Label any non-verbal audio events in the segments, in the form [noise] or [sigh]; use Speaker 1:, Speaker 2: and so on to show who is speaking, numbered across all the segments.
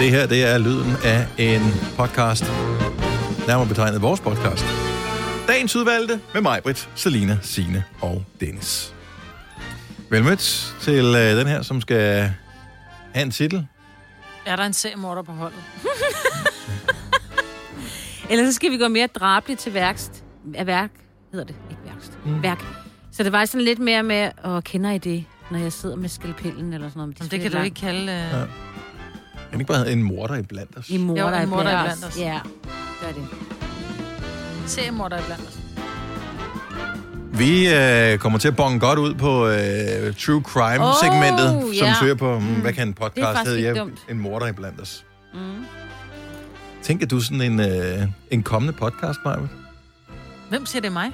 Speaker 1: det her, det er lyden af en podcast. Nærmere betegnet vores podcast. Dagens udvalgte med mig, Britt, Selina, Sine og Dennis. Velmødt til øh, den her, som skal have en titel.
Speaker 2: Er der en seriemorder på holdet?
Speaker 3: Eller så skal vi gå mere drabeligt til værkst. Af værk hedder det. Ikke værkst. Mm. Værk. Så det var sådan lidt mere med, åh, kender I det, når jeg sidder med skalpellen eller sådan noget? men
Speaker 2: Jamen,
Speaker 3: skal
Speaker 2: det kan
Speaker 3: lidt
Speaker 2: du
Speaker 3: langt.
Speaker 2: ikke kalde... Øh...
Speaker 1: Ja.
Speaker 2: Ja.
Speaker 1: Kan ikke bare hedde en morder i blandt os?
Speaker 3: [laughs] I morder,
Speaker 2: Jo, I
Speaker 3: er
Speaker 2: morder
Speaker 3: blandt
Speaker 2: er
Speaker 3: os.
Speaker 2: blandt os.
Speaker 3: Ja, det er det.
Speaker 2: Seriemorder iblandt os.
Speaker 1: Vi øh, kommer til at bonge godt ud på øh, True Crime-segmentet,
Speaker 3: Oh,
Speaker 1: som
Speaker 3: ja.
Speaker 1: søger på, mm, hvad kan en
Speaker 3: Det er
Speaker 1: podcast
Speaker 3: faktisk
Speaker 1: hedde?
Speaker 3: ikke
Speaker 1: Ja,
Speaker 3: dumt.
Speaker 1: en morder i blandt os.
Speaker 3: Mm.
Speaker 1: Tænker du sådan en, øh, en kommende podcast, Maja?
Speaker 2: Hvem siger det er mig?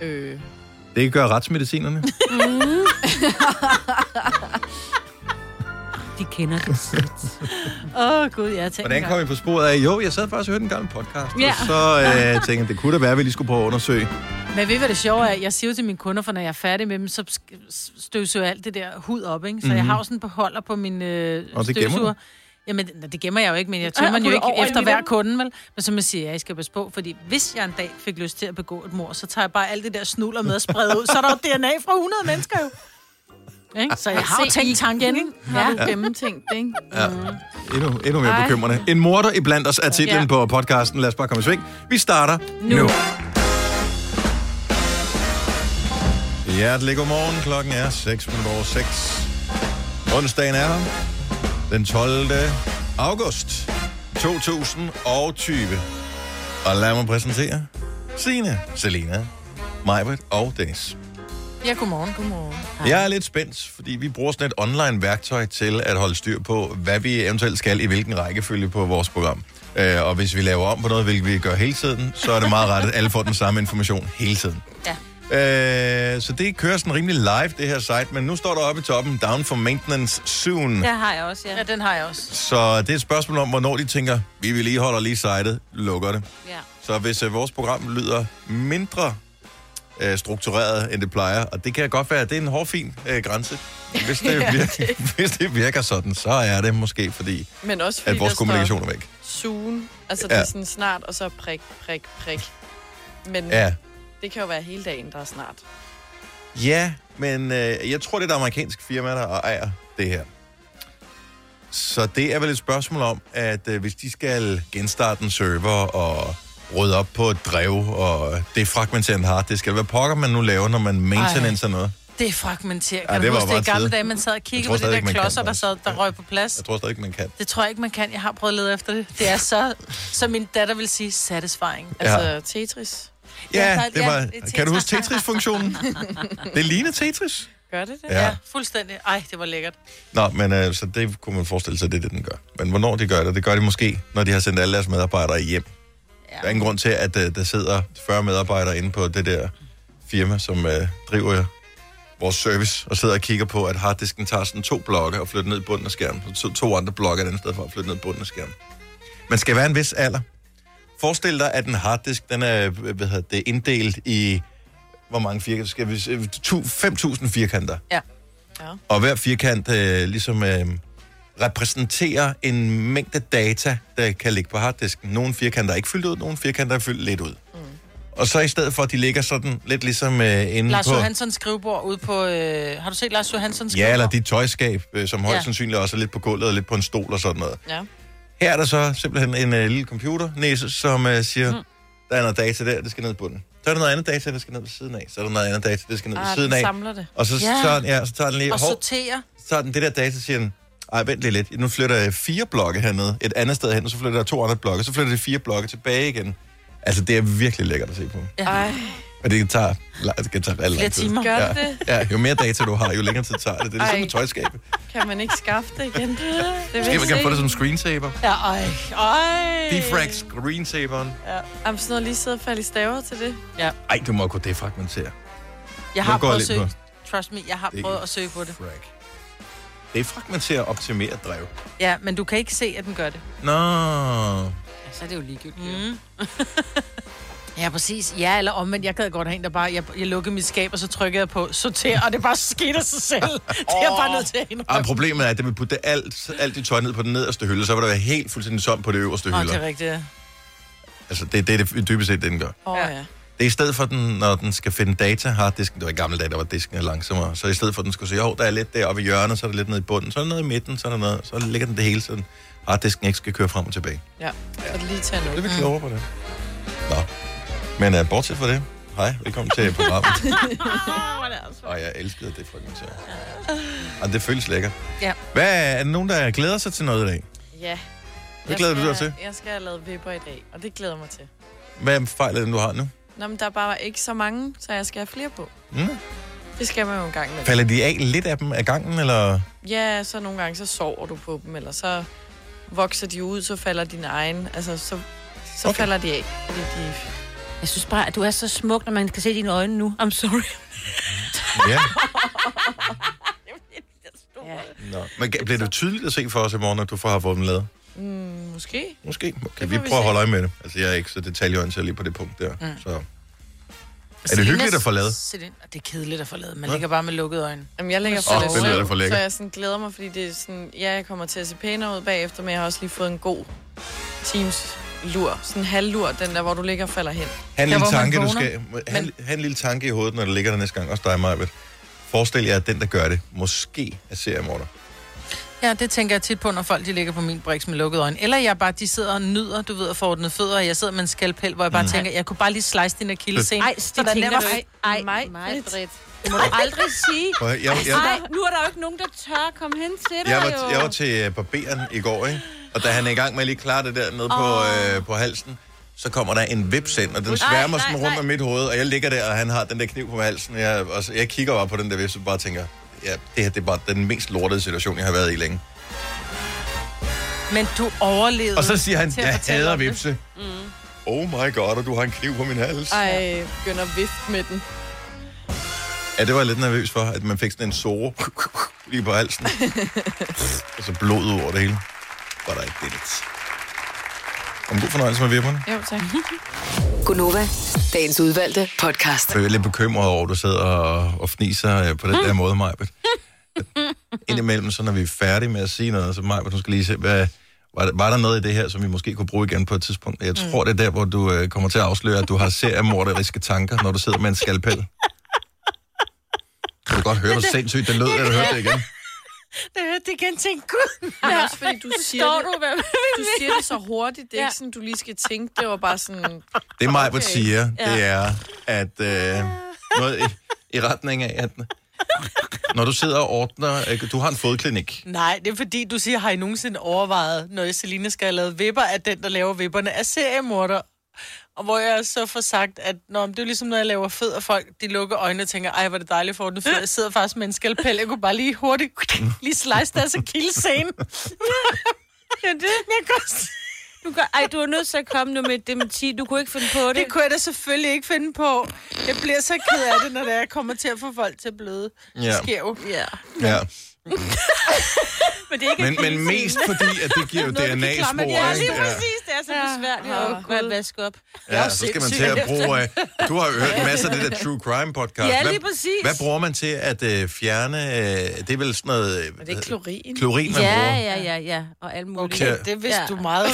Speaker 4: Øh,
Speaker 1: Det gør retsmedicinerne.
Speaker 3: Mm. De kender
Speaker 1: [laughs]
Speaker 3: det sæt.
Speaker 2: [laughs] Åh, oh, Gud, [laughs] jeg tænker...
Speaker 1: Hvordan kom vi på sporet af, jo, jeg sad faktisk og hørte en gammel podcast,
Speaker 3: Ja.
Speaker 1: og så øh, tænkte jeg, det kunne da være, at vi lige skulle prøve at undersøge.
Speaker 2: Men ved I, hvad det sjove er? Jeg siger jo til mine kunder, for når jeg er færdig med dem, så sk- s- støvsuger jeg alt det der hud op, ikke? Så mm-hmm. jeg
Speaker 3: Mhm.
Speaker 2: har jo sådan en beholder på min øh,
Speaker 1: gemmer du?
Speaker 2: støvsuger. Jamen, nej, det gemmer jeg jo ikke, men jeg
Speaker 3: Ej,
Speaker 2: tømmer den jo
Speaker 3: putter
Speaker 2: ikke
Speaker 3: over i
Speaker 2: efter hver
Speaker 3: liter.
Speaker 2: kunde, vel? Men som jeg siger, jeg skal passe på, fordi hvis jeg en dag fik lyst til at begå et mor, så tager jeg bare alt det der snuller med at sprede ud. Så er der jo DNA fra 100 mennesker jo. Ikke? Så jeg har jo
Speaker 4: Se, I-
Speaker 2: tænkt tanken, ikke?
Speaker 4: har du gennemtænkt det, ikke? Mm.
Speaker 1: Endnu, endnu mere bekymrende. En morder i blandt os er titlen
Speaker 2: Ja.
Speaker 1: på podcasten. Lad os bare komme i sving. Vi starter nu. nu. Hjertelig godmorgen. Klokken er 6 minutter over 6. Onsdagen er her. Den 12. august 2020. Og lad mig præsentere Signe, Selina, Majbert og Dennis.
Speaker 2: Ja, godmorgen.
Speaker 4: Godmorgen.
Speaker 1: Jeg er lidt spændt, fordi vi bruger sådan et online-værktøj til at holde styr på, hvad vi eventuelt skal i hvilken rækkefølge på vores program. Øh, og hvis vi laver om på noget, hvilket vi gør hele tiden, så er det meget rart, at alle får den samme information hele tiden. Ja. Øh, så det kører sådan rimelig live, det her site, men nu står der oppe i toppen, down for maintenance soon. Ja.
Speaker 3: Der har jeg også,
Speaker 2: Ja, den har jeg også.
Speaker 1: Så det er et spørgsmål om, hvornår de tænker, vi vil lige holde lige sitet, lukker det.
Speaker 3: ja.
Speaker 1: Så hvis øh, vores program lyder mindre øh, struktureret, end det plejer, og det kan godt være, at det er en hårfin øh, grænse. Hvis det, virker, [laughs] hvis det virker sådan, så er det måske fordi,
Speaker 4: Men også fordi
Speaker 1: at vores
Speaker 4: der står
Speaker 1: kommunikation er væk.
Speaker 4: Soon. Altså, det
Speaker 1: Ja.
Speaker 4: er sådan snart, og så prik, prik, prik. Men
Speaker 1: Ja,
Speaker 4: det kan jo være hele dagen, der er snart.
Speaker 1: ja men øh, jeg tror, det er et amerikansk firma, der ejer det her. Så det er vel et spørgsmål om, at øh, hvis de skal genstarte en server og rydde op på et drev, og det fragmenterede en harddisk, eller hvad pokker man nu laver, når man maintenance og noget.
Speaker 2: Det er fragmenteret.
Speaker 1: Ja,
Speaker 2: Kan
Speaker 1: det
Speaker 2: du
Speaker 1: var
Speaker 2: huske
Speaker 1: bare
Speaker 2: det i gamle
Speaker 1: tid.
Speaker 2: dage, man sad og
Speaker 1: Jeg
Speaker 2: kiggede
Speaker 1: tror
Speaker 2: på de
Speaker 1: stadig
Speaker 2: der
Speaker 1: ikke, man kan
Speaker 2: klodser, der,
Speaker 1: faktisk.
Speaker 2: sad, der røg på plads?
Speaker 1: Jeg tror stadig ikke, man kan.
Speaker 2: Det tror jeg ikke, man kan. Jeg har prøvet at lede efter det. Det er så, som min datter vil sige, satisfying.
Speaker 4: Altså, ja. Tetris.
Speaker 1: Ja,
Speaker 2: Ja,
Speaker 1: ja
Speaker 2: der-
Speaker 1: det
Speaker 2: ja,
Speaker 1: var...
Speaker 2: det er
Speaker 1: kan du huske
Speaker 2: [laughs]
Speaker 1: Tetris-funktionen? det ligner Tetris.
Speaker 4: Gør det det?
Speaker 1: Ja. ja.
Speaker 2: Fuldstændig. Ej, det var lækkert.
Speaker 1: Nå, men øh, så det kunne man forestille sig, det er det, den gør. Men hvornår de gør det, det gør de måske, når de har sendt alle deres medarbejdere hjem. Ja. Der er ingen grund til, at øh, der sidder 40 medarbejdere inde på det der firma, som øh, driver vores service, og sidder og kigger på, at harddisken tager sådan to blokke og flytter ned i bunden af skærmen. Så to, to andre blokke et andet sted for at flytte ned i bunden af skærmen. Man skal være en vis alder. Forestil dig, at en harddisk, den er øh, hvad hedder det, inddelt i hvor mange firkanter? Skal vi, se? Tu- 5.000 firkanter.
Speaker 2: Ja.
Speaker 4: Ja.
Speaker 1: Og hver firkant øh, ligesom øh, repræsenterer en mængde data, der kan ligge på harddisken. Nogle firkanter er ikke fyldt ud, nogle firkanter er fyldt lidt ud. Mm. Og så i stedet for, at de ligger sådan lidt ligesom øh, inde
Speaker 2: Lars
Speaker 1: på...
Speaker 2: Johanssons skrivebord ude på... Øh, har du set Lars Johanssons skrivebord?
Speaker 1: Ja, eller dit tøjskab, øh, som højst ja.
Speaker 2: Ja.
Speaker 1: sandsynligt også er lidt på gulvet og lidt på en stol og sådan noget.
Speaker 4: Ja.
Speaker 1: Her er der så simpelthen en øh, lille computer, næse, som øh, siger, mm. der er noget data der, det skal ned i bunden. Så er der noget andet data, der skal ned ved siden af. Så er der noget andet data, det skal ned ved
Speaker 4: Ah,
Speaker 1: siden
Speaker 4: den
Speaker 1: af.
Speaker 4: samler det.
Speaker 1: Og så,
Speaker 2: Ja.
Speaker 1: så, ja, så tager den lige...
Speaker 2: Og
Speaker 1: hov,
Speaker 2: sorterer.
Speaker 1: så er den det der data, siger den, ej, vent lige lidt, nu flytter jeg fire blokke hernede, et andet sted hen, og så flytter jeg to andre blokke, så flytter det fire blokke tilbage igen. Altså, det er virkelig lækkert at se på.
Speaker 4: Ej,
Speaker 1: Og det tager, la- det kan tage rigtig lang tid.
Speaker 2: timer.
Speaker 4: gør
Speaker 1: Ja,
Speaker 4: ja. det?
Speaker 1: ja, jo mere data du har, jo længere tid tager det. Det er ligesom
Speaker 4: Ej.
Speaker 1: med tøjskab.
Speaker 4: Kan man ikke skaffe det
Speaker 2: [laughs]
Speaker 4: igen? Det vil
Speaker 1: Måske man kan
Speaker 4: se.
Speaker 1: få det som screensaver.
Speaker 2: Ja, ej, ej.
Speaker 1: Defrag screensaveren.
Speaker 4: Jamen, sådan noget lige sidde og falde i staver til det.
Speaker 1: Ej, du må kunne defragmentere.
Speaker 2: Jeg har
Speaker 1: Nu går
Speaker 2: prøvet at
Speaker 1: jeg
Speaker 2: søge.
Speaker 1: lidt
Speaker 2: Trust me, jeg har
Speaker 1: Det er
Speaker 2: prøvet at søge på det.
Speaker 1: Frag. Defragmentere og optimere drev.
Speaker 2: Ja, men du kan ikke se, at den gør det.
Speaker 1: Nå.
Speaker 3: Så er det jo ligegyldigt. Mm.
Speaker 2: Mm. Ja, præcis. Ja, eller omvendt. Jeg gad godt have en, der bare... Jeg, jeg lukkede mit skab, og så trykkede jeg på sorter, og det bare skete af sig
Speaker 4: [laughs]
Speaker 2: selv. Det er jeg bare nødt til at indrømme.
Speaker 1: Og problemet er, at det vil putte alt, alt dit tøj ned på den nederste hylde, så vil der være helt fuldstændig som på det øverste
Speaker 2: Nå,
Speaker 1: hylde.
Speaker 2: det er rigtigt. ja.
Speaker 1: Altså, det, det er det dybest set, det den gør.
Speaker 2: Åh, oh, ja.
Speaker 1: Det er i stedet for, den, når den skal finde data, har disken, det var i gamle dage, der var disken langsommere, så i stedet for, at den skulle sige, hov, der er lidt deroppe i hjørnet, så er der lidt nede i bunden, så er der noget i midten, så er der noget, så ligger den det hele, så harddisken ikke skal køre frem og tilbage.
Speaker 4: Ja, så er det lige tage
Speaker 1: Det
Speaker 4: noget.
Speaker 1: er vi klogere på det. Nå. Men uh, bortset fra det, hej, velkommen til
Speaker 4: [laughs]
Speaker 2: [laughs]
Speaker 1: programmet.
Speaker 2: altså-
Speaker 1: Og jeg elskede det frygteligt. Og det føles lækkert.
Speaker 4: Ja.
Speaker 1: Hvad, er der nogen, der glæder sig til noget i dag?
Speaker 4: Ja.
Speaker 1: Hvad glæder du dig til?
Speaker 4: Jeg skal have lavet vipper i dag, og det glæder jeg mig til.
Speaker 1: Hvad fejl er det, du har nu?
Speaker 4: Nå, men der er bare ikke så mange, så jeg skal have flere på.
Speaker 1: Mm.
Speaker 4: Det skal man jo en gang med.
Speaker 1: Falder de af lidt af dem af gangen, eller?
Speaker 4: Ja, så nogle gange, så sover du på dem, eller så vokser de ud, så falder din egen, altså så, så
Speaker 1: Okay.
Speaker 4: okay. falder de af. Fordi de,
Speaker 3: Jeg synes bare, at du er så smuk, når man kan se dine øjne nu. I'm
Speaker 2: [laughs]
Speaker 3: sorry.
Speaker 1: Ja.
Speaker 4: ja,
Speaker 1: [laughs] Nå. Men ga- bliver det tydeligt at se for os i morgen, at du får har fået dem lavet?
Speaker 4: Mm, måske.
Speaker 1: Måske. Okay,
Speaker 4: Det
Speaker 1: vi
Speaker 4: får vi
Speaker 1: prøver at
Speaker 4: se.
Speaker 1: holde øje med det. Altså, jeg er ikke så detaljeorienteret lige på det punkt der. Mm. Så. Er det
Speaker 2: Selenas-
Speaker 1: hyggeligt at få lavet?
Speaker 2: Selen- Det er kedeligt at få lavet. Man ligger bare med lukkede øjne.
Speaker 4: Jamen, jeg ligger
Speaker 2: Åh,
Speaker 4: for
Speaker 1: det lyder da for
Speaker 4: så
Speaker 1: lækkert.
Speaker 4: jeg sådan glæder mig, fordi det er sådan, ja, jeg kommer til at se pænere ud bagefter, men jeg har også lige fået en god teams lur, sådan en halvlur, den der, hvor du ligger og falder hen.
Speaker 1: Han en
Speaker 2: Der,
Speaker 1: lille
Speaker 2: hvor man
Speaker 1: tanke, du
Speaker 2: vågner.
Speaker 1: skal... Han, han en lille tanke i hovedet, når du ligger der næste gang. Også dig, Majbet. Forestil jer, at den, der gør det, måske er seriemorder.
Speaker 2: Ja, det tænker jeg tit på, når folk de ligger på min briks med lukkede øjne. Eller jeg bare, de sidder og nyder, du ved, at forordne fødder, og jeg sidder med en skalpel, hvor jeg bare mm. tænker, jeg kunne bare lige slice din akillescene.
Speaker 3: Ej, det tænker du ikke. Ej,
Speaker 4: Mig,
Speaker 3: mig,
Speaker 4: Britt.
Speaker 3: Britt. Det må du aldrig sige.
Speaker 1: Prøv at høre, Jeg, jeg,
Speaker 3: Nej, nu er der jo ikke nogen, der tør komme hen til dig,
Speaker 1: jeg,
Speaker 3: jo.
Speaker 1: var, jeg var til øh, barberen i går, ikke? Og da han er i gang med at lige klare det der nede på, øh, på halsen, så kommer der en vips ind, og den sværmer
Speaker 3: nej,
Speaker 1: sådan rundt
Speaker 3: nej.
Speaker 1: om mit hoved, og jeg ligger der, og han har den der kniv på halsen, og jeg, og så, jeg kigger bare på den der vips, og bare tænker, ja, det her det er bare den mest lortede situation, jeg har været i længe.
Speaker 2: Men du overlevede.
Speaker 1: Og så siger han,
Speaker 2: til at
Speaker 1: jeg
Speaker 2: fortælle
Speaker 1: hader
Speaker 2: om det."
Speaker 1: vipse. Oh my god, og du har en kniv på min hals.
Speaker 4: Mm. Ej, begynder at vifte med
Speaker 3: [laughs]
Speaker 4: den.
Speaker 1: Ja, det var jeg lidt nervøs for, at man fik sådan en sore [laughs] lige på halsen. og så blod ud over det hele. Var der ikke det lidt. Om god fornøjelse med vipperne.
Speaker 4: Jo, tak.
Speaker 5: [laughs] Gunova, dagens udvalgte podcast.
Speaker 1: Jeg er lidt bekymret over, at du sidder og, og fniser øh, på den der måde, [laughs] Majbet. Indimellem, så når vi er færdige med at sige noget, så Majbet, du skal lige se, hvad, var, der, var der noget i det her, som vi måske kunne bruge igen på et tidspunkt? Jeg tror, det er der, hvor du øh, kommer til at afsløre, at du har seriemorderiske tanker, når du sidder med en skalpel. Kan du godt høre, hvor sindssygt det lød, da du hørte det igen?
Speaker 2: Det hørte det igen, tænkte gud.
Speaker 4: Men også fordi du siger,
Speaker 3: Står
Speaker 4: det,
Speaker 3: du, hvad
Speaker 4: du siger det så hurtigt, det er
Speaker 3: Ja.
Speaker 4: ikke sådan, du lige skal tænke, det var bare sådan,
Speaker 1: Det Majbert okay.
Speaker 4: Okay.
Speaker 1: siger, det er, at øh, noget i, i retning af, at når du sidder og ordner, øh, du har en fodklinik.
Speaker 2: Nej, det er fordi, du siger, har I nogensinde overvejet, når Selina skal have lavet vipper, at den, der laver vipperne, er seriemorder? Og hvor jeg så får sagt, at når det er jo ligesom, når jeg laver fed, og folk de lukker øjnene og tænker, ej, hvor er det dejligt for den fed. Jeg sidder faktisk med en skalpel. Jeg kunne bare lige hurtigt [laughs] lige slice deres
Speaker 3: [laughs]
Speaker 2: akillescene.
Speaker 3: Det er det.
Speaker 2: Men jeg kunne,
Speaker 3: Du gør, ej, du er nødt til at komme nu med et dementi. Du kunne ikke finde på det.
Speaker 2: det kunne jeg da selvfølgelig ikke finde på. Jeg bliver så ked af det, når det er, jeg kommer til at få folk til at bløde.
Speaker 1: Ja.
Speaker 2: Skæv. Ja.
Speaker 1: Ja.
Speaker 3: men det er ikke
Speaker 1: Men, men mest fordi, at det giver
Speaker 3: [laughs]
Speaker 1: jo
Speaker 2: Noget, du kan klamme-
Speaker 1: DNA-spor.
Speaker 2: Ja,
Speaker 1: ikke?
Speaker 2: lige
Speaker 1: Ja.
Speaker 3: præcis. Det er så besværligt
Speaker 4: Åh,
Speaker 3: at
Speaker 4: Gud.
Speaker 3: oh, vaske op.
Speaker 1: Ja, så skal man til at bruge... Øh, du har jo hørt masser af det der True Crime podcast.
Speaker 3: Ja, lige præcis.
Speaker 1: Hvad, hvad bruger man til at øh, fjerne... Øh, det er vel sådan noget... Øh,
Speaker 4: det er klorin.
Speaker 1: klorin, man
Speaker 3: Ja,
Speaker 1: bruger.
Speaker 3: ja, ja, ja. Og alt muligt.
Speaker 1: Okay.
Speaker 3: Okay.
Speaker 2: Ja, det vidste
Speaker 3: Ja.
Speaker 2: du meget.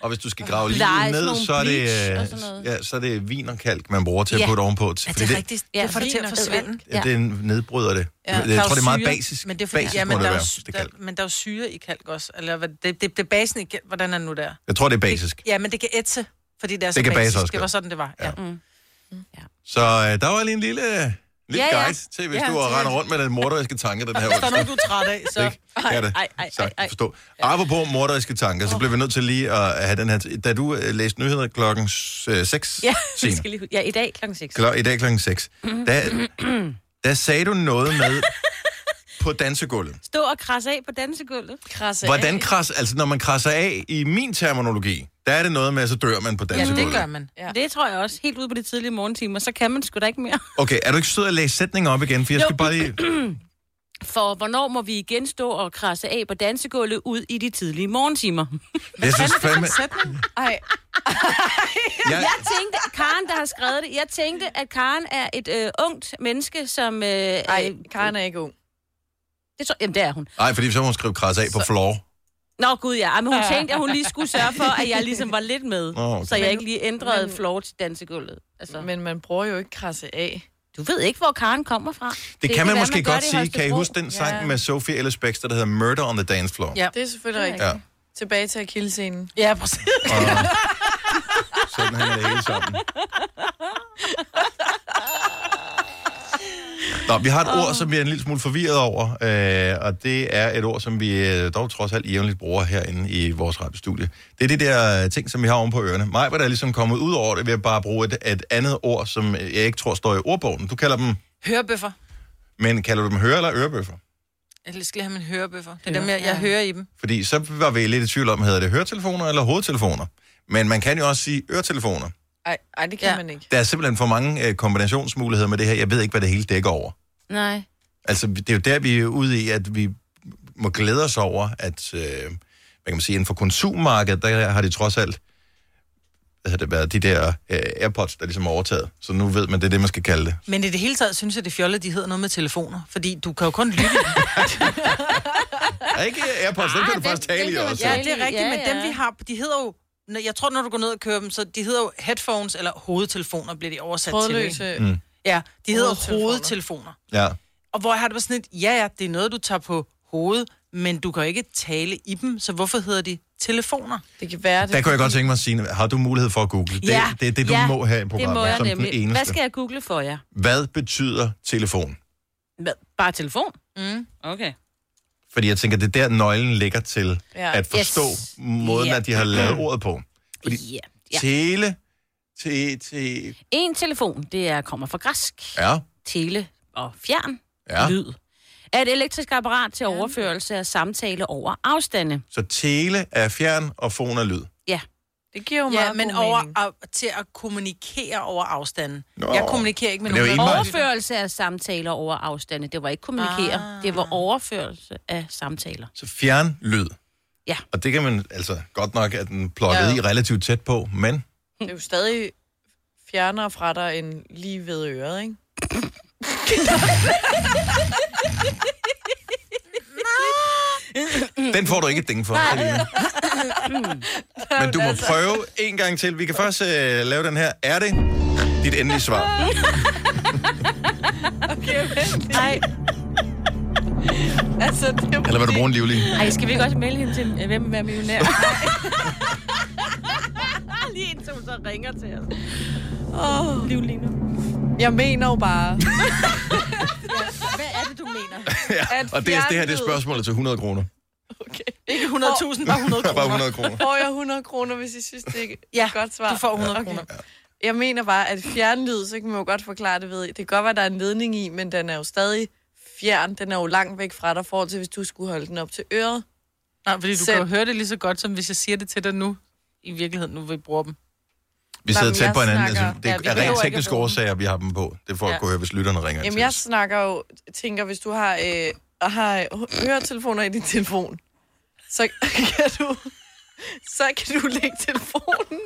Speaker 1: Og hvis du skal grave lige
Speaker 3: Nej, sådan
Speaker 1: ned,
Speaker 3: nogle
Speaker 1: så er, det,
Speaker 3: bleach og sådan
Speaker 1: øh,
Speaker 3: noget.
Speaker 1: ja, så er det vin og kalk, man bruger til at
Speaker 3: Ja.
Speaker 1: putte ovenpå. Til,
Speaker 2: Ja,
Speaker 1: fordi
Speaker 2: det er rigtigt.
Speaker 3: Ja,
Speaker 2: det får det til at
Speaker 3: vin og
Speaker 2: forsvinde.
Speaker 1: Ja. Det nedbryder det. Ja. Jeg
Speaker 2: Der
Speaker 1: tror,
Speaker 2: jo
Speaker 1: det er meget
Speaker 2: syre,
Speaker 1: basis.
Speaker 2: Men det er fordi,
Speaker 1: basis
Speaker 2: ja,
Speaker 1: må
Speaker 2: men
Speaker 1: det
Speaker 2: der, er
Speaker 1: være.
Speaker 2: jo,
Speaker 1: Det
Speaker 2: der,
Speaker 1: kalk.
Speaker 2: men der er jo syre i kalk også. Eller hvad- det, det, det er basen i kalk. Hvordan er nu der?
Speaker 1: Jeg tror, det er basis.
Speaker 2: Ja, men det kan ætse, fordi det er så
Speaker 1: Det kan base
Speaker 2: basis.
Speaker 1: også
Speaker 2: Det var
Speaker 1: godt.
Speaker 2: sådan, det var. Ja. Mm.
Speaker 1: Så øh, der var lige en lille, lille
Speaker 3: Ja,
Speaker 1: ja,
Speaker 3: ja.
Speaker 1: guide til, hvis
Speaker 3: Ja,
Speaker 1: ja, du
Speaker 3: til-
Speaker 1: render rundt med den morderiske tanke den her
Speaker 2: Der er
Speaker 1: onsdag.
Speaker 2: noget, du er træt af, så...
Speaker 1: Det kan det.
Speaker 3: ej, ej,
Speaker 1: Sagt,
Speaker 3: ej.
Speaker 1: forstå. Apropos morderiske tanker, så blev vi nødt til lige at have den her... Da du øh, læste nyheder klokken øh, 6,
Speaker 3: Ja, [laughs] vi skal lige, ja, i dag klokken 6.
Speaker 1: Klar, i dag klokken 6, der, der sagde du noget med på dansegulvet.
Speaker 3: [clears throat] Stå og krasse af på dansegulvet.
Speaker 4: krasse
Speaker 1: Hvordan kras, altså når man krasser af i min terminologi, der er det noget med, at så dør man på
Speaker 2: Ja,
Speaker 1: dansegulvet.
Speaker 2: det gør man.
Speaker 4: Ja.
Speaker 3: Ja. Det tror jeg også. Helt ude på de tidlige morgentimer, så kan man sgu da ikke mere.
Speaker 1: Okay, er du ikke sød at læse sætningen op igen? For jeg
Speaker 3: Jo.
Speaker 1: skal bare lige...
Speaker 3: [clears throat] For hvornår må vi igen stå og krasse af på dansegulvet ud i de tidlige morgentimer? [laughs]
Speaker 1: Jeg synes fandme... [laughs]
Speaker 4: Ej,
Speaker 1: Jeg,
Speaker 3: Jeg tænkte, Karen, der har skrevet det, jeg tænkte, at Karen er et øh, ungt menneske, som... Øh,
Speaker 4: ej,
Speaker 3: Ej.
Speaker 4: Karen er ikke ung.
Speaker 3: Det tror, jamen, det er hun.
Speaker 1: nej, fordi så må hun skrive kras af på floor.
Speaker 3: Nå, gud ja. Ej, Men hun tænkte, at hun lige skulle sørge for, at jeg ligesom var lidt med.
Speaker 1: Nå, okay.
Speaker 3: Så jeg ikke lige ændrede floor til dansegulvet. Altså, men,
Speaker 4: Men man bruger jo ikke krasse af.
Speaker 3: du ved ikke, hvor Karen kommer fra.
Speaker 1: Det kan man
Speaker 3: være,
Speaker 1: måske
Speaker 3: gør
Speaker 1: godt
Speaker 3: det i
Speaker 1: sige. Kan I
Speaker 3: Holstebro.
Speaker 1: huske den sang
Speaker 4: Ja.
Speaker 1: med Sophie Ellis Baxter, der hedder Murder on the Dance Floor?
Speaker 2: Ja.
Speaker 4: Det er selvfølgelig rigtigt.
Speaker 1: Ja.
Speaker 4: Tilbage til akillescenen.
Speaker 2: Ja, præcis.
Speaker 1: Og sådan hænger det hele sammen. Nå, vi har et ord, som vi er en lille smule forvirret over, øh, og det er et ord, som vi øh, dog trods alt jævnligt bruger herinde i vores radiostudie. Det er det der øh, ting, som vi har oven på ørerne. Mig var der ligesom kommet ud over det ved at bare bruge et, et andet ord, som øh, jeg ikke tror står i ordbogen. Du kalder dem,
Speaker 2: Hørebøffer.
Speaker 1: men kalder du dem høre- eller ørebøffer?
Speaker 2: Jeg skal lige have min hørebøffer. Det er dem, jeg, jeg hører i dem.
Speaker 1: Fordi så var vi lidt i tvivl om, hedder det høretelefoner eller hovedtelefoner? Men man kan jo også sige øretelefoner.
Speaker 4: Ej, ej det kan
Speaker 2: Ja.
Speaker 4: ja. man ikke.
Speaker 1: Der er simpelthen for mange øh, kombinationsmuligheder med det her. Jeg ved ikke, hvad det hele dækker over.
Speaker 3: Nej.
Speaker 1: Altså, det er jo der, vi er ude i, at vi må glæde os over, at øh, hvad kan man sige, inden for konsummarkedet, der har de trods alt hvad har det været, de der øh, AirPods, der ligesom er overtaget. Så nu ved man, det er det, man skal kalde det.
Speaker 2: Men i det hele taget synes jeg, det fjollede, de hedder noget med telefoner. Fordi du kan jo kun lytte.
Speaker 1: [laughs] Er ikke AirPods, dem
Speaker 2: Ah,
Speaker 1: kan du
Speaker 3: dem-
Speaker 1: faktisk tale
Speaker 3: dem
Speaker 1: i
Speaker 3: kan man
Speaker 1: også.
Speaker 2: ja,
Speaker 3: tale
Speaker 2: det er rigtigt,
Speaker 3: Ja,
Speaker 2: ja, men dem
Speaker 3: ja.
Speaker 2: vi har, de hedder jo... Nå, Jeg tror, når du går ned og kører dem, så de hedder jo headphones eller hovedtelefoner, bliver de oversat til. ikke?
Speaker 4: Trådløse. Mm.
Speaker 2: Ja, de hedder
Speaker 4: Hovedtelefoner.
Speaker 2: hovedtelefoner.
Speaker 1: Ja.
Speaker 2: Og hvor jeg har det bare sådan et, ja, ja, det er noget, du tager på hovedet, men du kan jo ikke tale i dem, så hvorfor hedder de telefoner?
Speaker 4: Det kan være det.
Speaker 1: Der kunne jeg godt tænke mig at sige, har du mulighed for at google? Det, det er det, du må have i programmet,
Speaker 3: det må jeg
Speaker 1: som
Speaker 3: nemlig.
Speaker 1: den eneste.
Speaker 3: Hvad skal jeg google for jer?
Speaker 1: Hvad betyder telefon?
Speaker 3: Hvad? Bare telefon? Mm. Okay.
Speaker 1: Fordi jeg tænker, det er der, nøglen ligger til ja.
Speaker 4: Ja.
Speaker 1: at forstå yes.
Speaker 3: Yes.
Speaker 1: måden,
Speaker 3: Ja.
Speaker 1: at de har lavet ordet på. Fordi
Speaker 3: Ja.
Speaker 1: ja.
Speaker 3: ja.
Speaker 1: tele, te, te,
Speaker 3: En telefon, det er, kommer fra græsk.
Speaker 1: ja,
Speaker 3: Tele og fjern.
Speaker 1: Ja.
Speaker 3: Lyd. Er et elektrisk apparat til overførelse af samtale over afstande.
Speaker 1: så tele er fjern, og fon er lyd.
Speaker 3: Ja.
Speaker 4: Det giver jo meget
Speaker 2: Ja, men
Speaker 4: god
Speaker 2: over,
Speaker 4: mening.
Speaker 2: af, til at kommunikere over afstanden.
Speaker 1: Nå.
Speaker 2: Nå. Jeg kommunikerer ikke med
Speaker 1: Men det er
Speaker 2: nogen.
Speaker 1: jo
Speaker 2: der-
Speaker 1: en vej.
Speaker 3: Overførelse af samtaler over afstande. Det var ikke kommunikere. Ah. Det var overførelse af samtaler.
Speaker 1: Så fjern lyd.
Speaker 3: Ja.
Speaker 1: Og det kan man, altså godt nok, at den plottet ja.
Speaker 4: Ja.
Speaker 1: i relativt tæt på, men
Speaker 4: [laughs] Det er jo stadig fjernere fra dig end lige ved øret, ikke?
Speaker 1: den får du ikke et ding for. [laughs] Selina. men du må
Speaker 4: altså.
Speaker 1: prøve en gang til. Vi kan først øh, lave den her. Er det dit endelige svar?
Speaker 3: Nej,
Speaker 4: Altså, det er
Speaker 1: Eller vil du bruge en livlig?
Speaker 3: Ej, skal vi ikke også melde hende til, øh, hvem vil være
Speaker 2: [laughs]
Speaker 3: millionær? lige indtil hun så ringer til os. Oh. Liv lige nu.
Speaker 4: Jeg mener jo
Speaker 1: [laughs]
Speaker 4: bare,
Speaker 3: Hvad er det, du mener?
Speaker 1: Ja.
Speaker 4: At
Speaker 1: Og det, er, det her det er
Speaker 4: fjernlyd.
Speaker 1: spørgsmålet til 100 kroner.
Speaker 2: Ikke 100.000, bare
Speaker 1: [laughs]
Speaker 2: 100
Speaker 1: Bare
Speaker 2: kroner.
Speaker 1: 100 kroner.
Speaker 4: får jeg 100 kroner, hvis I synes, det er
Speaker 2: Ja,
Speaker 4: et godt svar?
Speaker 2: du får 100 kroner.
Speaker 4: Jeg mener bare, at fjernlyd, så kan man jo godt forklare det ved. Det kan godt være, at der er en ledning i, men den er jo stadig fjern. Den er jo langt væk fra dig, forhold til hvis du skulle holde den op til øret.
Speaker 2: Nej, fordi du
Speaker 4: Selv.
Speaker 2: kan jo høre det lige så godt, som hvis jeg siger det til dig nu. I virkeligheden, nu vi bruger dem.
Speaker 1: Vi
Speaker 4: Nå,
Speaker 1: sidder
Speaker 4: men
Speaker 1: tæt
Speaker 4: jeg
Speaker 1: på hinanden.
Speaker 4: snakker-
Speaker 1: Altså, det
Speaker 4: Ja, vi
Speaker 1: er
Speaker 4: behøver
Speaker 1: rent
Speaker 4: ikke at
Speaker 1: tekniske
Speaker 4: bruge dem.
Speaker 1: årsager, vi har dem på. Det er for at
Speaker 4: Ja.
Speaker 1: kunne høre, hvis lytterne ringer ind
Speaker 4: Jamen,
Speaker 1: til
Speaker 4: jeg
Speaker 1: os.
Speaker 4: snakker jo, tænker, hvis du har, øh, har høretelefoner i din telefon, så kan du, så kan du lægge telefonen.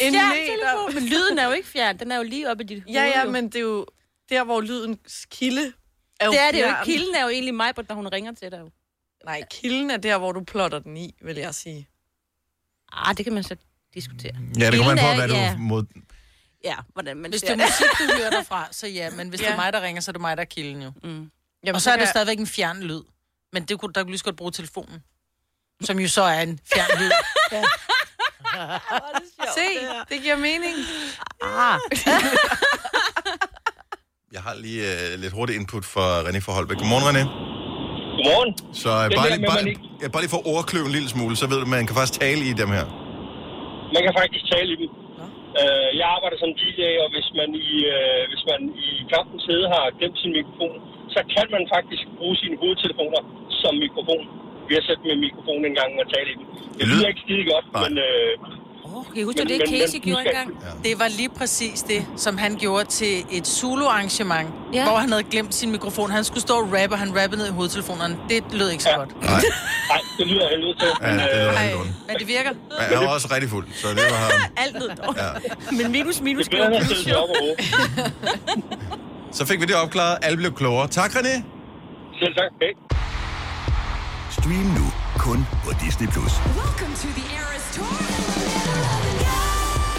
Speaker 4: En meter.
Speaker 3: Men lyden er jo ikke fjern. Den er jo lige oppe i dit hoved.
Speaker 4: Ja, ja,
Speaker 3: jo.
Speaker 4: men det er jo der, hvor lyden kilde er jo
Speaker 3: Det er det jo
Speaker 4: fjern.
Speaker 3: ikke. Kilden er jo egentlig mig, når hun ringer til dig. Jo.
Speaker 4: Nej, kilden er der, hvor du plotter den i, vil jeg sige.
Speaker 3: Ah, det kan man så diskutere.
Speaker 1: Ja, det kommer an
Speaker 3: Kilden
Speaker 1: på,
Speaker 3: er-
Speaker 1: hvad
Speaker 3: ja.
Speaker 1: du mod...
Speaker 3: Ja, hvordan man
Speaker 2: Hvis det
Speaker 3: ser
Speaker 2: er musik, du hører [laughs] derfra, så ja. Men hvis ja. det
Speaker 4: Ja.
Speaker 2: er mig, der ringer, så er det mig, der er kilden jo.
Speaker 4: Jamen,
Speaker 2: Og så er
Speaker 4: kan
Speaker 2: det stadigvæk en fjern lyd. Men det kunne, der kunne lige så godt bruge telefonen. Som jo så er en fjern lyd.
Speaker 4: jeg... Se, det Ah. giver mening.
Speaker 1: Jeg har lige øh, lidt hurtigt input fra René fra Holbæk. Godmorgen, René.
Speaker 6: Godmorgen.
Speaker 1: Så øh,
Speaker 6: Den
Speaker 1: bare,
Speaker 6: der
Speaker 1: lige,
Speaker 6: med,
Speaker 1: bare,
Speaker 6: man ikke-
Speaker 1: ja, bare lige for ordkløven en lille smule, så ved du, man kan faktisk tale i dem her.
Speaker 6: Man kan faktisk tale i dem. Øh, jeg arbejder som DJ, og hvis man i, øh, hvis man i kampens hede har glemt sin mikrofon, så kan man faktisk bruge sine hovedtelefoner som mikrofon. Vi har sat med mikrofon en gang og tale i dem. Det
Speaker 1: lyder-
Speaker 6: lyder ikke skide godt,
Speaker 1: Nej.
Speaker 6: men øh,
Speaker 3: [laughs] Åh, kan I huske, det var det
Speaker 6: Men- men-
Speaker 3: Casey
Speaker 6: men-
Speaker 3: gjorde engang?
Speaker 2: Det var lige præcis det, som han gjorde til et solo-arrangement,
Speaker 3: Ja.
Speaker 2: ja. hvor han havde glemt sin mikrofon. Han skulle stå og rappe, og han rappede ned i hovedtelefonerne. Det lød ikke så ja.
Speaker 6: Ja.
Speaker 2: godt.
Speaker 1: Nej,
Speaker 6: Nej, det lyder jeg nødt til.
Speaker 1: ja,
Speaker 6: Men,
Speaker 1: det
Speaker 6: øh,
Speaker 1: lyder
Speaker 4: Ej,
Speaker 1: helt ondt.
Speaker 4: men det virker.
Speaker 1: Men Han var også rigtig fuld, så det var ham.
Speaker 2: [laughs]
Speaker 6: [laughs]
Speaker 3: Alt lød dårligt.
Speaker 1: Ja.
Speaker 3: Men [laughs] minus, minus,
Speaker 6: det er bedre, end
Speaker 3: gjorde
Speaker 6: at sidde
Speaker 3: plus,
Speaker 6: sig
Speaker 3: jo.
Speaker 6: op og råbe.
Speaker 1: Så fik vi det opklaret. Alle blev klogere. Tak, René.
Speaker 6: Selv tak. Hey.
Speaker 7: Stream nu kun på Disney+. Plus.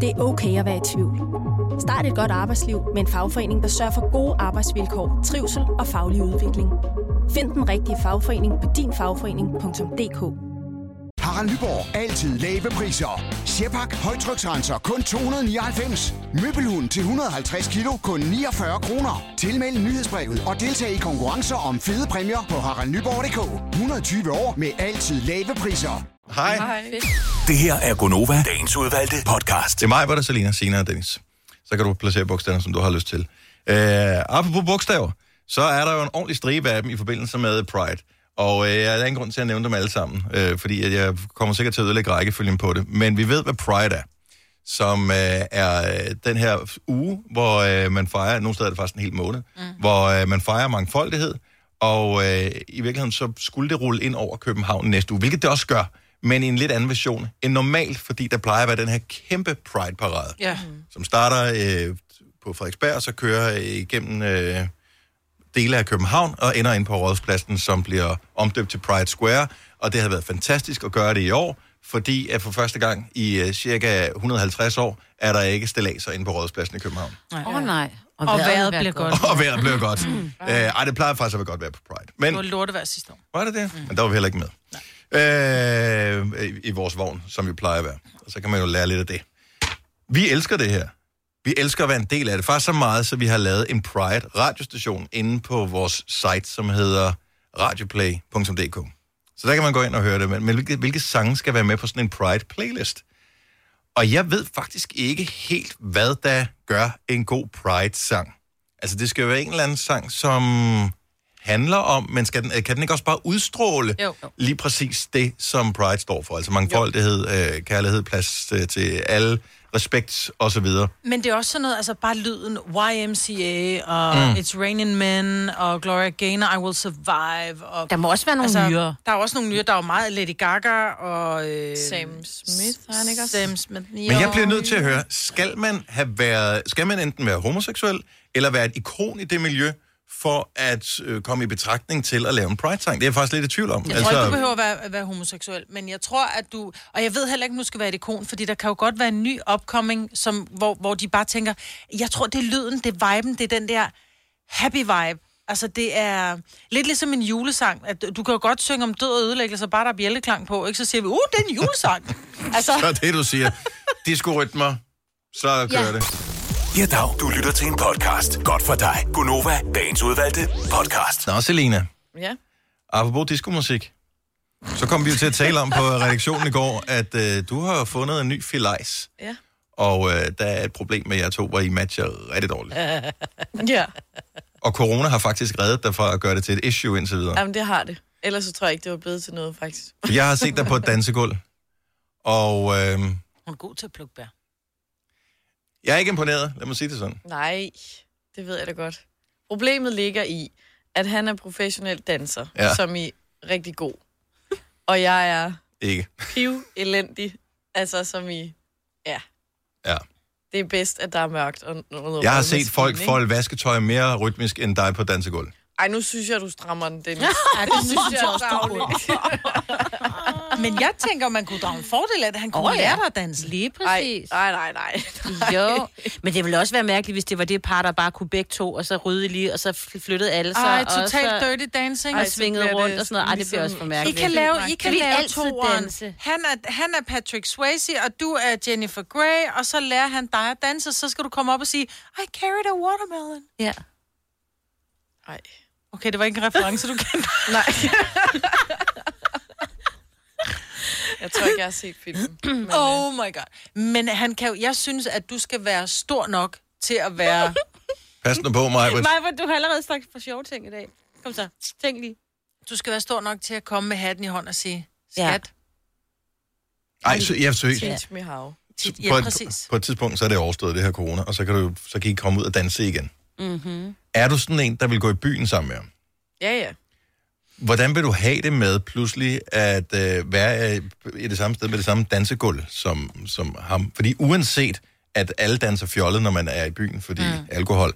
Speaker 8: Det er okay at være i tvivl. Start et godt arbejdsliv med en fagforening, der sørger for gode arbejdsvilkår, trivsel og faglig udvikling. Find den rigtige fagforening på dinfagforening.dk
Speaker 9: Harald Nyborg. Altid lave priser. Sjehpak. Højtryksrenser. Kun 299. Møbelhund til 150 kilo. Kun 49 kroner. Tilmeld nyhedsbrevet og deltag i konkurrencer om fede præmier på haraldnyborg.dk. 120 år med altid lave priser.
Speaker 1: Hej.
Speaker 7: Det her er Gonova, dagens udvalgte podcast.
Speaker 1: Det er mig, hvor der er Selina, Sina og Dennis. Så kan du placere bogstaverne, som du har lyst til. Øh, apropos bogstaver, så er der jo en ordentlig stribe af dem i forbindelse med Pride. Og øh, der er ingen grund til at nævne dem alle sammen, øh, fordi at jeg kommer sikkert til at ødelægge rækkefølgen på det. Men vi ved, hvad Pride er, som øh, er øh, den her uge, hvor øh, man fejrer, nogle steder er det faktisk en hel måned, mm. hvor øh, man fejrer mangfoldighed, og øh, i virkeligheden så skulle det rulle ind over København næste uge, hvilket det også gør, men i en lidt anden version end normalt, fordi der plejer at være den her kæmpe Pride-parade
Speaker 2: Ja.
Speaker 1: Mm. som starter øh, på Frederiksberg, og så kører øh, igennem øh, dele af København og ender ind på Rådspladsen, som bliver omdøbt til Pride Square. Og det har været fantastisk at gøre det i år, fordi at for første gang i øh, cirka 150 år er der ikke stilladser inde på Rådspladsen i København.
Speaker 3: Åh oh, nej.
Speaker 2: Og vejret bliver godt. Mm.
Speaker 1: Og [laughs] vejret blev godt. Øh, ej, det plejer faktisk at være godt vejr på Pride.
Speaker 2: Det var
Speaker 1: Men
Speaker 2: lortet hver sidste år. Mm.
Speaker 1: var det det? Men der var vi heller ikke med. Øh, i, I vores vogn, som vi plejer at være. Og så kan man jo lære lidt af det. Vi elsker det her. Vi elsker at være en del af det. Faktisk så meget, så vi har lavet en Pride-radiostation inde på vores site, som hedder radioplay.dk. Så der kan man gå ind og høre det. Men, men hvilke, hvilke sange skal være med på sådan en Pride-playlist? Og jeg ved faktisk ikke helt, hvad der gør en god Pride-sang. Altså, det skal jo være en eller anden sang, som handler om, men skal den, kan den ikke også bare udstråle
Speaker 2: Jo.
Speaker 1: lige præcis det, som Pride står for? Altså mangfoldighed, øh, kærlighed, plads øh, til alle, respekt osv.
Speaker 2: Men det er også sådan noget, altså bare lyden YMCA og mm. It's Raining Men og Gloria Gaynor, I Will Survive. Og,
Speaker 3: Der må også være nogle altså, nyere.
Speaker 2: der er også nogle nyere, der er jo meget Lady Gaga og... Øh,
Speaker 4: Sam Smith, har han ikke også?
Speaker 2: Sam Smith.
Speaker 1: Men jeg bliver nødt til at høre, skal man, have været, skal man enten være homoseksuel, eller være et ikon i det miljø, for at øh, komme i betragtning til at lave en Pride-sang? Det er jeg faktisk lidt i tvivl om.
Speaker 2: Jeg altså... tror ikke, du behøver at være, at være homoseksuel, men jeg tror, at du... Og jeg ved heller ikke, om du skal være et ikon, fordi der kan jo godt være en ny opkoming, som, hvor, hvor de bare tænker, jeg tror, det er lyden, det er viben, det er den der happy vibe. Altså, det er lidt ligesom en julesang. At du kan jo godt synge om død og ødelæggelse, bare der er bjælleklang på, ikke? Så siger vi, uh, det er en julesang. altså,
Speaker 1: Så er det, du siger. Diskorytmer, så kører ja. det.
Speaker 7: Ja, dag. Du lytter til en podcast. Godt for dig. Gonova, dagens udvalgte podcast.
Speaker 1: Nå, Selina.
Speaker 4: Ja.
Speaker 1: Apropos diskomusik, så kom vi jo til at tale
Speaker 2: [laughs]
Speaker 1: om på redaktionen i går, at øh, du har fundet en ny filajs,
Speaker 4: Ja.
Speaker 1: og øh, der er et problem med jer to, hvor I matcher rigtig dårligt.
Speaker 4: Ja,
Speaker 1: Og corona har faktisk reddet dig fra at gøre det til et issue indtil videre.
Speaker 4: jamen det har det. Ellers så tror jeg ikke, det var blevet til noget, faktisk.
Speaker 1: For Jeg har set dig på et dansegulv, og øh,
Speaker 2: hun er god til at plukke bær.
Speaker 1: jeg er ikke imponeret, lad mig sige det sådan.
Speaker 4: Nej, det ved jeg da godt. Problemet ligger i, at han er professionel danser,
Speaker 1: Ja.
Speaker 4: ja. som i rigtig god. Og jeg er
Speaker 1: Ikke.
Speaker 4: piv elendig, altså som i, ja,
Speaker 1: Ja.
Speaker 4: det er bedst, at der er mørkt. Og noget
Speaker 1: Jeg har
Speaker 4: med
Speaker 1: set folk
Speaker 4: skin, ikke?
Speaker 1: folde vasketøj mere rytmisk end dig på dansegulv.
Speaker 4: Ej, nu synes jeg, du strammer den, Dennis.
Speaker 2: [laughs] Ja, det synes jeg også, du Men jeg tænker, man kunne drage en fordel af det. Han kunne
Speaker 3: Åh,
Speaker 2: oh,
Speaker 3: ja.
Speaker 2: ja. lære dig at danse.
Speaker 3: Lige præcis.
Speaker 4: Nej, nej, nej.
Speaker 3: [laughs] Jo, men det ville også være mærkeligt, hvis det var det par, der bare kunne begge to, og så rydde lige, og så fl- flyttede alle sig.
Speaker 2: Ej,
Speaker 3: og
Speaker 2: totalt
Speaker 3: så-
Speaker 2: dirty
Speaker 3: Altså Og
Speaker 2: dancing. Ej, så
Speaker 3: svingede
Speaker 2: bliver det
Speaker 3: rundt og sådan noget. Ej, det bliver også
Speaker 2: ligesom-
Speaker 3: for mærkeligt.
Speaker 2: I kan lave, I kan
Speaker 3: Vi vil
Speaker 2: lave
Speaker 3: altid
Speaker 2: toeren.
Speaker 3: danse.
Speaker 2: Han er, han er Patrick Swayze, og du er Jennifer Grey, og så lærer han dig at danse, og så skal du komme op og sige, I carried a watermelon.
Speaker 3: Ja.
Speaker 4: Nej.
Speaker 2: Okay, det var ikke en reference, du kendte.
Speaker 4: Nej. Jeg tror ikke, jeg har set
Speaker 2: [clears throat]
Speaker 4: filmen. Men, øh,
Speaker 2: oh my god. Men han kan jo, jeg synes, at du skal være stor nok til at være...
Speaker 1: [laughs] Pas nu på mig, Britt.
Speaker 3: Maja, du har allerede snakket for sjove ting i dag. Kom så, tænk lige.
Speaker 2: Du skal være stor nok til at komme med hatten i hånd og sige, skat.
Speaker 1: Ej, så, ja, seriøst.
Speaker 4: teach me how.
Speaker 2: tit-
Speaker 1: på,
Speaker 2: Ja,
Speaker 1: et,
Speaker 2: præcis.
Speaker 1: på et tidspunkt, så er det overstået, det her corona, og så kan, du, så kan I komme ud og danse igen.
Speaker 3: Mm-hmm.
Speaker 1: Er du sådan en, der vil gå i byen sammen med ham?
Speaker 4: Ja, ja.
Speaker 1: Hvordan vil du have det med pludselig at øh, være øh, i det samme sted med det samme dansegulv som, som ham? Fordi uanset at alle danser fjollet, når man er i byen, fordi mm. alkohol,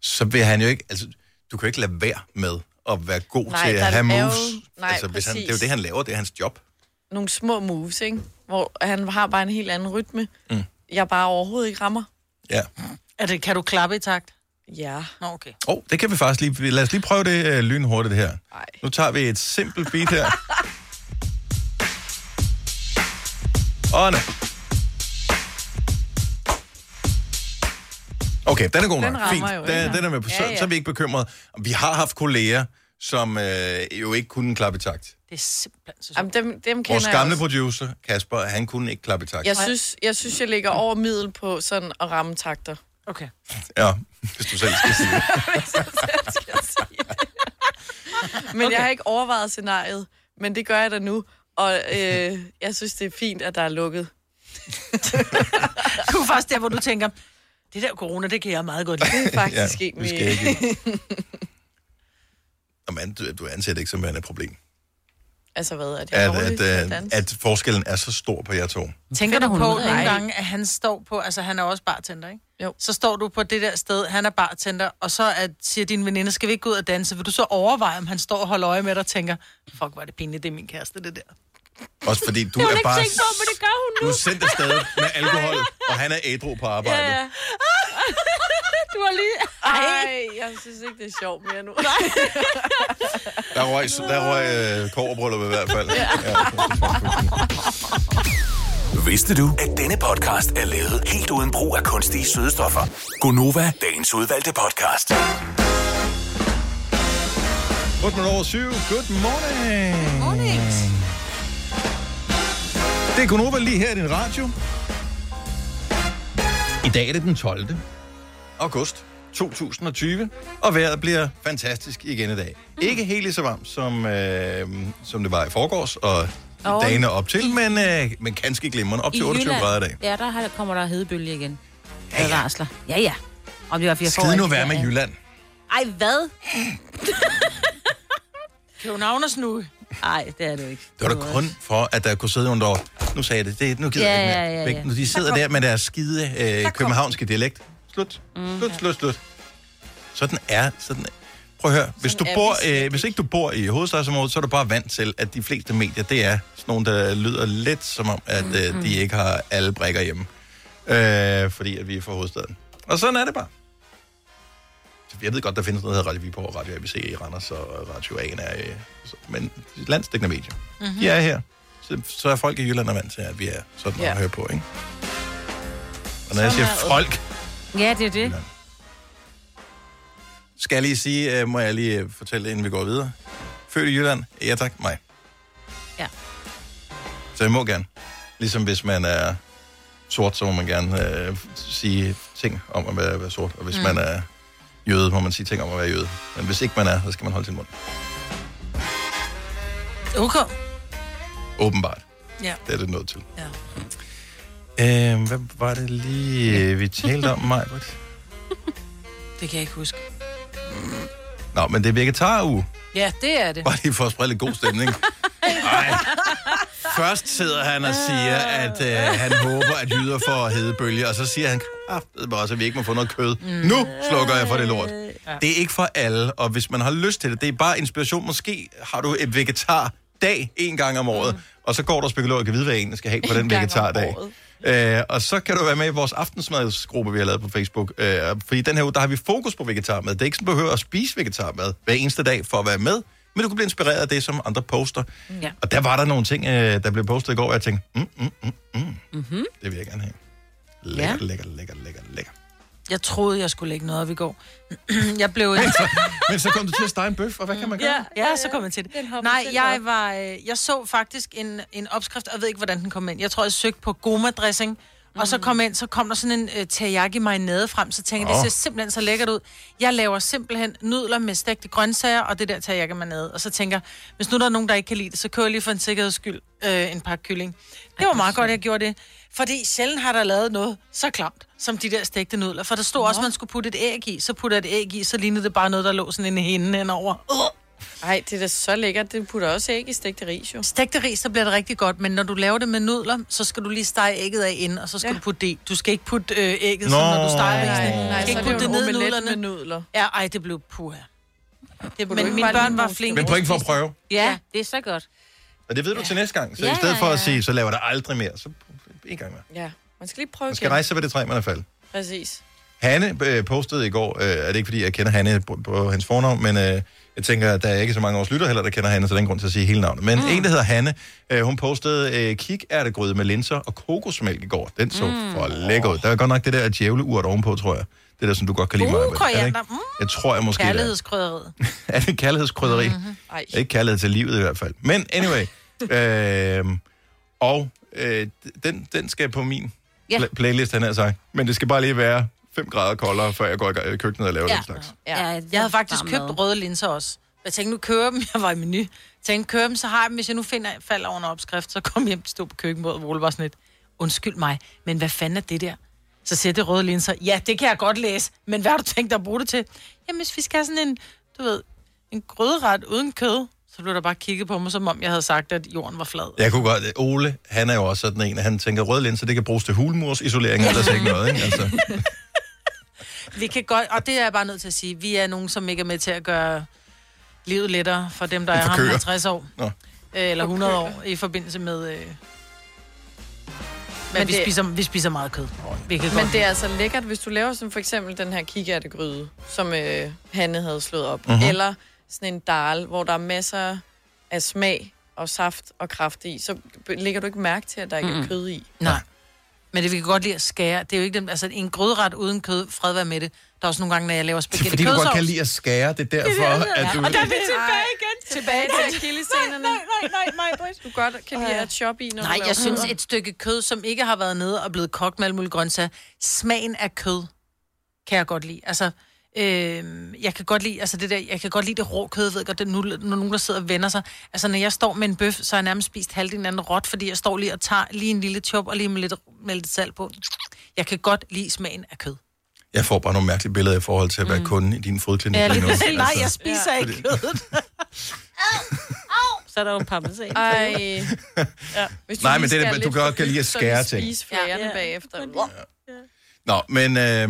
Speaker 1: så vil han jo ikke... Altså, du kan jo ikke lade være med at være god
Speaker 4: Nej,
Speaker 1: til
Speaker 4: der
Speaker 1: at have
Speaker 4: er jo-
Speaker 1: moves.
Speaker 4: Nej,
Speaker 1: altså, hvis han, det er jo
Speaker 4: præcis.
Speaker 1: det, han laver, det er hans job.
Speaker 4: Nogle små moves, ikke? Hvor han har bare en helt anden rytme. Mm. Jeg bare overhovedet ikke rammer.
Speaker 1: Ja.
Speaker 2: Er det, kan du klappe i takt?
Speaker 4: Ja.
Speaker 2: Nå, okay.
Speaker 1: Åh, oh, det kan vi faktisk lige... Lad os lige prøve det øh, lynhurtigt her. Ej. Nu tager vi et simpelt beat her. Åh, nej. Okay, den er god
Speaker 4: Den
Speaker 1: nok.
Speaker 4: rammer
Speaker 1: Fint.
Speaker 4: jo, ikke?
Speaker 1: den, den er med på, så,
Speaker 4: Ja, ja.
Speaker 1: så er vi ikke bekymrede. Vi har haft kolleger, som øh, jo ikke kunne klappe i takt.
Speaker 2: Det er simpelthen så sjovt.
Speaker 4: Jamen, dem, dem kender
Speaker 1: Vores
Speaker 4: jeg
Speaker 1: gamle
Speaker 4: også.
Speaker 1: producer, Kasper, han kunne ikke klappe i takt.
Speaker 4: Jeg synes, jeg synes, jeg ligger over middel på sådan at ramme takter. [laughs]
Speaker 1: [laughs]
Speaker 2: Okay.
Speaker 1: Ja, hvis du selv skal sige det.
Speaker 4: Men okay. jeg har ikke overvejet scenariet, men det gør jeg da nu. Og
Speaker 1: [laughs]
Speaker 4: øh, jeg synes, det er fint, at der er lukket.
Speaker 2: [laughs] Du er faktisk der, hvor du tænker, det der corona, det kan jeg meget godt lide.
Speaker 4: Det er faktisk ja, ikke
Speaker 1: vi
Speaker 4: mere.
Speaker 1: skal ikke. Nå, man, du, du anser det ikke som værende et problem.
Speaker 4: [laughs] Altså, hvad er det?
Speaker 1: at,
Speaker 4: dårligt til
Speaker 1: at, at,
Speaker 4: danse?
Speaker 1: at forskellen er så stor på jer to.
Speaker 2: Tænker du
Speaker 3: Finder hun
Speaker 2: på
Speaker 3: ud af
Speaker 2: nogle
Speaker 3: det?
Speaker 2: gange, at han står på, altså han er også bartender, ikke?
Speaker 4: Jo.
Speaker 2: Så står du på det der sted, han er bartender, og så at, siger din veninde, skal vi ikke gå ud og danse? Vil du så overveje, om han står og holder øje med dig og tænker, fuck, var det pinligt, det er min kæreste,
Speaker 4: [laughs]
Speaker 2: det der.
Speaker 1: Også fordi du er
Speaker 3: ikke
Speaker 1: bare...
Speaker 3: tænkt over, men det gør hun
Speaker 1: Du er sendt afsted med alkohol, og han er ædru på arbejdet.
Speaker 2: [laughs]
Speaker 1: Ja, ja.
Speaker 3: Du har lige...
Speaker 4: Ej, jeg synes ikke, det er sjovt mere nu.
Speaker 1: Der røg, der røg øh, koverbryllup i hvert fald. Ja.
Speaker 10: Vidste du, at denne podcast er lavet helt uden brug af kunstige sødestoffer? Gonova, dagens udvalgte podcast.
Speaker 1: 8 minutter over 7. Good morning.
Speaker 2: Morning.
Speaker 1: Det er Konoba lige her i din radio. I dag er det den 12. august 2020, og vejret bliver fantastisk igen i dag.
Speaker 3: Mm.
Speaker 1: Ikke helt lige så varmt, som, øh, som det var i forgårs og oh. dagene op til, men, øh, men ganske glimrende. Op til 28 grader i dag.
Speaker 3: Ja, der har- kommer der hedebølge igen. Ja, ja. Ja, ja. Om det var, fordi jeg får
Speaker 1: Skide nu
Speaker 3: rigtig
Speaker 1: være med
Speaker 3: ferie.
Speaker 1: Jylland.
Speaker 3: Ej, hvad?
Speaker 2: Københavners nu.
Speaker 3: Ej, det er det jo ikke.
Speaker 1: Det var da kun for, at der kunne sidde nogen derovre. Nu sagde jeg det, det nu gider
Speaker 3: Ja,
Speaker 1: jeg ikke
Speaker 3: ja,
Speaker 1: mere.
Speaker 3: ja, ja.
Speaker 1: Væk. Nu de sidder der med deres skide øh, københavnske dialekt. Slut, slut, slut, slut. Sådan er, sådan er. Prøv at høre, hvis, du
Speaker 4: Sådan er
Speaker 1: bor,
Speaker 4: vi slet
Speaker 1: øh, hvis ikke du bor i hovedstadsområdet, så er du bare vant til, at de fleste medier, det er sådan nogle, der lyder lidt som om, at øh, de ikke har alle brækker hjemme. Øh, fordi at vi er fra hovedstaden. Og sådan er det bare. Jeg ved godt, der findes noget, der hedder Radio Viborg, og Radio ABC i Randers og Radio Aen er... øh, så- Men landstækkende medier. Mm-hmm. De er her. Så, så er folk i Jylland er vant til, at vi er sådan yeah.
Speaker 4: Ja.
Speaker 1: at høre på, ikke? Og når jeg siger folk,
Speaker 3: Ja, det er det.
Speaker 1: skal jeg lige sige, øh, må jeg lige øh, fortælle, inden vi går videre. Født i Jylland? Ja tak, mig.
Speaker 3: Ja.
Speaker 1: Så jeg må gerne. Ligesom hvis man er sort, så må man gerne øh, sige ting om at være, være sort. Og hvis mm. man er jøde, må man sige ting om at være jøde. Men hvis ikke man er, så skal man holde sin mund.
Speaker 2: Okay.
Speaker 1: Åbenbart.
Speaker 2: Ja.
Speaker 1: Det er det nødt til. Ja. Øh, hvad var det lige, vi talte om, Majbert?
Speaker 2: Det kan jeg ikke huske.
Speaker 1: Nå, men det er vegetaruge.
Speaker 2: Ja, det
Speaker 1: [laughs]
Speaker 2: er det.
Speaker 1: Bare lige for at sprede lidt god stemning. Ej. Først sidder han og siger, at øh, han håber, at "Ah, jyder får hedebølge, og så siger han, at også, at vi ikke må få noget kød. Nu slukker jeg for det lort. Ja. Det er ikke for alle, og hvis man har lyst til det, det er bare inspiration. Måske har du et vegetardag en gang om året, mm. og så går der og spekulerer og kan vide, hvad en skal have på den vegetardag. Øh, og så kan du være med i vores aftensmadsgruppe, vi har lavet på Facebook. Øh, fordi den her uge, der har vi fokus på vegetarmad. Det er ikke sådan, du behøver at spise vegetarmad hver eneste dag for at være med. Men du kan blive inspireret af det, som andre poster.
Speaker 3: Ja.
Speaker 1: Og der var der nogle ting, øh, der blev postet i går, hvor jeg tænkte, mm, mm, mm, mm.
Speaker 2: Mm-hmm.
Speaker 1: det vil jeg gerne have. Lækker,
Speaker 2: Ja.
Speaker 1: ja. lækker, lækker, lækker, lækker.
Speaker 2: Jeg troede, jeg skulle lægge noget op i går. [clears throat] jeg blev...
Speaker 1: Men så kom du til at stege en bøf, og hvad kan man gøre?
Speaker 2: Ja, ja, så kom jeg til det. Nej, jeg var, øh, jeg så faktisk en, en opskrift, og jeg ved ikke, hvordan den kom ind. Jeg tror, jeg søgte på goma-dressing, og så kom jeg ind, så kom der sådan en øh, teriyaki marinade frem, så tænkte jeg,
Speaker 11: Åh.
Speaker 2: det ser simpelthen så lækkert ud. Jeg laver simpelthen nudler med stegte grøntsager og det der teriyaki marinade, og så tænker jeg, hvis nu der er nogen, der ikke kan lide det, så kører jeg lige for en sikkerheds skyld øh, en pakke kylling. Det var meget godt, jeg gjorde det, fordi sjældent har der lavet noget så klamt som de der stegte nudler, for der stod også, at man skulle putte et æg i, så putter jeg et æg i, så lignede det bare noget, der lå sådan en hende henover.
Speaker 4: Nej, det er da så lækkert. Det putter også æg i stegte ris, jo.
Speaker 2: Stegte ris, så bliver det rigtig godt, men når du laver det med nudler, så skal du lige stege ægget af inden, og så skal ja. du putte det i. Du skal ikke putte øh, ægget, Nå,
Speaker 4: Nå.
Speaker 2: når du steger
Speaker 4: Nej,
Speaker 2: risene.
Speaker 4: nej,
Speaker 2: Du
Speaker 4: nej,
Speaker 2: skal
Speaker 4: så
Speaker 2: ikke
Speaker 4: er det
Speaker 2: putte det
Speaker 4: jo en
Speaker 2: ned i
Speaker 4: omelet med
Speaker 2: nudlerne.
Speaker 4: nudler.
Speaker 2: Ja, ej, det blev puha. Det,
Speaker 4: du
Speaker 2: men
Speaker 4: ikke
Speaker 2: mine
Speaker 4: bare
Speaker 2: børn
Speaker 4: lige
Speaker 2: var
Speaker 4: bruge
Speaker 2: flinke.
Speaker 1: Men point for at prøve.
Speaker 3: Ja, det er så godt.
Speaker 1: Og det ved du til næste gang. Så
Speaker 3: Ja,
Speaker 1: i stedet
Speaker 3: ja,
Speaker 1: for
Speaker 3: ja.
Speaker 1: at sige, så laver jeg det aldrig mere, så en gang mere.
Speaker 4: Ja, man skal lige prøve
Speaker 1: Man skal
Speaker 4: igen.
Speaker 1: rejse sig ved det træ, man er faldet.
Speaker 4: Præcis.
Speaker 1: Hanne øh, postede i går, øh, er det ikke fordi, jeg kender Hanne på, på hans fornavn, men øh, jeg tænker, at der er ikke så mange års lytter heller, der kender Hanne, så der er ingen grund til at sige hele navnet. Men mm. en, der hedder Hanne, øh, hun postede øh, kikærtegryde med linser og kokosmælk i går. Den så mm. for lækker ud. Der er godt nok det der djævleurt ovenpå, tror jeg. Det der, som du godt kan lide
Speaker 2: Uh,
Speaker 1: Maja, er det ikke?
Speaker 2: koriander. Mm.
Speaker 1: Jeg tror jeg måske, det er. [laughs]
Speaker 2: Kærlighedskrydderiet.
Speaker 1: er det kærlighedskrydderi?
Speaker 2: Mhm.
Speaker 1: Mm-hmm.
Speaker 4: Ej.
Speaker 1: Ikke kærlighed til livet i hvert fald. Men anyway. øh, og øh, den, den skal på min
Speaker 3: Ja.
Speaker 1: ja. pl- playlist, han har sagt. Men det skal bare lige være 5 grader koldere, før jeg går i gang- i køkkenet og laver ja. den slags.
Speaker 2: Ja. Jeg havde faktisk købt røde linser også. Jeg tænkte, nu kører jeg dem. [laughs] Jeg var i menu. Jeg tænkte, kører jeg dem, så har jeg dem. Hvis jeg nu finder fald over en opskrift, så kom jeg hjem til stå på køkkenbordet, hvor Ole var sådan lidt, undskyld mig, men hvad fanden er det der? Så siger det røde linser, ja, det kan jeg godt læse, men hvad har du tænkt dig at bruge det til? Jamen, hvis vi skal have sådan en, du ved, en gryderet uden kød, så blev der bare kigget på mig, som om jeg havde sagt, at jorden var flad.
Speaker 1: Jeg kunne godt... Ole, han er jo også sådan en, at han tænker, røde linser, det kan bruges til hulmursisolering, ellers ikke noget, ikke? Altså.
Speaker 2: Vi kan godt, og det er jeg bare nødt til at sige, vi er nogen, som ikke er med til at gøre livet lettere for dem, der er
Speaker 1: For køer.
Speaker 2: ham 50 år.
Speaker 1: Nå.
Speaker 2: Øh, eller 100 år i forbindelse med... Øh... Men, men vi,
Speaker 4: det-
Speaker 2: spiser, vi spiser meget kød. Vi kan
Speaker 4: Men
Speaker 2: godt
Speaker 4: det er altså lækkert, hvis du laver som for eksempel den her kikærtegryde, som øh, Hanne havde slået op.
Speaker 2: Mhm.
Speaker 4: Uh-huh. Eller sådan en dal, hvor der er masser af smag og saft og kraft i. Så b- lægger du ikke mærke til, at der ikke er
Speaker 2: Mm-mm.
Speaker 4: kød i.
Speaker 2: Nej. Men det vi kan godt lide at skære. Det er jo ikke dem, altså en grødret uden kød, fred være med det. Der er også nogle gange, når jeg laver spaghetti
Speaker 1: Fordi du godt
Speaker 2: kødsovs.
Speaker 1: kan lide at skære, det er derfor, at du...
Speaker 2: Og der er vi tilbage igen.
Speaker 4: Tilbage til akillescenerne.
Speaker 2: Nej, nej, nej, nej, Britt.
Speaker 4: Du godt kan lide at choppe i, når du
Speaker 2: Nej,
Speaker 4: laver
Speaker 2: jeg synes,
Speaker 4: kød.
Speaker 2: et stykke kød, som ikke har været nede og blevet kogt med alle mulige grøntsager, smagen af kød kan jeg godt lide. Altså, øh, jeg kan godt lide, altså det der, jeg kan godt lide det rå kød, jeg ved godt, det er nu, nu nogen, der sidder og vender sig. Altså, når jeg står med en bøf, så har jeg nærmest spist halvdelen af den råt, fordi jeg står lige og tager lige en lille chop og lige med lidt, med lidt salt på. Jeg kan godt lide smagen af kød.
Speaker 1: Jeg får bare nogle mærkelige billeder i forhold til at være kunde i din fodklinik.
Speaker 2: Ja,
Speaker 1: lige
Speaker 2: lige
Speaker 1: nu.
Speaker 2: præcis. [laughs] Nej,
Speaker 1: Altså.
Speaker 2: jeg spiser ikke kødet.
Speaker 3: Så er der jo en pappesæl.
Speaker 4: Ej. Ja.
Speaker 1: Nej, men det er- du kan godt lide at skære ting.
Speaker 4: Spise flærene ja. bagefter.
Speaker 1: Nå, men øh,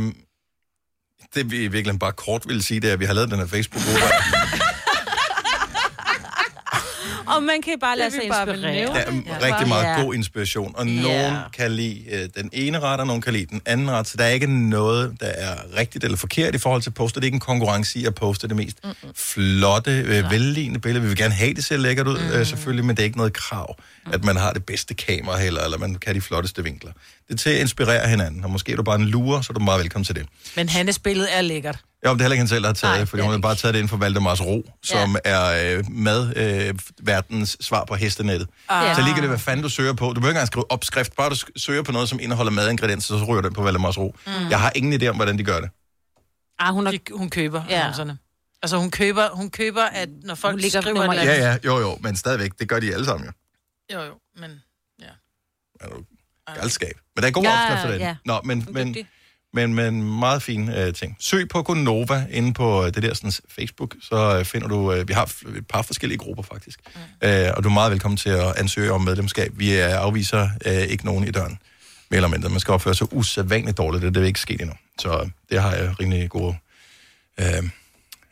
Speaker 1: det vi i virkeligheden bare kort ville sige, det er, at vi har lavet den her Facebook-gruppe.
Speaker 3: Og man kan bare lade
Speaker 4: Det er
Speaker 3: sig
Speaker 4: vi bare
Speaker 3: inspirere.
Speaker 1: Der er rigtig meget god inspiration, og
Speaker 3: Ja.
Speaker 1: nogen kan lide øh, den ene ret, og nogen kan lide den anden ret, så der er ikke noget, der er rigtigt eller forkert i forhold til at poste. Det er ikke en konkurrence i at poste det mest Mm-mm. flotte, øh, vellignende billede. Vi vil gerne have, det ser lækkert ud, øh, selvfølgelig, men det er ikke noget krav, at man har det bedste kamera heller, eller man kan de flotteste vinkler. Det er til at inspirere hinanden, og måske er du bare en lurer, så er du meget velkommen til det.
Speaker 2: Men Hannes billede er lækkert.
Speaker 1: Ja, men det er heller ikke han selv, der har taget Nej, fordi hun har bare taget det inden for Valdemars Ro, som er øh, mad, øh, verdens svar på hestenettet.
Speaker 2: Ah.
Speaker 1: Så ligger det, hvad fanden du søger på. Du behøver ikke engang skrive opskrift, bare du sk- søger på noget, som indeholder madingredienser, så ryger den på Valdemars Ro. Mm. Jeg har ingen idé om, hvordan de gør det.
Speaker 3: Ah, hun,
Speaker 2: er... de, hun køber ja. annonserne. Altså hun køber, hun køber, at når folk
Speaker 3: lægger
Speaker 2: skriver...
Speaker 3: nummer
Speaker 2: et eller
Speaker 1: Ja,
Speaker 2: andet-
Speaker 1: ja, jo, jo, men stadigvæk, det gør de alle sammen jo.
Speaker 2: Jo, jo, men...
Speaker 1: Galskab. Men der er gode
Speaker 2: Ja,
Speaker 1: ja, opskrifter derinde.
Speaker 2: ja.
Speaker 1: Nå, men, men, men, men meget fine øh, ting. Søg på Gonova inde på øh, det der sådan, Facebook, så øh, finder du, øh, vi har f- et par forskellige grupper faktisk. Mm. Øh, og du er meget velkommen til at ansøge om medlemskab. Vi øh, afviser øh, ikke nogen i døren. Mere eller mindre. Man skal opføre sig usædvanligt dårligt, og det er ikke sket endnu. Så øh, det har jeg rimelig gode øh,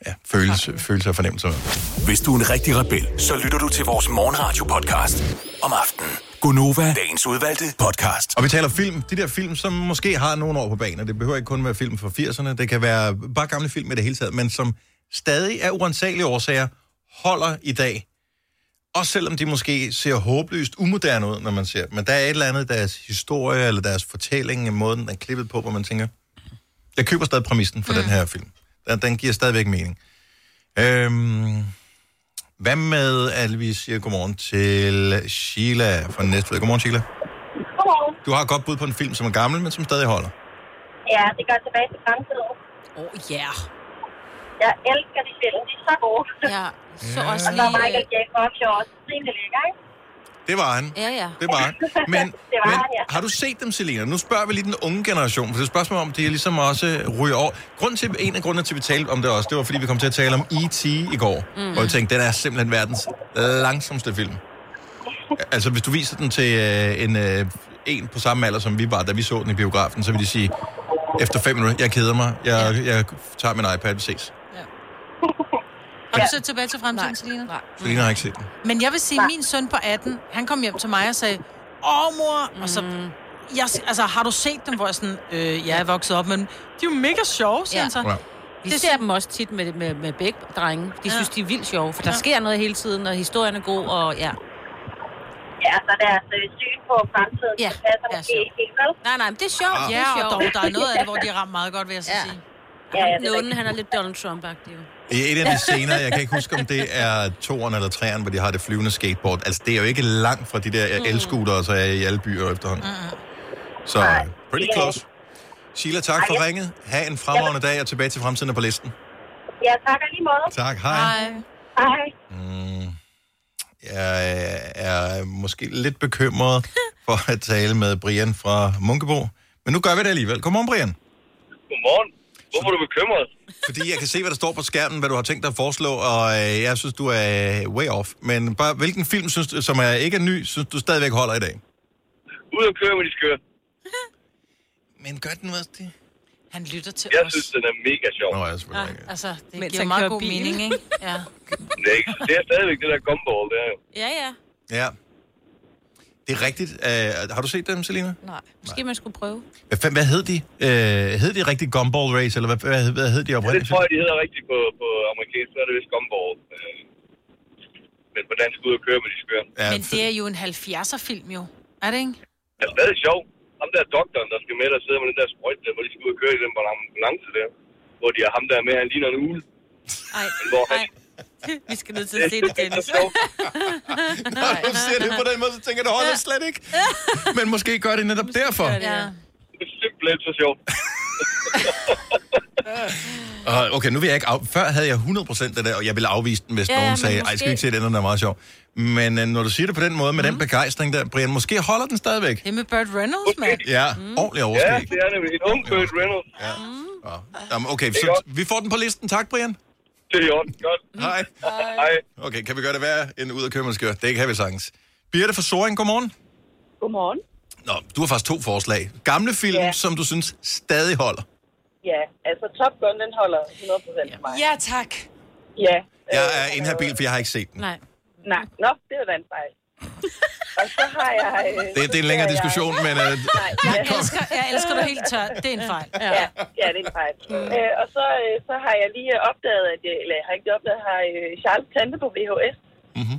Speaker 1: ja, følelse, følelser og fornemmelser med.
Speaker 10: Hvis du er en rigtig rebel, så lytter du til vores morgenradio-podcast om aftenen. Gunova, dagens udvalgte podcast.
Speaker 1: Og vi taler film. De der film, som måske har nogle år på banen. og Det behøver ikke kun være film fra 80'erne. Det kan være bare gamle film i det hele taget, men som stadig af urensagelige årsager holder i dag. Også selvom de måske ser håbløst umoderne ud, når man ser dem. Men der er et eller andet i deres historie, eller deres fortælling, måden den er klippet på, hvor man tænker, jeg køber stadig præmissen for mm. den her film. Den, den giver stadigvæk mening. Øhm, hvad med, at vi siger godmorgen til Sheila fra Næstved. Godmorgen, Sheila.
Speaker 12: Godmorgen.
Speaker 1: Du har et godt bud på en film, som er gammel, men som stadig holder.
Speaker 12: Ja, det går tilbage til fremtiden.
Speaker 3: Oh, yeah.
Speaker 12: Jeg elsker de film. De er så gode.
Speaker 3: Ja, så
Speaker 12: Og
Speaker 3: også
Speaker 12: så er
Speaker 3: lige... øh,
Speaker 12: Michael Jacobs jo også rimelig lækker, ikke?
Speaker 1: Det var han.
Speaker 3: Ja, ja.
Speaker 1: [laughs] Det var han. Men,
Speaker 12: Det var
Speaker 1: men
Speaker 12: han, ja.
Speaker 1: har du set dem, Selina? Nu spørger vi lige den unge generation, for det er et spørgsmål om, de ligesom også ryger over. Grunden til, en af grundene til, at vi talte om det også, det var, fordi vi kom til at tale om E.T. i går.
Speaker 12: Mhm.
Speaker 1: Mm. Og jeg tænkte, den er simpelthen verdens langsomste [laughs] film. Altså, hvis du viser den til øh, en, øh, en på samme alder, som vi var, da vi så den i biografen, så vil de sige, efter fem minutter, jeg keder mig, jeg, jeg tager min iPad, vi ses.
Speaker 2: Har du set tilbage til fremtiden, Selina? Nej.
Speaker 1: Selina har ikke set den.
Speaker 2: Men jeg vil sige, min søn på 18, han kom hjem til mig og sagde, åh mor, og så...
Speaker 3: Mm.
Speaker 2: Jeg, altså, har du set dem, hvor jeg sådan, øh, jeg er vokset op, men de er jo mega sjove,
Speaker 3: Ja.
Speaker 2: siger ja. han så.
Speaker 3: Ja. Vi ser dem også tit med, med, med begge drenge. De ja. synes, de er vildt sjove, for der ja. sker noget hele tiden, og historien er god, og
Speaker 1: Ah.
Speaker 3: ja.
Speaker 12: Ja, så deres øh, syn på fremtiden, ja. det passer måske ikke helt vel.
Speaker 3: Nej, nej, men det er sjovt.
Speaker 1: Ah.
Speaker 2: Ja, og dog, der er noget af det, hvor de rammer meget godt, vil jeg så ja. sige.
Speaker 3: Ja,
Speaker 2: ja,
Speaker 3: ja,
Speaker 2: det er
Speaker 3: Nogen,
Speaker 2: rigtigt.
Speaker 3: han er lidt Donald Trump-agtig. jo.
Speaker 1: I et af de scener, jeg kan ikke huske, om det er toeren eller treeren, hvor de har det flyvende skateboard. Altså, det er jo ikke langt fra de der elskuter, så er i alle byer efterhånden. Så pretty close. Sheila, tak for ringet. Ha' en fremragende dag og tilbage til fremtiden er på listen.
Speaker 12: Ja, tak og lige måde.
Speaker 1: Tak, hej. Hej.
Speaker 12: Hej.
Speaker 1: Mm, Jeg er måske lidt bekymret for at tale med Brian fra Munkebo. Men nu gør vi det alligevel. Godmorgen, Brian.
Speaker 13: Godmorgen. Hvorfor er du bekymret?
Speaker 1: Fordi jeg kan se, hvad der står på skærmen, hvad du har tænkt dig at foreslå, og øh, jeg synes, du er way off. Men bare, hvilken film, synes du, som er, ikke er ny, synes du stadigvæk holder i dag?
Speaker 13: Ud og køre med de skøre.
Speaker 1: Men gør den også det?
Speaker 2: Han lytter til
Speaker 13: Jeg
Speaker 2: os.
Speaker 13: synes, den er mega sjov.
Speaker 1: Nå, jeg er
Speaker 2: Ja, altså, det
Speaker 3: Mens
Speaker 2: giver
Speaker 3: han
Speaker 2: meget
Speaker 3: kører
Speaker 2: god
Speaker 3: bil.
Speaker 2: mening,
Speaker 3: [laughs]
Speaker 2: ikke? Ja.
Speaker 13: Det er, ikke, det er stadigvæk det der gumball, det er jo.
Speaker 3: Ja, ja.
Speaker 1: Ja. Det er rigtigt. Uh, har du set dem, Selina?
Speaker 3: Nej. Måske man skulle prøve.
Speaker 1: Hvad, fanden- hvad hed de? Uh, hed de rigtig Gumball Race, eller hvad, hvad, hed- hvad hed de
Speaker 13: Ja, det
Speaker 1: oprindeligt?
Speaker 13: tror jeg, de hedder rigtigt på, på amerikansk, så er det vist gumball. Øh, Men på dansk ud og køre med de skøre.
Speaker 1: Ja,
Speaker 2: Men det er jo en 70'er-film, jo. Er det ikke?
Speaker 13: Det er stadig sjov. Ham der doktoren, der skal med, der sidder med den der sprøjt der, hvor de skal ud og køre i den balance der. Hvor de har ham der med, han ligner en ule.
Speaker 3: Ej,
Speaker 13: Men hvor han,
Speaker 3: Vi skal nødt til at se det, Dennis. [laughs]
Speaker 1: Når du ser det på den måde, så tænker jeg, det holder slet ikke. [laughs] Men måske gør det netop derfor.
Speaker 3: Ja.
Speaker 13: det er simpelthen så sjovt.
Speaker 1: [laughs] Og okay, nu vil jeg ikke af... Før havde jeg 100% det der, og jeg ville afvise den, hvis
Speaker 13: Ja,
Speaker 1: ja, nogen
Speaker 13: men
Speaker 1: sagde, ej,
Speaker 13: måske-
Speaker 1: skal vi ikke se den, den er meget sjov. Men øh, når du siger det på den måde, med mm. den begejstring der, Brian, måske holder den stadigvæk.
Speaker 2: Det er med Burt Reynolds, mand.
Speaker 1: [laughs] Ja, mm. ordentlig overskæg.
Speaker 13: Ja, det er nemlig en ung Burt Reynolds.
Speaker 1: Ja. Jamen, okay, så vi får den på listen. Tak, Brian.
Speaker 13: Det er i orden. Godt.
Speaker 1: Hej.
Speaker 13: Hej.
Speaker 1: Okay, kan vi gøre det værre end ud af købmandskør? Det kan vi sagtens. Birte fra Soring, godmorgen.
Speaker 14: Godmorgen.
Speaker 1: Nå, du har faktisk to forslag. Gamle film, ja. som du synes stadig holder.
Speaker 14: Ja, altså Top Gun, den holder 100% for mig. Ja, tak. Ja.
Speaker 1: Jeg er inhabil, for jeg har ikke set den.
Speaker 3: Nej.
Speaker 14: Nej, nå, det var da en fejl. og så har jeg... Øh,
Speaker 1: Det, det er en længere diskussion, men... Øh,
Speaker 14: Nej,
Speaker 2: Jeg elsker, jeg elsker dig helt tør. Det er en fejl.
Speaker 14: Ja, ja, ja det er en fejl. Mm. Øh, og så, øh, så har jeg lige øh, opdaget, at jeg, eller jeg har ikke opdaget, har øh, Charles Tante på VHS.
Speaker 1: Mhm.
Speaker 14: Mm-hmm.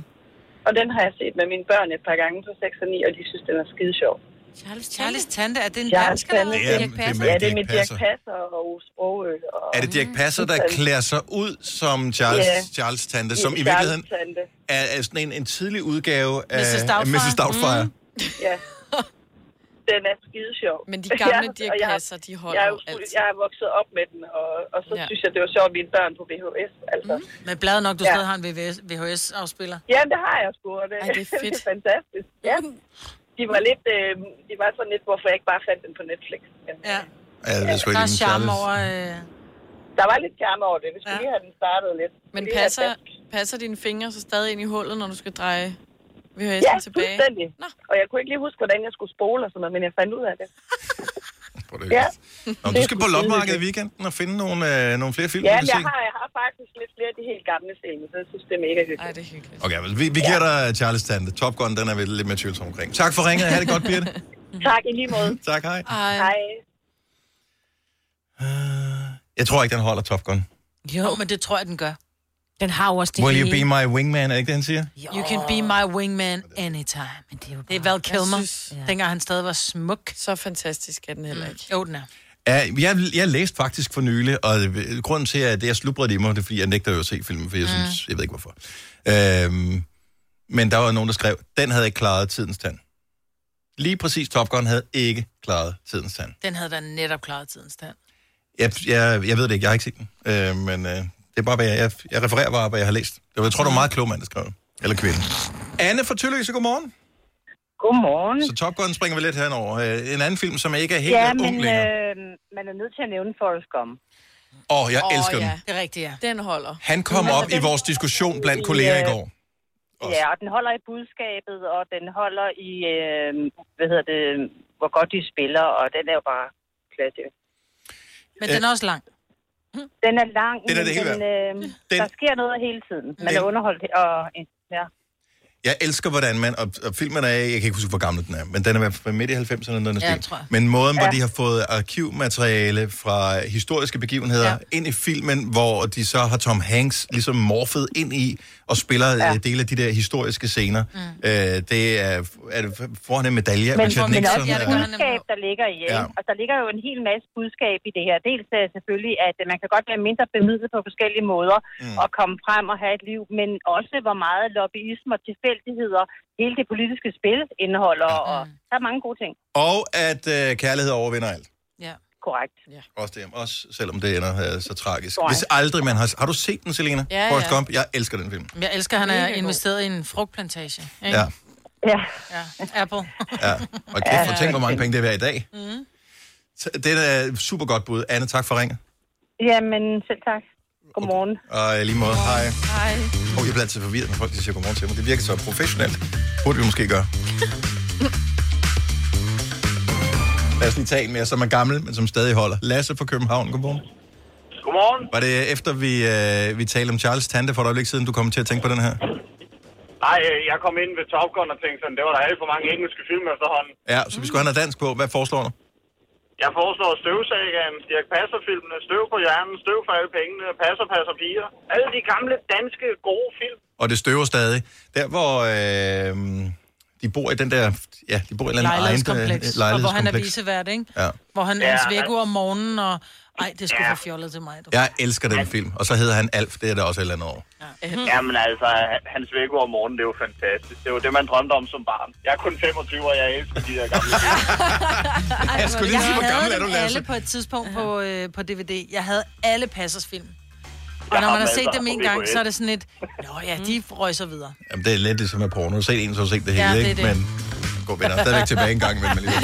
Speaker 14: Og den har jeg set med mine børn et par gange på 6 og 9, og de synes, den er skide sjov.
Speaker 3: Charles Tante.
Speaker 2: Charles Tante, er det en
Speaker 14: Charles
Speaker 2: dansk eller?
Speaker 14: Tante.
Speaker 1: Det er- Dirch det er Passer. med
Speaker 14: Ja, det er
Speaker 1: Dirch
Speaker 14: med Dirk
Speaker 1: Passer.
Speaker 14: Passer og Sprogø. Og,
Speaker 1: er det Dirk Passer, der klæder sig ud som Charles,
Speaker 14: Ja.
Speaker 1: yeah. Charles Tante, som i
Speaker 14: Charles
Speaker 1: virkeligheden
Speaker 14: Tante.
Speaker 1: er, er sådan en, en tidlig udgave af
Speaker 14: Mrs.
Speaker 1: af Mrs. Doubtfire.
Speaker 14: Doubtfire.
Speaker 1: Mm. [laughs]
Speaker 14: Ja. Den er skide sjov.
Speaker 4: Men de gamle
Speaker 14: [laughs] Ja,
Speaker 4: Dirch
Speaker 14: og jeg har-
Speaker 4: Passer, de holder
Speaker 14: jeg, er
Speaker 4: jo
Speaker 14: jo fuld-
Speaker 4: altid.
Speaker 14: Jeg er vokset op med den, og, og så
Speaker 2: Ja.
Speaker 14: ja. synes jeg, det var sjovt, at mine børn på VHS. Altså. Mm.
Speaker 2: Men bladet nok, du
Speaker 14: Ja.
Speaker 2: stadig har en VHS-afspiller.
Speaker 14: Ja, det har jeg sgu, og det,
Speaker 2: Ej, det er
Speaker 14: [laughs]
Speaker 2: fedt.
Speaker 14: det er fantastisk. Ja. De var, lidt, øh, de var sådan lidt, hvorfor jeg ikke bare fandt den på Netflix. Men, øh, ja.
Speaker 1: Ja, det er sgu
Speaker 2: Der
Speaker 1: ikke
Speaker 2: er
Speaker 1: en
Speaker 2: charme
Speaker 1: Charles.
Speaker 2: over... Øh...
Speaker 14: Der var lidt charme over det. Vi skulle ja. lige have den startet lidt.
Speaker 4: Men
Speaker 14: Lige have
Speaker 4: passer,
Speaker 14: den-
Speaker 4: passer dine fingre så stadig ind i hullet, når du skal dreje VHS'en
Speaker 14: Ja,
Speaker 4: tilbage?
Speaker 14: fuldstændig. Og jeg kunne ikke lige huske, hvordan jeg skulle spole og sådan noget, men jeg fandt ud
Speaker 1: [laughs]
Speaker 14: af det.
Speaker 1: Nå, men du skal på lopmarkedet i
Speaker 14: vi.
Speaker 1: weekenden og finde nogle, øh, nogle flere film.
Speaker 14: Ja,
Speaker 1: du kan
Speaker 14: men jeg
Speaker 1: se.
Speaker 14: har, jeg har
Speaker 15: faktisk lidt flere af de helt gamle film, så jeg synes, det er mega hyggeligt.
Speaker 16: Ej, det er hyggeligt.
Speaker 1: Okay, men vi, vi giver dig Charles Tante. Top Gun, den er vi lidt mere tvivlsomme omkring. Tak for ringet. Ha' det godt,
Speaker 14: [laughs]
Speaker 1: Birte.
Speaker 15: tak, i lige måde.
Speaker 1: [laughs] tak, hej.
Speaker 15: Hej. hej.
Speaker 1: Jeg tror ikke, den holder Top Gun.
Speaker 2: Jo, men det tror jeg, den gør.
Speaker 17: Den har jo også det
Speaker 1: Will you
Speaker 17: hele.
Speaker 1: be my wingman, er det ikke det, han siger?
Speaker 2: You can be my wingman anytime. Men det, er jo det er Val Kilmer, synes, ja. dengang han stadig var smuk. Mm.
Speaker 16: Så fantastisk er den heller ikke.
Speaker 2: Jo, den er.
Speaker 1: Ja, jeg, jeg læste faktisk for nylig, og øh, grunden til, at jeg slubrede det i mig, det er, fordi jeg nægter jo at se filmen, for jeg
Speaker 2: Mm.
Speaker 1: synes, jeg ved ikke hvorfor. Øhm, men der var nogen, der skrev, den havde ikke klaret tidens tand. Lige præcis Top Gun havde ikke klaret tidens tand.
Speaker 2: Den havde da netop klaret tidens stand.
Speaker 1: Jeg, jeg, jeg ved det ikke, jeg har ikke set den. Øh, men øh, det er bare, hvad jeg, jeg, jeg refererer bare, hvad jeg har læst. Det var, jeg tror, det var meget klog mand, der skrev det. Eller kvinde. Anne fra Tølløse, godmorgen.
Speaker 14: Godmorgen.
Speaker 1: Så Top Gun springer vi lidt henover. Øh, en anden film, som ikke er helt ja,
Speaker 14: men
Speaker 1: ung længere. Åh,
Speaker 14: øh, man er nødt til at nævne Forrest Gump.
Speaker 1: øh... oh, jeg oh, elsker ja. Altså, den.
Speaker 2: Det er rigtigt, ja.
Speaker 16: Den holder.
Speaker 1: Han kom op i vores diskussion blandt kolleger i
Speaker 14: øh,
Speaker 1: går.
Speaker 14: Ja, og den holder i budskabet, og den holder i, øh, hvad hedder det, hvor godt de spiller, og den er jo bare klasse.
Speaker 2: Men den er også lang.
Speaker 14: Den er lang,
Speaker 1: Den er Øh. det
Speaker 14: men
Speaker 1: hele
Speaker 14: den, øh, den, der sker noget hele tiden. Man
Speaker 1: Den-
Speaker 14: er underholdt, og ja.
Speaker 1: Jeg elsker, hvordan man... Og, og filmen er... Jeg kan ikke huske, hvor gammel den er, men den er i hvert fald midt i 90'erne. eller Noget
Speaker 14: Ja,
Speaker 1: ja,
Speaker 14: tror jeg.
Speaker 1: men måden, hvor
Speaker 14: Ja.
Speaker 1: de har fået arkivmateriale fra historiske begivenheder ja. ind i filmen, hvor de så har Tom Hanks ligesom morfet ind i og spiller ja. dele af de der historiske scener. Mm. Øh, det er... er det, får han en medalje? af
Speaker 14: men,
Speaker 1: Richard
Speaker 14: men
Speaker 1: Nixon,
Speaker 14: også et
Speaker 1: og-
Speaker 14: budskab, der ligger i. Ja.
Speaker 1: Ja.
Speaker 14: Og der ligger jo en hel masse budskab i det her. Dels er selvfølgelig, at øh, man kan godt være mindre bemidlet på forskellige måder
Speaker 12: Mm.
Speaker 14: mm. og komme frem og have et liv, men også hvor meget lobbyisme og tilfældigheder hele det politiske spil indeholder. Mm. Og der er mange gode ting.
Speaker 1: Og at øh, kærlighed overvinder alt.
Speaker 2: Ja.
Speaker 14: Korrekt.
Speaker 2: Ja.
Speaker 1: Også, det, også selvom det ender øh, så tragisk.
Speaker 2: Nej.
Speaker 1: Hvis aldrig man har... Har du set den, Selena?
Speaker 2: Ja,
Speaker 1: Forrest
Speaker 2: ja.
Speaker 1: Gump? Jeg elsker den film.
Speaker 2: Jeg elsker, at han er
Speaker 14: Mega god.
Speaker 2: investeret i en frugtplantage. Ikke?
Speaker 1: Ja.
Speaker 14: Ja.
Speaker 2: ja. Apple. [laughs]
Speaker 1: Ja. Og kæft, for tænk, hvor mange penge det er værd i dag.
Speaker 2: Mm.
Speaker 1: Så Det er et super godt bud. Anne, tak for ringet.
Speaker 14: Jamen, selv tak. Godmorgen.
Speaker 1: Og i lige måde, hej.
Speaker 2: Hej.
Speaker 1: Oh, jeg bliver altid forvirret, når folk de siger godmorgen til mig. Det virker så professionelt. Burde vi måske gøre. Lad os lige tage en mere, som er gammel, men som stadig holder. Lasse fra København, godmorgen.
Speaker 13: Godmorgen.
Speaker 1: Var det efter, vi, øh, vi talte om Charles Tante for et øjeblik siden, du kom til at tænke på den her?
Speaker 13: Nej, øh, jeg kom ind ved Top Gun og tænkte sådan, det var der alt for mange engelske film efterhånden.
Speaker 1: Ja, så vi skulle have noget dansk på. Hvad foreslår du?
Speaker 13: Jeg foreslår støvsagen, Dirk Passer-filmene, støv på hjernen, støv for alle pengene, passer, passer piger. Alle de gamle danske gode film.
Speaker 1: Og det støver stadig. Der, hvor øh, de bor i den der... Ja, de bor i en eller anden egen, øh,
Speaker 2: Lejlighedskompleks. Og hvor han er
Speaker 1: lejlighedskompleks.
Speaker 2: visevært, ikke?
Speaker 1: Ja.
Speaker 2: Hvor han
Speaker 1: Ja,
Speaker 2: ja,
Speaker 1: han-
Speaker 2: væk om morgenen, og... Ej, det skulle ja.
Speaker 13: Ja.
Speaker 2: for fjollet til mig. Du.
Speaker 1: Jeg elsker den film. Og så hedder han Alf. Det er der også et eller andet år.
Speaker 13: Jamen altså, hans vækord om morgenen, det var fantastisk. Det var det, man drømte om som barn. Jeg er kun 25, og jeg elsker de der gamle film.
Speaker 2: Ej,
Speaker 13: Jeg skulle lige sige, hvor
Speaker 2: havde
Speaker 13: gammel er
Speaker 2: dem
Speaker 13: du, Lasse?
Speaker 2: alle på et tidspunkt på, øh, på DVD. Jeg havde alle Passers film. Og
Speaker 13: Jeg
Speaker 2: når
Speaker 13: har
Speaker 2: man har set
Speaker 13: masser
Speaker 2: dem
Speaker 13: på
Speaker 2: en gang,
Speaker 13: VHS.
Speaker 2: så er det sådan et... Nå ja, de røg så videre.
Speaker 1: Jamen, det er lidt ligesom at porno. Du har set en, så har du set det hele,
Speaker 2: Ja, det er
Speaker 1: ikke?
Speaker 2: det.
Speaker 1: Men gå venner, stadigvæk tilbage en gang med
Speaker 2: [laughs]
Speaker 1: mig lige.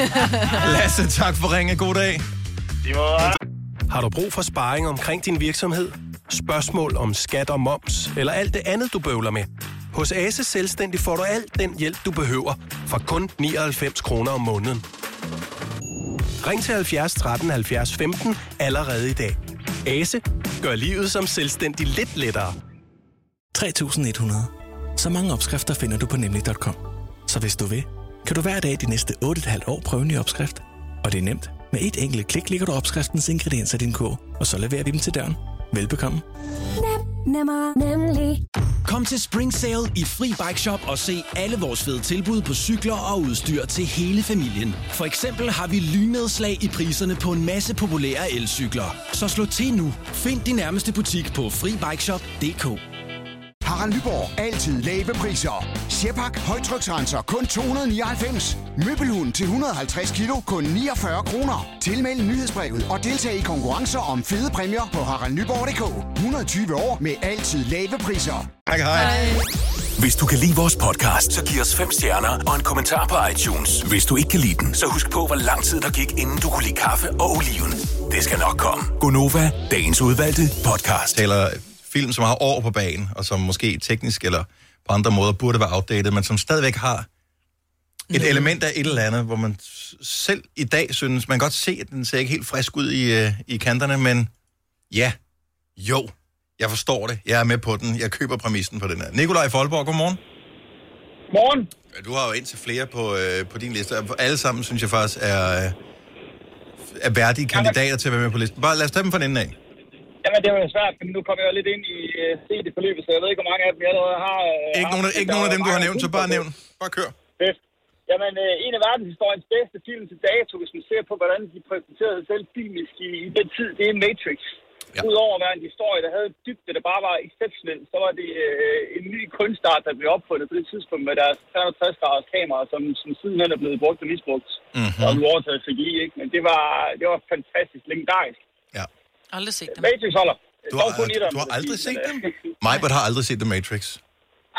Speaker 1: Lasse, tak for ringe. God dag.
Speaker 18: Har du brug for sparring omkring din virksomhed? Spørgsmål om skat og moms, eller alt det andet, du bøvler med? Hos Ase Selvstændig får du alt den hjælp, du behøver, for kun 99 kroner om måneden. Ring til 70 13 70 15 allerede i dag. Ase gør livet som selvstændig lidt lettere.
Speaker 19: 3100. Så mange opskrifter finder du på nemlig.com. Så hvis du vil, kan du hver dag de næste 8,5 år prøve en ny opskrift. Og det er nemt. Med et enkelt klik ligger du opskriftens ingredienser i din kog, og så leverer vi dem til døren. Velbekomme.
Speaker 20: Nemmer, nemlig. Kom til Spring Sale i Fri Bike Shop og se alle vores fede tilbud på cykler og udstyr til hele familien. For eksempel har vi lynedslag i priserne på en masse populære elcykler. Så slå til nu. Find din nærmeste butik på FriBikeShop.dk.
Speaker 9: Harald Nyborg. Altid lave priser. Sjehpak. Højtryksrenser. Kun 299. Møbelhund til 150 kilo. Kun 49 kroner. Tilmeld nyhedsbrevet og deltag i konkurrencer om fede præmier på haraldnyborg.dk. 120 år med altid lave priser.
Speaker 1: Hej, hej.
Speaker 10: Hvis du kan lide vores podcast, så giv os fem stjerner og en kommentar på iTunes. Hvis du ikke kan lide den, så husk på, hvor lang tid der gik, inden du kunne lide kaffe og oliven. Det skal nok komme.
Speaker 1: Gonova, dagens udvalgte podcast. Taler film, som har år på banen, og som måske teknisk eller på andre måder burde være outdated, men som stadigvæk har et element af et eller andet, hvor man s- selv i dag synes, man kan godt se, at den ser ikke helt frisk ud i, øh, i kanterne, men ja, jo, Jeg forstår det. Jeg er med på den. Jeg køber præmissen på den her. Nikolaj Folborg, godmorgen.
Speaker 13: Morgen.
Speaker 1: Du har jo indtil flere på, øh, på din liste. og Alle sammen, synes jeg faktisk, er, øh, er værdige kandidater til at være med på listen. Bare lad os tage dem fra den ende af.
Speaker 13: Jamen, det var jo svært, for nu kommer jeg jo lidt ind i øh, set i forløbet, så jeg ved ikke, hvor mange af dem jeg allerede har. Øh,
Speaker 1: Ikke
Speaker 13: haft.
Speaker 1: nogen, ikke
Speaker 13: Der
Speaker 1: nogen af
Speaker 13: er
Speaker 1: dem, du har
Speaker 13: mange
Speaker 1: nævnt, så bare nævn. Bare kør.
Speaker 13: Fedt. Jamen, øh, en af verdenshistoriens bedste film til dato, hvis man ser på, hvordan de præsenterede sig selv filmisk i, i den tid, det er Matrix. Ja. Udover at være en historie, der havde dybde, der bare var exceptionel, så var det øh, en ny kunstart, der blev opfundet på det tidspunkt med deres 360-graders kameraer, som, som sidenhen er blevet brugt og misbrugt.
Speaker 1: Mhm.
Speaker 13: Mm-hmm. Og nu overtaget CGI, ikke? Men det var, det var fantastisk, legendarisk.
Speaker 21: Aldrig set dem.
Speaker 13: Matrix holder.
Speaker 1: Du
Speaker 13: Dog
Speaker 1: har,
Speaker 13: kun etteren,
Speaker 1: du har
Speaker 13: vil jeg
Speaker 1: aldrig
Speaker 13: sige,
Speaker 1: set
Speaker 13: men, [laughs]
Speaker 1: dem?
Speaker 13: øh,
Speaker 1: Majbert har aldrig set The Matrix.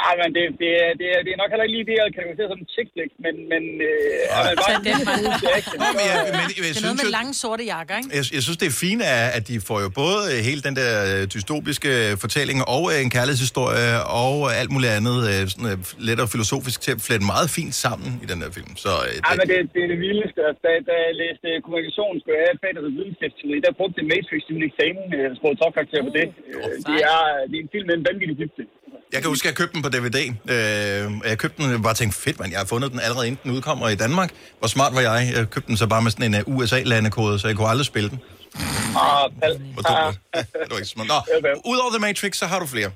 Speaker 13: Ej, men det, det, er- det, er- det er nok heller ikke lige det, jeg kategoriserer som en chick flick, men, men øh, er
Speaker 21: Altså,
Speaker 13: man bare en lille smule til action,
Speaker 1: Nå, men jeg-
Speaker 13: så, øh,
Speaker 1: men jeg
Speaker 21: Det er
Speaker 1: synes
Speaker 21: noget med
Speaker 1: jo-
Speaker 21: lange sorte jakker, ikke?
Speaker 1: Jeg, jeg synes, det er fint, at at de får jo både øh, hele den der øh, dystopiske fortælling og øh, en kærlighedshistorie og øh, alt muligt andet øh, sådan, øh, let og filosofisk til at flette meget fint sammen i den her film. Så øh,
Speaker 13: Ej, men det, det er det vildeste. Altså, da, da jeg læste øh, kommunikation, skulle jeg have faget og videnskabsteori, der brugte Matrix i min eksamen, øh, så brugte topkarakter på det.
Speaker 21: Mm.
Speaker 13: Øh, det, er, det er en film med en vanvittig dybde.
Speaker 1: Jeg kan huske, at jeg købte den på DVD. Øh, og jeg købte den og bare tænkte, fedt mand, jeg har fundet den allerede inden den udkommer i Danmark. Hvor smart var jeg? Jeg købte den så bare med sådan en øh, USA-landekode, så jeg kunne aldrig spille den.
Speaker 13: Ah, pal.
Speaker 1: Hvor dumt. det var. Det var ikke så smart. Nå, udover The Matrix, så har du flere.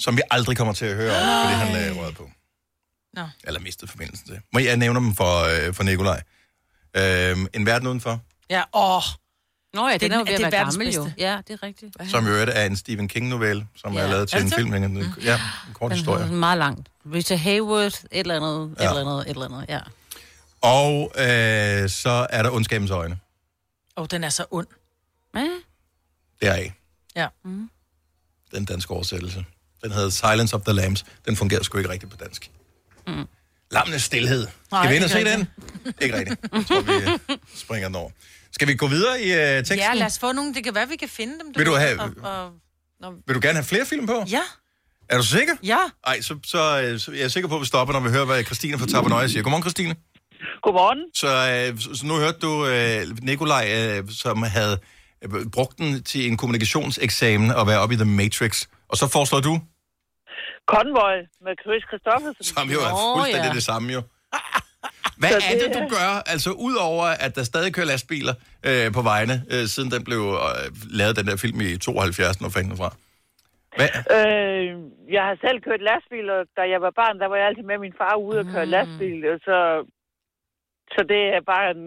Speaker 1: Som vi aldrig kommer til at høre om, fordi han øh, røget på.
Speaker 21: Nå.
Speaker 1: Eller mistet forbindelsen til. Må jeg nævne dem for, øh, for Nikolaj? Øh, en verden udenfor,
Speaker 21: Ja, åh.
Speaker 3: Nå ja, den,
Speaker 21: Den-
Speaker 3: er jo ved
Speaker 21: er
Speaker 3: at
Speaker 21: det
Speaker 3: være
Speaker 21: verdens
Speaker 3: gammel jo.
Speaker 21: bedste?
Speaker 3: Ja, det er rigtigt.
Speaker 1: som i øvrigt er en Stephen King-novelle, som
Speaker 3: Ja.
Speaker 1: er lavet
Speaker 3: Er
Speaker 1: til
Speaker 3: det
Speaker 1: en
Speaker 3: så?
Speaker 1: film. En, ja, en kort historie.
Speaker 3: Den er meget langt. Rita Hayworth, et eller andet,
Speaker 1: Ja.
Speaker 3: et eller andet, et eller andet, ja.
Speaker 1: Og øh, så er der Ondskabens Øjne.
Speaker 21: Åh, den er så ond.
Speaker 1: Deraf.
Speaker 21: Ja. Mm.
Speaker 1: den danske oversættelse. Den hedder Silence of the Lambs. Den fungerer sgu ikke rigtigt på dansk.
Speaker 21: Mm.
Speaker 1: Mm. Lammenes stillhed.
Speaker 21: Nej,
Speaker 1: Skal vi ind og
Speaker 21: det
Speaker 1: se
Speaker 21: gør
Speaker 1: den? Ikke rigtigt. Jeg tror, vi øh, springer den over. Skal vi gå videre i uh, teksten?
Speaker 21: Ja, lad os få nogle. Det kan være, vi kan finde dem.
Speaker 1: Vil du
Speaker 21: ved,
Speaker 1: have-
Speaker 21: Og, og... Nå,
Speaker 1: Vil du gerne have flere film på?
Speaker 21: Ja.
Speaker 1: Er du sikker?
Speaker 21: Ja.
Speaker 1: Ej, så, så, øh, så jeg er sikker på, at vi stopper, når vi hører, hvad Christine fra Tabernøje siger. Godmorgen, Christine.
Speaker 13: Godmorgen.
Speaker 1: Så, øh, så, så nu hørte du øh, Nikolaj, øh, som havde øh, brugt den til en kommunikationseksamen og være oppe i The Matrix. Og så foreslår du,
Speaker 13: Convoy med Chris Christoffersen.
Speaker 1: som jo er fuldstændig det samme jo. Hvad
Speaker 13: Så
Speaker 1: er
Speaker 13: det-
Speaker 1: det, du gør? Altså, udover at der stadig kører lastbiler øh, på vejene, øh, siden den blev øh, lavet, den der film i 72, når fanden fra. Hvad?
Speaker 13: Øh, jeg har selv kørt lastbil, og da jeg var barn, der var jeg altid med min far ude og køre mm. lastbil. Og så, så det er bare en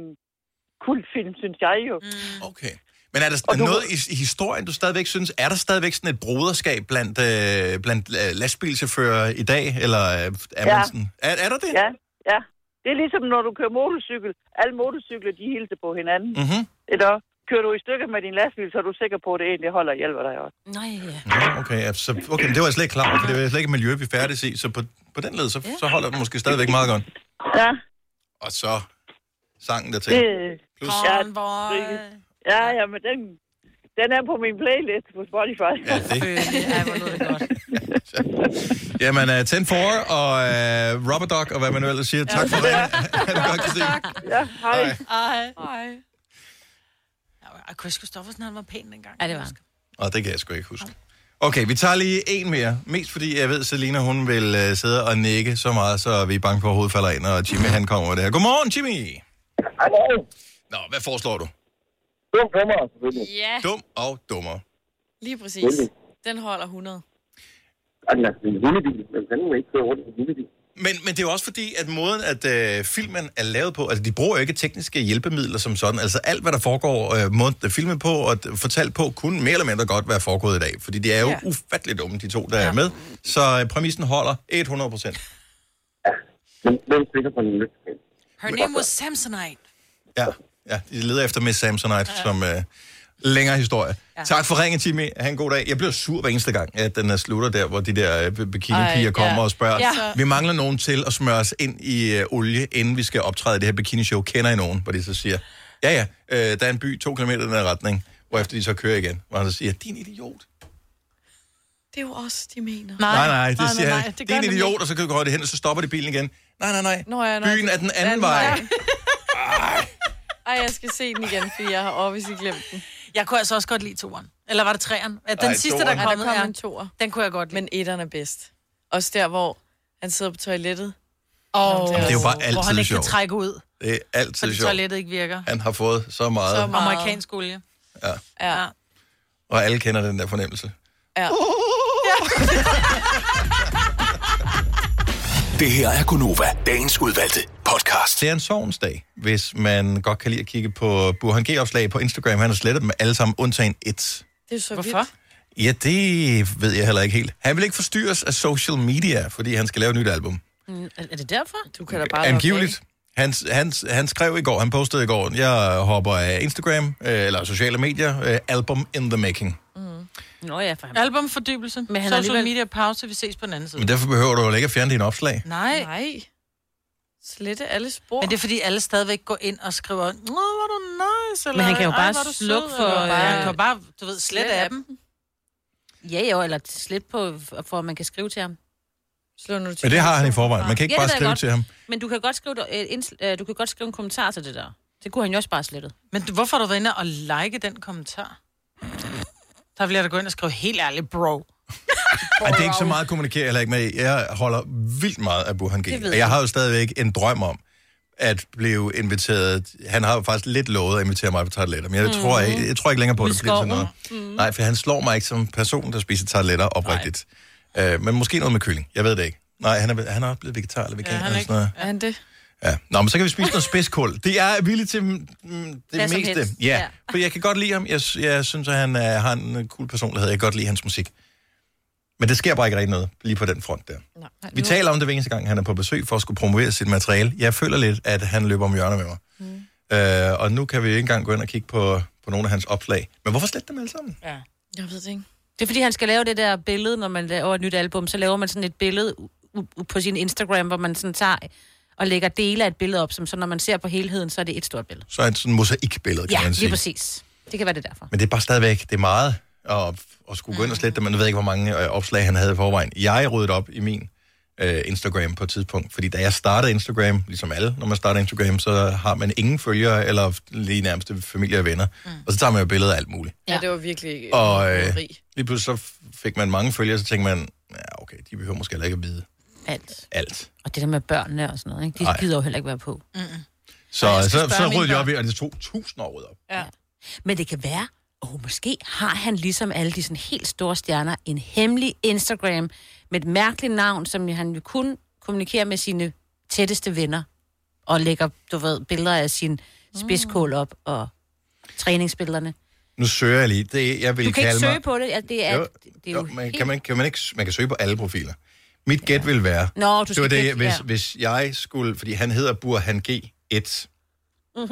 Speaker 13: kult film, synes jeg jo. Mm.
Speaker 1: Okay. Men er der
Speaker 13: Og
Speaker 1: du...
Speaker 13: du-
Speaker 1: noget i, i historien, du stadigvæk synes, er der stadigvæk sådan et broderskab blandt, øh, blandt øh, lastbilchauffører i dag, eller øh, er man sådan... Er, er der det?
Speaker 13: Ja, ja. Det er ligesom, når du kører motorcykel. Alle motorcykler, de hilser på hinanden.
Speaker 1: Mm-hmm.
Speaker 13: Eller kører du i stykker med din lastbil, så er du sikker på, at det egentlig holder og hjælper dig også.
Speaker 3: Nej, ja.
Speaker 1: Nå, Mhm, okay, ja, så, okay, men det var jeg slet ikke klar over, for det var slet ikke et miljø, vi færdes i, så på, på den led, så, så holder den måske stadigvæk meget godt.
Speaker 13: Ja,
Speaker 1: Og så sangen der til.
Speaker 13: det...
Speaker 1: Plus-
Speaker 13: Ja, det- ja, ja, men den, den er på min playlist på Spotify.
Speaker 1: Ja, det. Jamen, uh, 10 for og uh, Robert Dog, og hvad man nu ellers siger. Tak for det. Ha' det godt, Christine.
Speaker 13: Ja, hej.
Speaker 21: Ej. Ej. Ej, Chris Christoffersen, han var pæn dengang. Ja, det var han.
Speaker 1: Og det kan jeg sgu ikke huske. Okay, vi tager lige en mere. Mest fordi jeg ved, Selina hun vil uh, sidde og nikke så meget, så vi er bange på, at hovedet falder ind, og Jimmy han kommer med det her. Godmorgen, Jimmy!
Speaker 13: Godmorgen.
Speaker 1: Nå, hvad foreslår du?
Speaker 13: Dum dummer, selvfølgelig.
Speaker 4: Ja,
Speaker 1: Dum og dummer.
Speaker 4: lige præcis. Den holder 100.
Speaker 1: Ja, den altså, er en hundebil, men den må ikke køre rundt en hundebil. Men, men det er jo også fordi, at måden, at øh, filmen er lavet på, altså de bruger jo ikke tekniske hjælpemidler som sådan. Altså alt, hvad der foregår, øh, måden, der er filmet på og d- fortalt på, kunne mere eller mindre godt være foregået i dag. Fordi de er jo
Speaker 10: Ja.
Speaker 1: ja. ufattelig dumme, de to, der ja. er med. Så øh, præmissen holder 100 procent.
Speaker 22: Hvem stikker på den lykke?
Speaker 21: Her name was Samsonite.
Speaker 1: Ja, ja, de leder efter Miss Samsonite, ja. som øh, længere historie. Ja. Tak for ringen, Timmy. Ha' en god dag. Jeg bliver sur hver eneste gang, at den er slutter der, hvor de der øh, bikinipiger
Speaker 10: Ej,
Speaker 1: Ej, kommer
Speaker 10: ja.
Speaker 1: og spørger.
Speaker 10: Ja.
Speaker 1: Ja. Vi mangler nogen til at smøre os ind i øh, olie, inden vi skal optræde i det her bikinishow. Kender I nogen? Hvor de så siger, ja ja, øh, der er en by to kilometer i den her retning, hvorefter de så kører igen. Hvor han så siger, din idiot.
Speaker 4: Det er jo os, de mener.
Speaker 1: Nej, nej, nej det siger
Speaker 4: nej,
Speaker 1: han.
Speaker 4: det gør
Speaker 1: Din
Speaker 4: nemlig
Speaker 1: idiot,
Speaker 4: ikke.
Speaker 1: og så kører de hen, og så stopper de bilen igen. Nej, nej, nej.
Speaker 4: Nå, ja, nej.
Speaker 1: Byen er den anden vej.
Speaker 4: Ej, jeg skal se den igen, fordi jeg har obviously glemt den.
Speaker 21: Jeg kunne altså også godt lide toren. Eller var det træerne? Ja, den Ej, sidste, der
Speaker 4: Ja,
Speaker 21: kom,
Speaker 4: der
Speaker 21: der
Speaker 4: kom
Speaker 21: ja.
Speaker 4: en toer.
Speaker 21: Den kunne jeg godt
Speaker 4: lide. Men etteren er bedst. Også der, hvor han sidder på toilettet.
Speaker 21: Og
Speaker 4: Nå,
Speaker 21: oh,
Speaker 4: det er
Speaker 1: jo bare
Speaker 21: hvor han
Speaker 1: altid
Speaker 21: ikke
Speaker 1: sjovt.
Speaker 21: kan trække ud,
Speaker 1: Det er altid
Speaker 21: fordi
Speaker 1: sjovt.
Speaker 21: toilettet ikke virker.
Speaker 1: Han har fået så meget,
Speaker 21: Så meget. Amerikansk olie.
Speaker 1: Ja.
Speaker 21: Ja.
Speaker 1: og alle kender den der fornemmelse.
Speaker 4: ja.
Speaker 10: Det her er Gunova, dagens udvalgte podcast.
Speaker 1: Det er en sovens dag, hvis man godt kan lide at kigge på Burhan G-opslag på Instagram. Han har slettet dem alle sammen, undtagen et.
Speaker 4: Det er så
Speaker 21: Hvorfor? vildt.
Speaker 1: Ja, det ved jeg heller ikke helt. Han vil ikke forstyrres af social media, fordi han skal lave et nyt album.
Speaker 3: Mm, Er er det derfor?
Speaker 4: Du kan da
Speaker 1: Angiveligt. Han, han, han skrev i går, han postede i går, jeg hopper af Instagram, øh, eller sociale medier, øh, album in the making.
Speaker 3: Nå ja, for ham.
Speaker 21: Albumfordybelse.
Speaker 3: Men
Speaker 21: Men
Speaker 3: han
Speaker 21: Social
Speaker 3: alligevel-
Speaker 21: alligevel... media pause, vi ses på den anden side.
Speaker 1: Men derfor behøver du jo ikke at fjerne dine opslag.
Speaker 21: Nej.
Speaker 4: Nej. Slette alle spor.
Speaker 21: Men det er fordi, alle stadigvæk går ind og skriver, Nå, hvor er du nice, eller
Speaker 3: Men han kan jo
Speaker 21: "Ej,
Speaker 3: bare
Speaker 21: hvor er du sød,"
Speaker 3: slukke for,
Speaker 21: eller bare-
Speaker 3: øh,
Speaker 21: Han kan jo bare, du ved, slette af dem.
Speaker 3: Ja, jo, eller slet på, for at man kan skrive til ham.
Speaker 4: Slå nu til
Speaker 1: Men det har han i forvejen. Man kan ikke
Speaker 3: ja,
Speaker 1: bare
Speaker 3: det ved jeg
Speaker 1: skrive
Speaker 3: godt.
Speaker 1: til ham.
Speaker 3: Men du kan, godt skrive, et- et inds- øh, du kan godt skrive en kommentar til det der. Det kunne han jo også bare slettet.
Speaker 21: Men du- hvorfor har du været inde og like den kommentar? Der vil jeg da gå ind og skrive, helt ærligt, bro.
Speaker 1: Ej, det er ikke så meget at kommunikere heller ikke med. Jeg holder vildt meget af Burhan G.
Speaker 21: Det ved
Speaker 1: Og jeg
Speaker 21: jeg.
Speaker 1: har jo stadigvæk en drøm om at blive inviteret. Han har jo faktisk lidt lovet at invitere mig på tarteletter, men jeg,
Speaker 10: Mhm.
Speaker 1: tror, jeg, jeg tror ikke længere på, at
Speaker 10: Med
Speaker 1: det bliver sådan noget.
Speaker 10: skoven. Mhm.
Speaker 1: Nej, for han slår mig ikke som person, der spiser tarteletter oprigtigt. Øh, men måske noget med kylling. Jeg ved det ikke. Nej, han er, han er også blevet vegetar eller veganer. Ja, eller sådan noget.
Speaker 4: Er han det?
Speaker 1: Ja. Nå, men så kan vi spise noget spidskål. Det er jeg villig til mm, mm,
Speaker 4: Hvad
Speaker 1: det
Speaker 4: som
Speaker 1: meste.
Speaker 4: helst.
Speaker 1: Ja.
Speaker 4: Ja.
Speaker 1: ja, for jeg kan godt lide ham. Jeg, jeg synes, at han er, har en øh, cool personlighed. Jeg kan godt lide hans musik. Men det sker bare ikke rigtig noget lige på den front der. Nej, vi taler om det hver eneste gang, han er på besøg for at skulle promovere sit materiale. Jeg føler lidt, at han løber om hjørner med mig. Mm. Øh, og nu kan vi ikke engang gå ind og kigge på, på nogle af hans opslag. Men hvorfor slet dem alle sammen?
Speaker 21: Ja.
Speaker 4: Jeg ved det ikke.
Speaker 3: Det er fordi, han skal lave det der billede, når man laver et nyt album. Så laver man sådan et billede u- u- på sin Instagram, hvor man sådan tager og lægger dele af et billede op, som så når man ser på helheden, så er det et stort billede.
Speaker 1: Så er det sådan et mosaikbillede, kan
Speaker 3: ja,
Speaker 1: man
Speaker 3: lige
Speaker 1: sige.
Speaker 3: præcis. Det kan være det er derfor.
Speaker 1: Men det er bare stadigvæk, det er meget at, at skulle
Speaker 3: Mm.
Speaker 1: gå ind og slette det. Man ved ikke, hvor mange øh, opslag han havde i forvejen. Jeg ryddede op i min øh, Instagram på et tidspunkt, fordi da jeg startede Instagram, ligesom alle, når man starter Instagram, så har man ingen følgere eller lige nærmeste familie og venner. Mm. Og så tager man jo billeder af alt muligt.
Speaker 4: Ja, det var virkelig øh,
Speaker 1: Og øh,
Speaker 4: rig.
Speaker 1: lige pludselig så fik man mange følgere, så tænkte man, ja okay, de behøver måske heller ikke at vide
Speaker 3: Alt.
Speaker 1: alt.
Speaker 3: Og det der med børnene og sådan noget, ikke? de
Speaker 1: Nej.
Speaker 3: gider jo heller ikke være på.
Speaker 1: Så,
Speaker 3: Ej, jeg
Speaker 1: så,
Speaker 3: skal
Speaker 1: så,
Speaker 3: spørge mine
Speaker 1: ryddede jeg op i,
Speaker 3: børn.
Speaker 1: og det tog tusind år at rydde op.
Speaker 4: Ja.
Speaker 3: Men det kan være, og måske har han ligesom alle de sådan helt store stjerner en hemmelig Instagram med et mærkeligt navn, som han jo kun kommunikerer med sine tætteste venner og lægger, du ved, billeder af sin spidskål op og træningsbillederne.
Speaker 1: Nu søger jeg lige. Det, jeg vil
Speaker 3: Du kan ikke
Speaker 1: kalde mig...
Speaker 3: søge på det. Ja, det er,
Speaker 1: Jo,
Speaker 3: det er jo,
Speaker 1: man, kan man, kan man, ikke, man kan søge på alle profiler. Mit gæt vil være...
Speaker 3: Nå, du
Speaker 1: det
Speaker 3: skal
Speaker 1: var det,
Speaker 3: gætte,
Speaker 1: hvis,
Speaker 3: ja.
Speaker 1: hvis jeg skulle... Fordi han hedder Burhan G1.
Speaker 3: [laughs]
Speaker 21: Åh,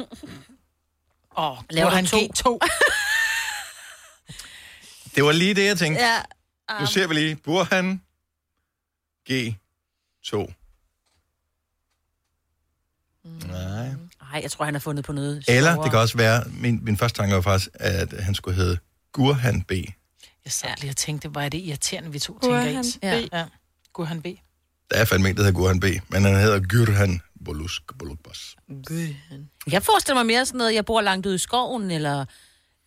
Speaker 21: oh,
Speaker 3: Laver
Speaker 21: laver
Speaker 3: du
Speaker 21: han
Speaker 3: to?
Speaker 21: G2?
Speaker 1: Det var lige det, jeg tænkte.
Speaker 3: [laughs] ja. ah.
Speaker 1: Nu ser vi lige. Burhan G2. Nej.
Speaker 3: Nej, jeg tror, han har fundet på noget.
Speaker 1: Eller
Speaker 3: Mm. sjovere.
Speaker 1: det kan også være... Min, min første tanke var faktisk, at han skulle hedde Gurhan B.
Speaker 21: Jeg sad lige og tænkte, hvor er det irriterende, vi to
Speaker 4: Gurhan
Speaker 21: tænker ens.
Speaker 4: B.
Speaker 21: Ja. ja. Gurhan B.
Speaker 1: Der er fandme en, der hedder Gurhan B. Men han hedder Gurhan Bolusk Bolukbas.
Speaker 3: Jeg forestiller mig mere sådan noget, jeg bor langt ude i skoven, eller...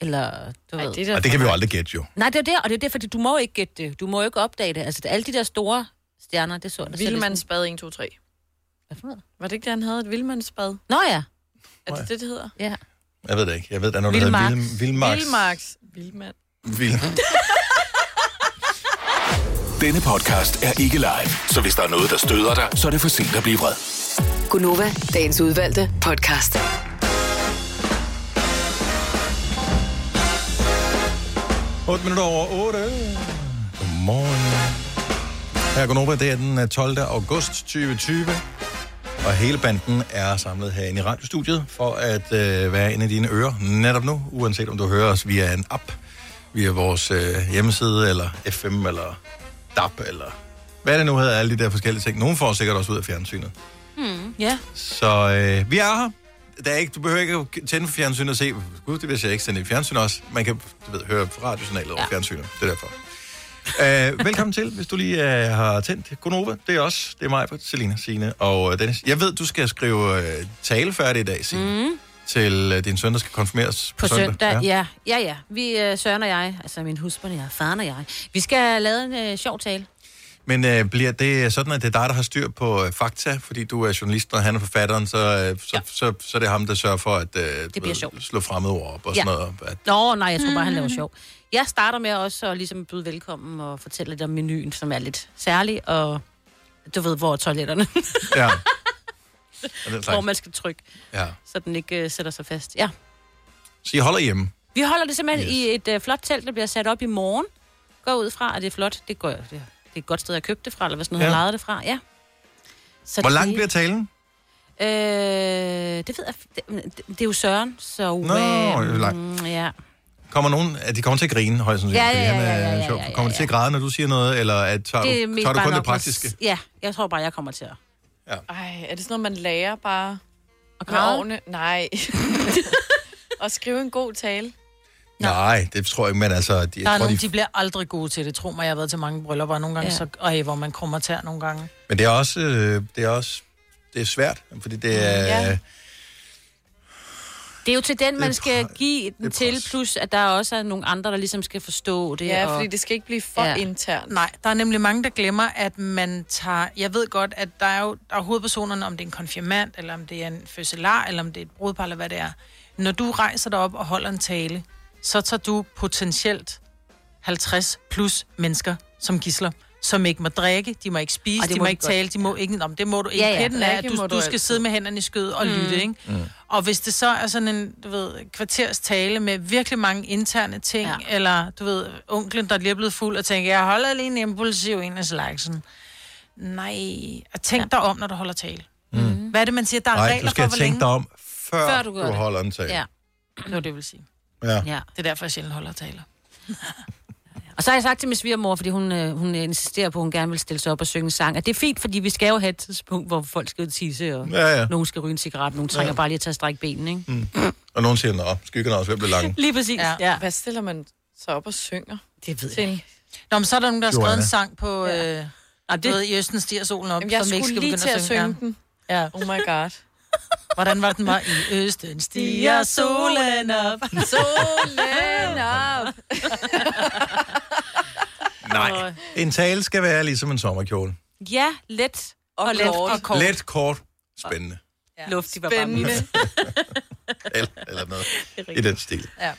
Speaker 3: eller du Ej, ved.
Speaker 4: Det
Speaker 1: Og det kan vi jo aldrig gætte, jo.
Speaker 3: Nej, det er der, og det er derfor, du må jo ikke gætte det. Du må jo ikke opdage det. Altså, det- alle de der store stjerner, det så jeg.
Speaker 4: Vildmandsbad 1, 2, 3.
Speaker 3: Hvad for noget?
Speaker 4: Var det ikke det, han havde? Et vildmandsbad?
Speaker 3: Nå ja.
Speaker 4: Er det det, det hedder?
Speaker 3: Ja.
Speaker 1: Jeg ved det ikke. Jeg ved, der er noget, der hedder Vild- Vildmarks.
Speaker 4: Vildmarks. Vildmand.
Speaker 1: Vildmarks.
Speaker 10: [laughs] Denne podcast er ikke live, så hvis der er noget, der støder dig, så er det for sent at blive vred.
Speaker 5: Gunova, dagens udvalgte podcast.
Speaker 1: Otte minutter over 8. Godmorgen. Her går Nova, det er den øh, 12. august 2020. Og hele banden er samlet herinde i radiostudiet for at øh, være inde i dine ører netop nu, uanset om du hører os via en app, via vores øh, hjemmeside, eller FM, eller DAP, eller hvad det nu hedder, alle de der forskellige ting. Nogen får sikkert også ud af fjernsynet.
Speaker 3: Mm. Ja.
Speaker 1: Så øh, vi er her. Der er ikke, du behøver ikke at tænde for fjernsynet og se, gud, det vil jeg ikke tænde i fjernsynet også. Man kan du ved, høre radiosignalet over fjernsynet. Det er derfor. øh, velkommen til, hvis du lige øh, har tændt Gonova. Det er os. Det er mig, Selina, Signe og øh, Dennis. Jeg ved, du skal skrive øh, tale færdig i dag, Signe. Mm. til øh, din søn, der skal konfirmeres
Speaker 3: På søndag, ja. ja. Ja, ja. Vi, øh, Søren og jeg, altså min husband og jeg, faren og jeg, vi skal lave en øh, sjov tale.
Speaker 1: Men øh, bliver det sådan, at det er dig, der har styr på øh, fakta, fordi du er journalisten, og han er forfatteren, så, øh, så, ja. så, så, så er det ham, der sørger for at øh, du
Speaker 3: bliver
Speaker 1: ved,
Speaker 3: sjovt.
Speaker 1: slå fremmede ord op og
Speaker 3: Ja.
Speaker 1: sådan noget. At,
Speaker 3: Nå, nej, jeg tror bare, han laver sjov. Jeg starter med også at ligesom byde velkommen og fortælle lidt om menuen, som er lidt særlig, og du ved, hvor er [laughs] toiletterne,
Speaker 1: ja. Og den
Speaker 3: hvor
Speaker 1: slags.
Speaker 3: man skal trykke,
Speaker 1: ja.
Speaker 3: så den ikke øh, sætter sig fast. Ja.
Speaker 1: Så I holder hjemme?
Speaker 3: Vi holder det simpelthen yes. i et øh, flot telt, der bliver sat op i morgen. Går ud fra, at det er flot. Det, går, det, det er et godt sted at købe det fra, eller hvad sådan noget,
Speaker 1: Ja.
Speaker 3: ja. lejede det fra. Ja. Så
Speaker 1: Hvor
Speaker 3: det-
Speaker 1: lang bliver talen?
Speaker 3: Øh, det ved jeg. Det, det, det er jo Søren, så... øh, mm,
Speaker 1: Nå, det er langt.
Speaker 3: Ja.
Speaker 1: Kommer nogen, at de kommer til at grine, højst sandsynligt,
Speaker 3: Ja,
Speaker 1: fordi
Speaker 3: ja,
Speaker 1: han
Speaker 3: ja, ja,
Speaker 1: er
Speaker 3: ja,
Speaker 1: sjov.
Speaker 3: ja, ja,
Speaker 1: Kommer de til at græde, når du siger noget, eller at, tager,
Speaker 3: det er
Speaker 1: du,
Speaker 3: mest
Speaker 1: tager du
Speaker 3: bare
Speaker 1: kun
Speaker 3: nok
Speaker 1: det
Speaker 3: for-
Speaker 1: praktiske?
Speaker 3: Ja, jeg tror bare, jeg kommer til at...
Speaker 4: Ej, er det sådan noget, man lærer bare? Og med
Speaker 3: græde?
Speaker 4: årene? Nej. og skrive en god tale.
Speaker 1: Nej, det tror jeg ikke, men altså... Jeg
Speaker 2: Der
Speaker 1: tror,
Speaker 2: er nogen,
Speaker 1: de...
Speaker 2: de bliver aldrig gode til det. Tro mig, jeg har været til mange bryllupper, og nogle gange,
Speaker 4: Ja.
Speaker 2: ja. så, øj, hvor man krummer tær nogle gange.
Speaker 1: Men det er også, øh, det er også det er svært, fordi det er...
Speaker 3: Mm, Ja.
Speaker 1: Ja.
Speaker 3: Det er jo til den, man skal give den til, plus at der også er nogle andre, der ligesom skal forstå det.
Speaker 4: Ja,
Speaker 3: og...
Speaker 4: fordi det skal ikke blive for ja. internt.
Speaker 2: Nej, der er nemlig mange, der glemmer, at man tager... Jeg ved godt, at der er jo der er hovedpersonerne, om det er en konfirmand, eller om det er en fødselar, eller om det er et brudepar, eller hvad det er. Når du rejser dig op og holder en tale, så tager du potentielt 50 plus mennesker som gisler som ikke må drikke, de må ikke spise,
Speaker 14: Ej, det
Speaker 2: de
Speaker 14: må
Speaker 2: må
Speaker 14: de
Speaker 2: ikke
Speaker 14: godt.
Speaker 2: tale, de må ikke... Om det må du ikke.
Speaker 14: Ja, ja.
Speaker 2: Pitten er, at
Speaker 14: Drikke må du
Speaker 2: du, du skal
Speaker 14: altid.
Speaker 2: sidde med hænderne i skødet og
Speaker 14: Mm.
Speaker 2: lytte, ikke?
Speaker 14: Mm.
Speaker 2: Og hvis det så er sådan en, du ved, kvarters tale med virkelig mange interne ting, ja. eller du ved, onklen, der lige er blevet fuld og tænker, jeg holder lige en impulsiv en af slagsen. Nej, og tænk ja. dig om, når du holder tale. Mm.
Speaker 3: Mm-hmm.
Speaker 2: Hvad er det, man siger? Der er
Speaker 1: Nej,
Speaker 2: regler
Speaker 1: du skal
Speaker 2: for, hvor
Speaker 1: tænke
Speaker 2: længe...
Speaker 1: dig om, før,
Speaker 2: Før
Speaker 1: du,
Speaker 2: du gør
Speaker 1: du
Speaker 2: det.
Speaker 1: holder en tale.
Speaker 2: Ja, det var det, jeg ville sige.
Speaker 1: Ja.
Speaker 3: Ja.
Speaker 2: Det er derfor, jeg sjældent holder taler.
Speaker 3: Og så har jeg sagt til min svigermor, fordi hun, øh, hun øh, insisterer på, at hun gerne vil stille sig op og synge en sang, at det er fint, fordi vi skal jo have et tidspunkt, hvor folk skal ud og tisse, og
Speaker 1: Ja, ja.
Speaker 3: nogen skal ryge en cigaret, nogen trænger
Speaker 1: Ja.
Speaker 3: ja. bare lige til at strække benene, ikke?
Speaker 1: Mm. Og nogen siger, nå, skyggerne er også ved at blive lange.
Speaker 3: [laughs] Lige præcis,
Speaker 2: ja.
Speaker 3: ja.
Speaker 4: Hvad stiller man så op og synger?
Speaker 3: Det ved
Speaker 4: jeg ikke.
Speaker 2: Nå, men så er der nogen, der har skrevet
Speaker 1: Joanna.
Speaker 2: en sang på... Ja. Øh,
Speaker 3: det-
Speaker 2: det... ved, I Østen stiger solen op,
Speaker 4: Jamen, jeg
Speaker 2: som ikke
Speaker 4: skulle
Speaker 2: skal
Speaker 4: lige
Speaker 2: begynde
Speaker 4: til at synge
Speaker 2: ja.
Speaker 4: den.
Speaker 3: [laughs]
Speaker 2: Ja.
Speaker 4: Oh my god.
Speaker 2: [laughs] Hvordan var den var? I Østen stiger solen op.
Speaker 4: Solen op.
Speaker 1: Nej. En tale skal være ligesom en sommerkjole.
Speaker 3: Ja, let og, og let og kort.
Speaker 1: Let, kort, spændende.
Speaker 3: Ja. Luft, de var bare
Speaker 4: Spændende.
Speaker 3: mit.
Speaker 1: [laughs] Eller, eller noget i
Speaker 3: rigtigt.
Speaker 1: den stil.
Speaker 2: Ja.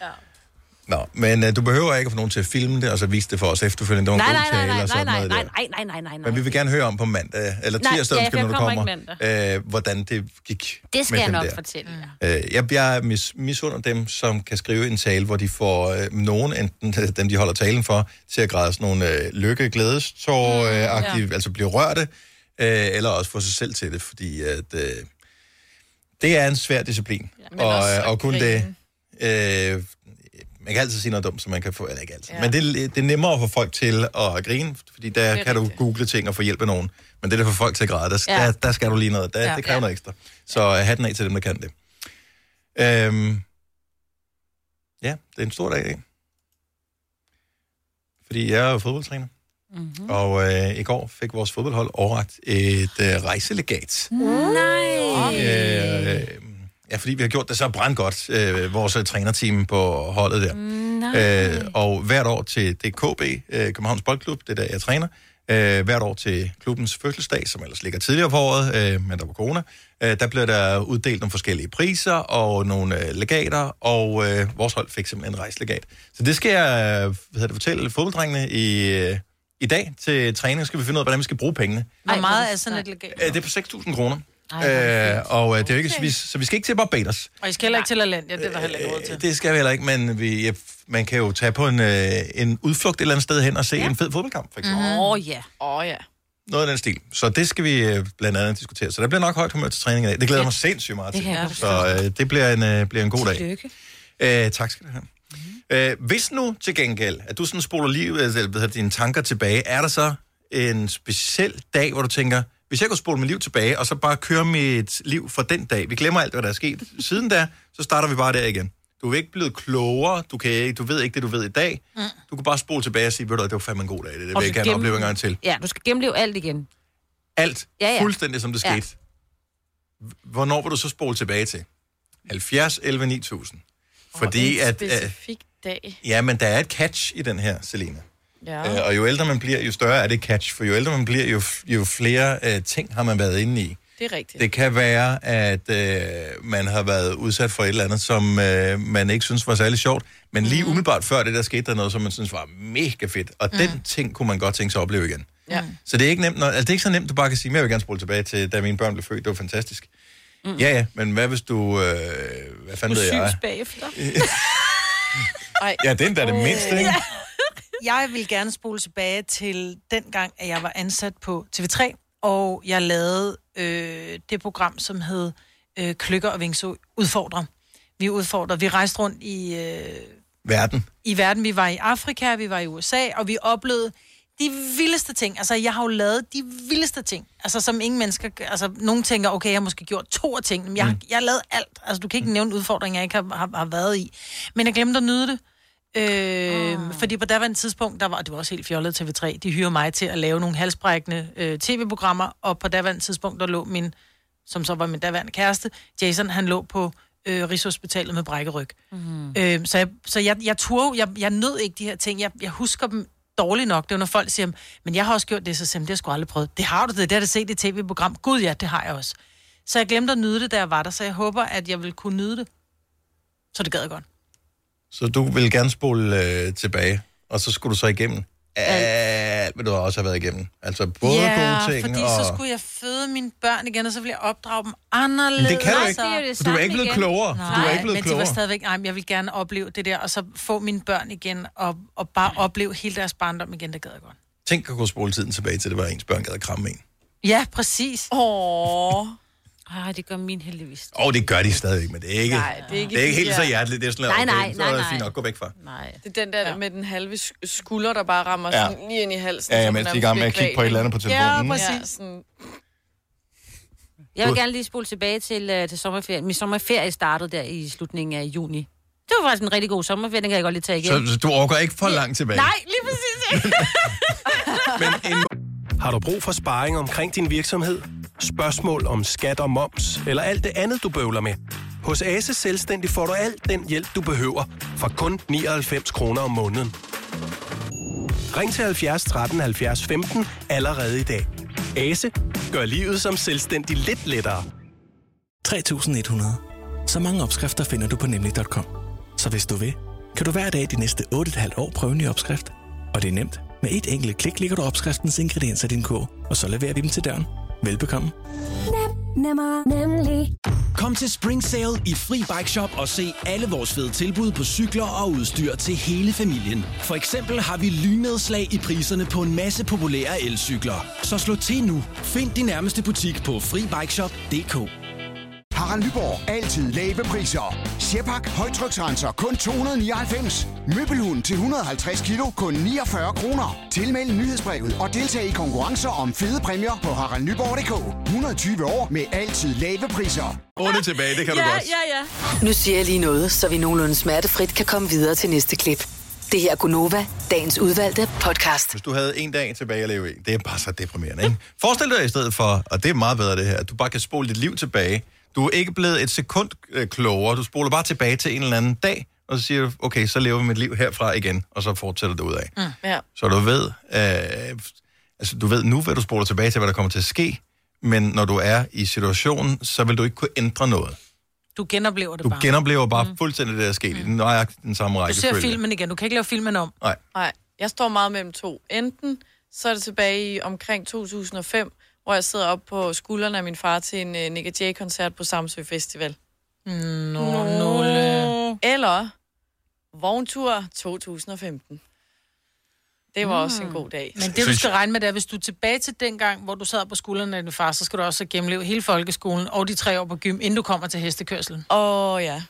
Speaker 1: Nå, men uh, du behøver ikke at få nogen til at filme det, og så vise det for os efterfølgende. Det
Speaker 3: Nej,
Speaker 1: var en god
Speaker 3: nej, nej,
Speaker 1: tale
Speaker 3: nej, nej,
Speaker 1: og sådan
Speaker 3: nej,
Speaker 1: noget
Speaker 3: nej,
Speaker 1: der.
Speaker 3: nej, nej, nej, nej, nej.
Speaker 1: Men vi vil gerne høre om på mandag, eller
Speaker 3: Nej,
Speaker 1: tirsdag,
Speaker 3: ja,
Speaker 1: nej, ja,
Speaker 3: for
Speaker 1: når du
Speaker 3: jeg
Speaker 1: kommer,
Speaker 3: kommer ikke
Speaker 1: øh, hvordan det gik
Speaker 3: Det skal
Speaker 1: med
Speaker 3: jeg
Speaker 1: den
Speaker 3: nok
Speaker 1: der.
Speaker 3: fortælle jer.
Speaker 1: Øh, jeg jeg mis, misunder dem, som kan skrive en tale, hvor de får øh, nogen, enten [laughs] øh, dem, de holder talen for, til at græde sådan nogle øh, lykke, glædestår, øh, ja.
Speaker 2: Mm, ja.
Speaker 1: altså blive rørte, øh, eller også få sig selv til det, fordi at, øh, det er en svær disciplin.
Speaker 2: men
Speaker 1: og,
Speaker 2: også
Speaker 1: øh, og
Speaker 2: at
Speaker 1: kun det... Øh, man kan altid sige noget dumt, som man kan få, eller ikke altid. Ja. Men det, er- det er nemmere at få folk til at grine, fordi der kan
Speaker 2: Det er
Speaker 1: rigtigt. du google ting og få hjælp af nogen. Men det der får folk til at græde, der,
Speaker 2: Ja.
Speaker 1: ja. der, der skal du lige noget. Der, ja.
Speaker 2: Ja.
Speaker 1: Det kræver
Speaker 2: Ja.
Speaker 1: noget ekstra. Så øh, hatten af til dem, der kan det. Øhm, ja, det er en stor dag i dag. Fordi jeg er jo fodboldtræner.
Speaker 2: Mhm.
Speaker 1: Mm-hmm. Og øh, i går fik vores fodboldhold overragt et øh, rejselegat.
Speaker 3: Nej.
Speaker 1: Øh, ja, fordi vi har gjort det så brandgodt, øh, vores øh, trænerteam på holdet der.
Speaker 3: Nej.
Speaker 1: Øh, og hvert år til DKB, øh, Københavns Boldklub, det er der, jeg træner. Øh, hvert år til klubbens fødselsdag, som ellers ligger tidligere på året, øh, men der var corona, øh, der blev der uddelt nogle forskellige priser og nogle øh, legater, og øh, vores hold fik simpelthen en rejslegat. Så det skal jeg øh, hvad hedder det, fortælle fodbolddrengene i, øh, i dag til træning, skal vi finde ud af, hvordan vi skal bruge pengene.
Speaker 2: Hvor meget er sådan et legat?
Speaker 1: Øh, det er på 6.000 kroner.
Speaker 2: Ej, hvor er
Speaker 1: Øh, og øh, det er jo ikke, vi, så vi skal ikke til Barbados.
Speaker 2: Og I skal heller ikke til Lalandia, det er der heller ikke råd til.
Speaker 1: Det skal vi heller ikke, men vi, øh, man kan jo tage på en, øh, en udflugt et eller andet sted hen og se ja. en fed fodboldkamp, for eksempel.
Speaker 3: Åh, oh, ja.
Speaker 4: Åh, oh, ja.
Speaker 1: Noget af den stil. Så det skal vi øh, blandt andet diskutere. Så der bliver nok højt humør til træning i dag. Det glæder ja. mig sindssygt meget
Speaker 3: Det
Speaker 1: til.
Speaker 3: kan jeg godt
Speaker 1: Så øh, det bliver en, øh, bliver en god dag.
Speaker 3: Tillykke. Mhm.
Speaker 1: Øh, tak skal du have. Øh, hvis nu til gengæld, at du sådan spoler livet, altså, hvad hedder det, dine tanker tilbage, er der så en speciel dag, hvor du tænker, hvis jeg kunne spole mit liv tilbage, og så bare køre mit liv fra den dag, vi glemmer alt, hvad der er
Speaker 3: [laughs]
Speaker 1: sket siden da, så starter vi bare der igen. Du er ikke blevet klogere, du, kan ikke, du ved ikke det, du ved i dag. Mm. Du kan bare spole tilbage og sige, ved du, hvad, det var fandme en god dag, det, det
Speaker 3: Og
Speaker 1: vil jeg
Speaker 3: du
Speaker 1: gerne
Speaker 3: gem-
Speaker 1: opleve en gang til.
Speaker 3: Ja, du skal gennemleve alt igen.
Speaker 1: Alt,
Speaker 3: Ja,
Speaker 1: ja,
Speaker 3: ja.
Speaker 1: ja. fuldstændig som det
Speaker 3: Ja.
Speaker 1: skete. Hvornår vil du så spole tilbage til? 70 11 9000. Fordi at...
Speaker 4: En
Speaker 1: Øh,
Speaker 4: specifik dag.
Speaker 1: ja, men der er et catch i den her, Selina.
Speaker 4: Ja.
Speaker 1: Øh, og jo ældre man bliver, jo større er det catch. For jo ældre man bliver, jo, f- jo flere øh, ting har man været inde i.
Speaker 4: Det er rigtigt.
Speaker 1: Det kan være, at øh, man har været udsat for et eller andet, som øh, man ikke synes var særlig sjovt. Men lige umiddelbart før det der skete, der noget, som man synes var mega fedt. Og mm. den ting kunne man godt tænke sig at opleve igen.
Speaker 4: Ja.
Speaker 1: Så det er ikke nemt, når, altså det er ikke så nemt, du bare kan sige, men jeg vil gerne spole tilbage til, da mine børn blev født, det var fantastisk. Mm. Ja, ja, men hvad hvis du, øh, hvad fanden ved jeg?
Speaker 2: bagefter.
Speaker 4: Ej.
Speaker 1: [laughs] Ja, den der er det mindste, ikke? Ja.
Speaker 2: Jeg vil gerne spole tilbage til den gang, at jeg var ansat på TV3, og jeg lavede øh, det program, som hed øh, Klykker og Vingsø udfordrer. Vi udfordrer. Vi rejste rundt i øh,
Speaker 1: Verden.
Speaker 2: i verden. Vi var i Afrika, vi var i USA, og vi oplevede de vildeste ting. Altså, jeg har jo lavet de vildeste ting. Altså, som ingen mennesker... gør. Altså, nogen tænker, okay, jeg har måske gjort to af tingene, men jeg, mm.
Speaker 23: Mm.
Speaker 2: jeg har lavet alt. Altså, du kan ikke nævne udfordringer, jeg ikke har, har, har været i. Men jeg glemte at nyde det. Øh, mm. Fordi på daværende tidspunkt, der var, og det var også helt fjollet TV3, de hyrede mig til at lave nogle halsbrækkende øh, tv-programmer, og på daværende tidspunkt, der lå min, som så var min daværende kæreste, Jason, han lå på øh, Rigshospitalet med brækkeryg.
Speaker 3: Mm.
Speaker 2: Øh, så jeg, så jeg, jeg turde, jeg, jeg nød ikke de her ting. Jeg, jeg husker dem dårligt nok. Det er jo, når folk siger, men jeg har også gjort det, så siger jeg, det har jeg sgu aldrig prøvet. Det har du det, det har du set i et tv-program. Gud ja, det har jeg også. Så jeg glemte at nyde det, da jeg var der, så jeg håber, at jeg vil kunne nyde det. Så det gad jeg godt.
Speaker 1: Så du vil gerne spole øh, tilbage, og så skulle du så igennem alt, hvad du også har været igennem. Altså både gode ting
Speaker 2: fordi
Speaker 1: og...
Speaker 2: så skulle jeg føde mine børn igen, og så ville jeg opdrage dem anderledes.
Speaker 1: Men det kan du ikke, for du er ikke blevet klogere, for du er ikke blevet
Speaker 2: men
Speaker 1: klogere.
Speaker 2: det var stadigvæk, nej, men jeg vil gerne opleve det der, og så få mine børn igen, og, og bare opleve hele deres barndom igen, det gad jeg godt.
Speaker 1: Tænk at kunne spole tiden tilbage til, det var ens børn gad at kramme en.
Speaker 2: Ja, præcis.
Speaker 4: Åh.
Speaker 3: Ah, det gør min heldigvis.
Speaker 1: Og det gør de stadig, men det er ikke,
Speaker 4: Nej, det er ikke
Speaker 1: det er ikke
Speaker 4: de
Speaker 1: helt så
Speaker 4: der-
Speaker 1: hjerteligt. Det er sådan,
Speaker 4: Nej,
Speaker 1: okay,
Speaker 4: nej,
Speaker 1: så
Speaker 4: nej,
Speaker 1: er det
Speaker 4: nej.
Speaker 1: fint nok, gå væk fra.
Speaker 3: Nej.
Speaker 4: Det er den der ja. med den halve sk- skulder, der bare rammer
Speaker 1: Ja.
Speaker 4: ja. sådan lige ind i halsen.
Speaker 1: Ja, ja,
Speaker 4: så den
Speaker 1: mens de er i
Speaker 4: nærmest
Speaker 1: gang med
Speaker 4: bliver
Speaker 1: at kigge på et
Speaker 4: kvalt,
Speaker 1: eller andet
Speaker 4: ikke?
Speaker 1: på telefonen,
Speaker 4: Ja,
Speaker 1: ikke?
Speaker 4: præcis. Ja, sådan.
Speaker 3: Jeg vil gerne lige spole tilbage til, øh, til sommerferien. Min sommerferie startede der i slutningen af juni. Det var faktisk en rigtig god sommerferie, den kan jeg godt lige tage igen.
Speaker 1: Så, så du overgår ikke for langt tilbage.
Speaker 3: Nej, lige præcis ikke.
Speaker 18: Har du brug for sparring omkring din virksomhed? Spørgsmål om skat og moms, eller alt det andet, du bøvler med? Hos Ase Selvstændig får du alt den hjælp, du behøver, for kun 99 kroner om måneden. Ring til 70 13 70 15 allerede i dag. Ase gør livet som selvstændig lidt lettere.
Speaker 19: 3.100. Så mange opskrifter finder du på nemlig.com. Så hvis du vil, kan du hver dag de næste 8,5 år prøve en ny opskrift. Og det er nemt. Med et enkelt klik ligger du opskriftens ingredienser i din kog, og så leverer vi dem til døren. Velbekomme.
Speaker 12: Nemmer, nemlig.
Speaker 20: Kom til Spring Sale i Fri Bike Shop og se alle vores fede tilbud på cykler og udstyr til hele familien. For eksempel har vi lynedslag i priserne på en masse populære elcykler. Så slå til nu. Find din nærmeste butik på FriBikeShop.dk.
Speaker 9: Harald Nyborg. Altid lave priser. Sjehpak. Højtryksrenser. Kun 299. Møbelhund til 150 kilo. Kun 49 kroner. Tilmeld nyhedsbrevet og deltag i konkurrencer om fede præmier på haraldnyborg.dk. 120 år med altid lave priser.
Speaker 1: Runde tilbage, det kan du
Speaker 5: Ja,
Speaker 1: godt.
Speaker 5: ja, Nu siger jeg lige noget, så vi nogenlunde smertefrit kan komme videre til næste klip. Det her er Gunova, dagens udvalgte podcast.
Speaker 1: Hvis du havde en dag tilbage at leve i, det er bare så deprimerende, ikke? Forestil dig i stedet for, og det er meget bedre det her, at du bare kan spole dit liv tilbage. Du er ikke blevet et sekund øh, klogere, du spoler bare tilbage til en eller anden dag, og så siger du, okay, så lever vi mit liv herfra igen, og så fortsætter du ud af.
Speaker 4: Mm. Ja.
Speaker 1: Så du ved, øh, altså du ved nu, hvad du spoler tilbage til, hvad der kommer til at ske, men når du er i situationen, så vil du ikke kunne ændre noget.
Speaker 2: Du genoplever det
Speaker 1: Du
Speaker 2: bare.
Speaker 1: genoplever bare mm. fuldstændig det, der er sket mm. i den nøjagtigt den samme
Speaker 2: du
Speaker 1: rækkefølge.
Speaker 2: ser filmen igen. Du kan ikke lave filmen om.
Speaker 1: Nej.
Speaker 4: Nej, jeg står meget mellem to. Enten så er det tilbage i omkring 2005, hvor jeg sidder op på skuldrene af min far til en øh, Nick Jay-koncert på Samsø Festival.
Speaker 2: Nå, nulle.
Speaker 4: Eller vogntur 2015. Det var også en god dag.
Speaker 2: Mm. Men det, du skal regne med, det er, hvis du er tilbage til den gang, hvor du sad på skuldrene af din far, så skal du også gennemleve hele folkeskolen og de tre år på gym, inden du kommer til hestekørselen.
Speaker 4: Åh, oh, ja.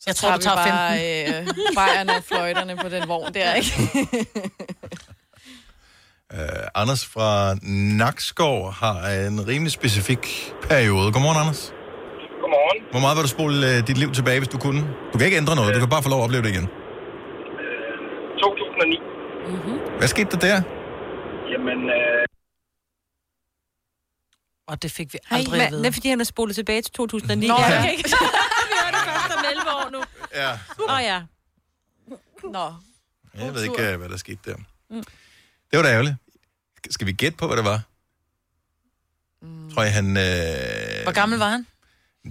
Speaker 2: Så jeg tror, du tager
Speaker 4: bare,
Speaker 2: 15.
Speaker 4: Øh, bajerne og fløjterne på den vogn
Speaker 2: [laughs]
Speaker 4: der, ikke?
Speaker 1: Øh, Anders fra Nakskov har en rimelig specifik periode. Godmorgen, Anders.
Speaker 13: Godmorgen.
Speaker 1: Hvor meget vil du spole øh, dit liv tilbage, hvis du kunne? Du kan ikke ændre noget, du kan bare få lov at opleve det igen.
Speaker 13: 2009.
Speaker 1: Hvad skete der der?
Speaker 13: Jamen, øh,
Speaker 2: Og det fik vi
Speaker 3: Ej,
Speaker 2: aldrig
Speaker 3: men
Speaker 2: at vide.
Speaker 3: Det er fordi, han er spolet tilbage til 2009.
Speaker 2: Nå,
Speaker 3: [laughs] Ja.
Speaker 2: ja. [laughs] Vi hørte det
Speaker 1: Ja.
Speaker 21: Åh oh, ja.
Speaker 4: Nå.
Speaker 1: Jeg ved ikke, øh, hvad der skete der. Det var da ærgerligt. Skal vi gætte på, hvad det var? Tror jeg, han... Øh...
Speaker 21: Hvor gammel var han?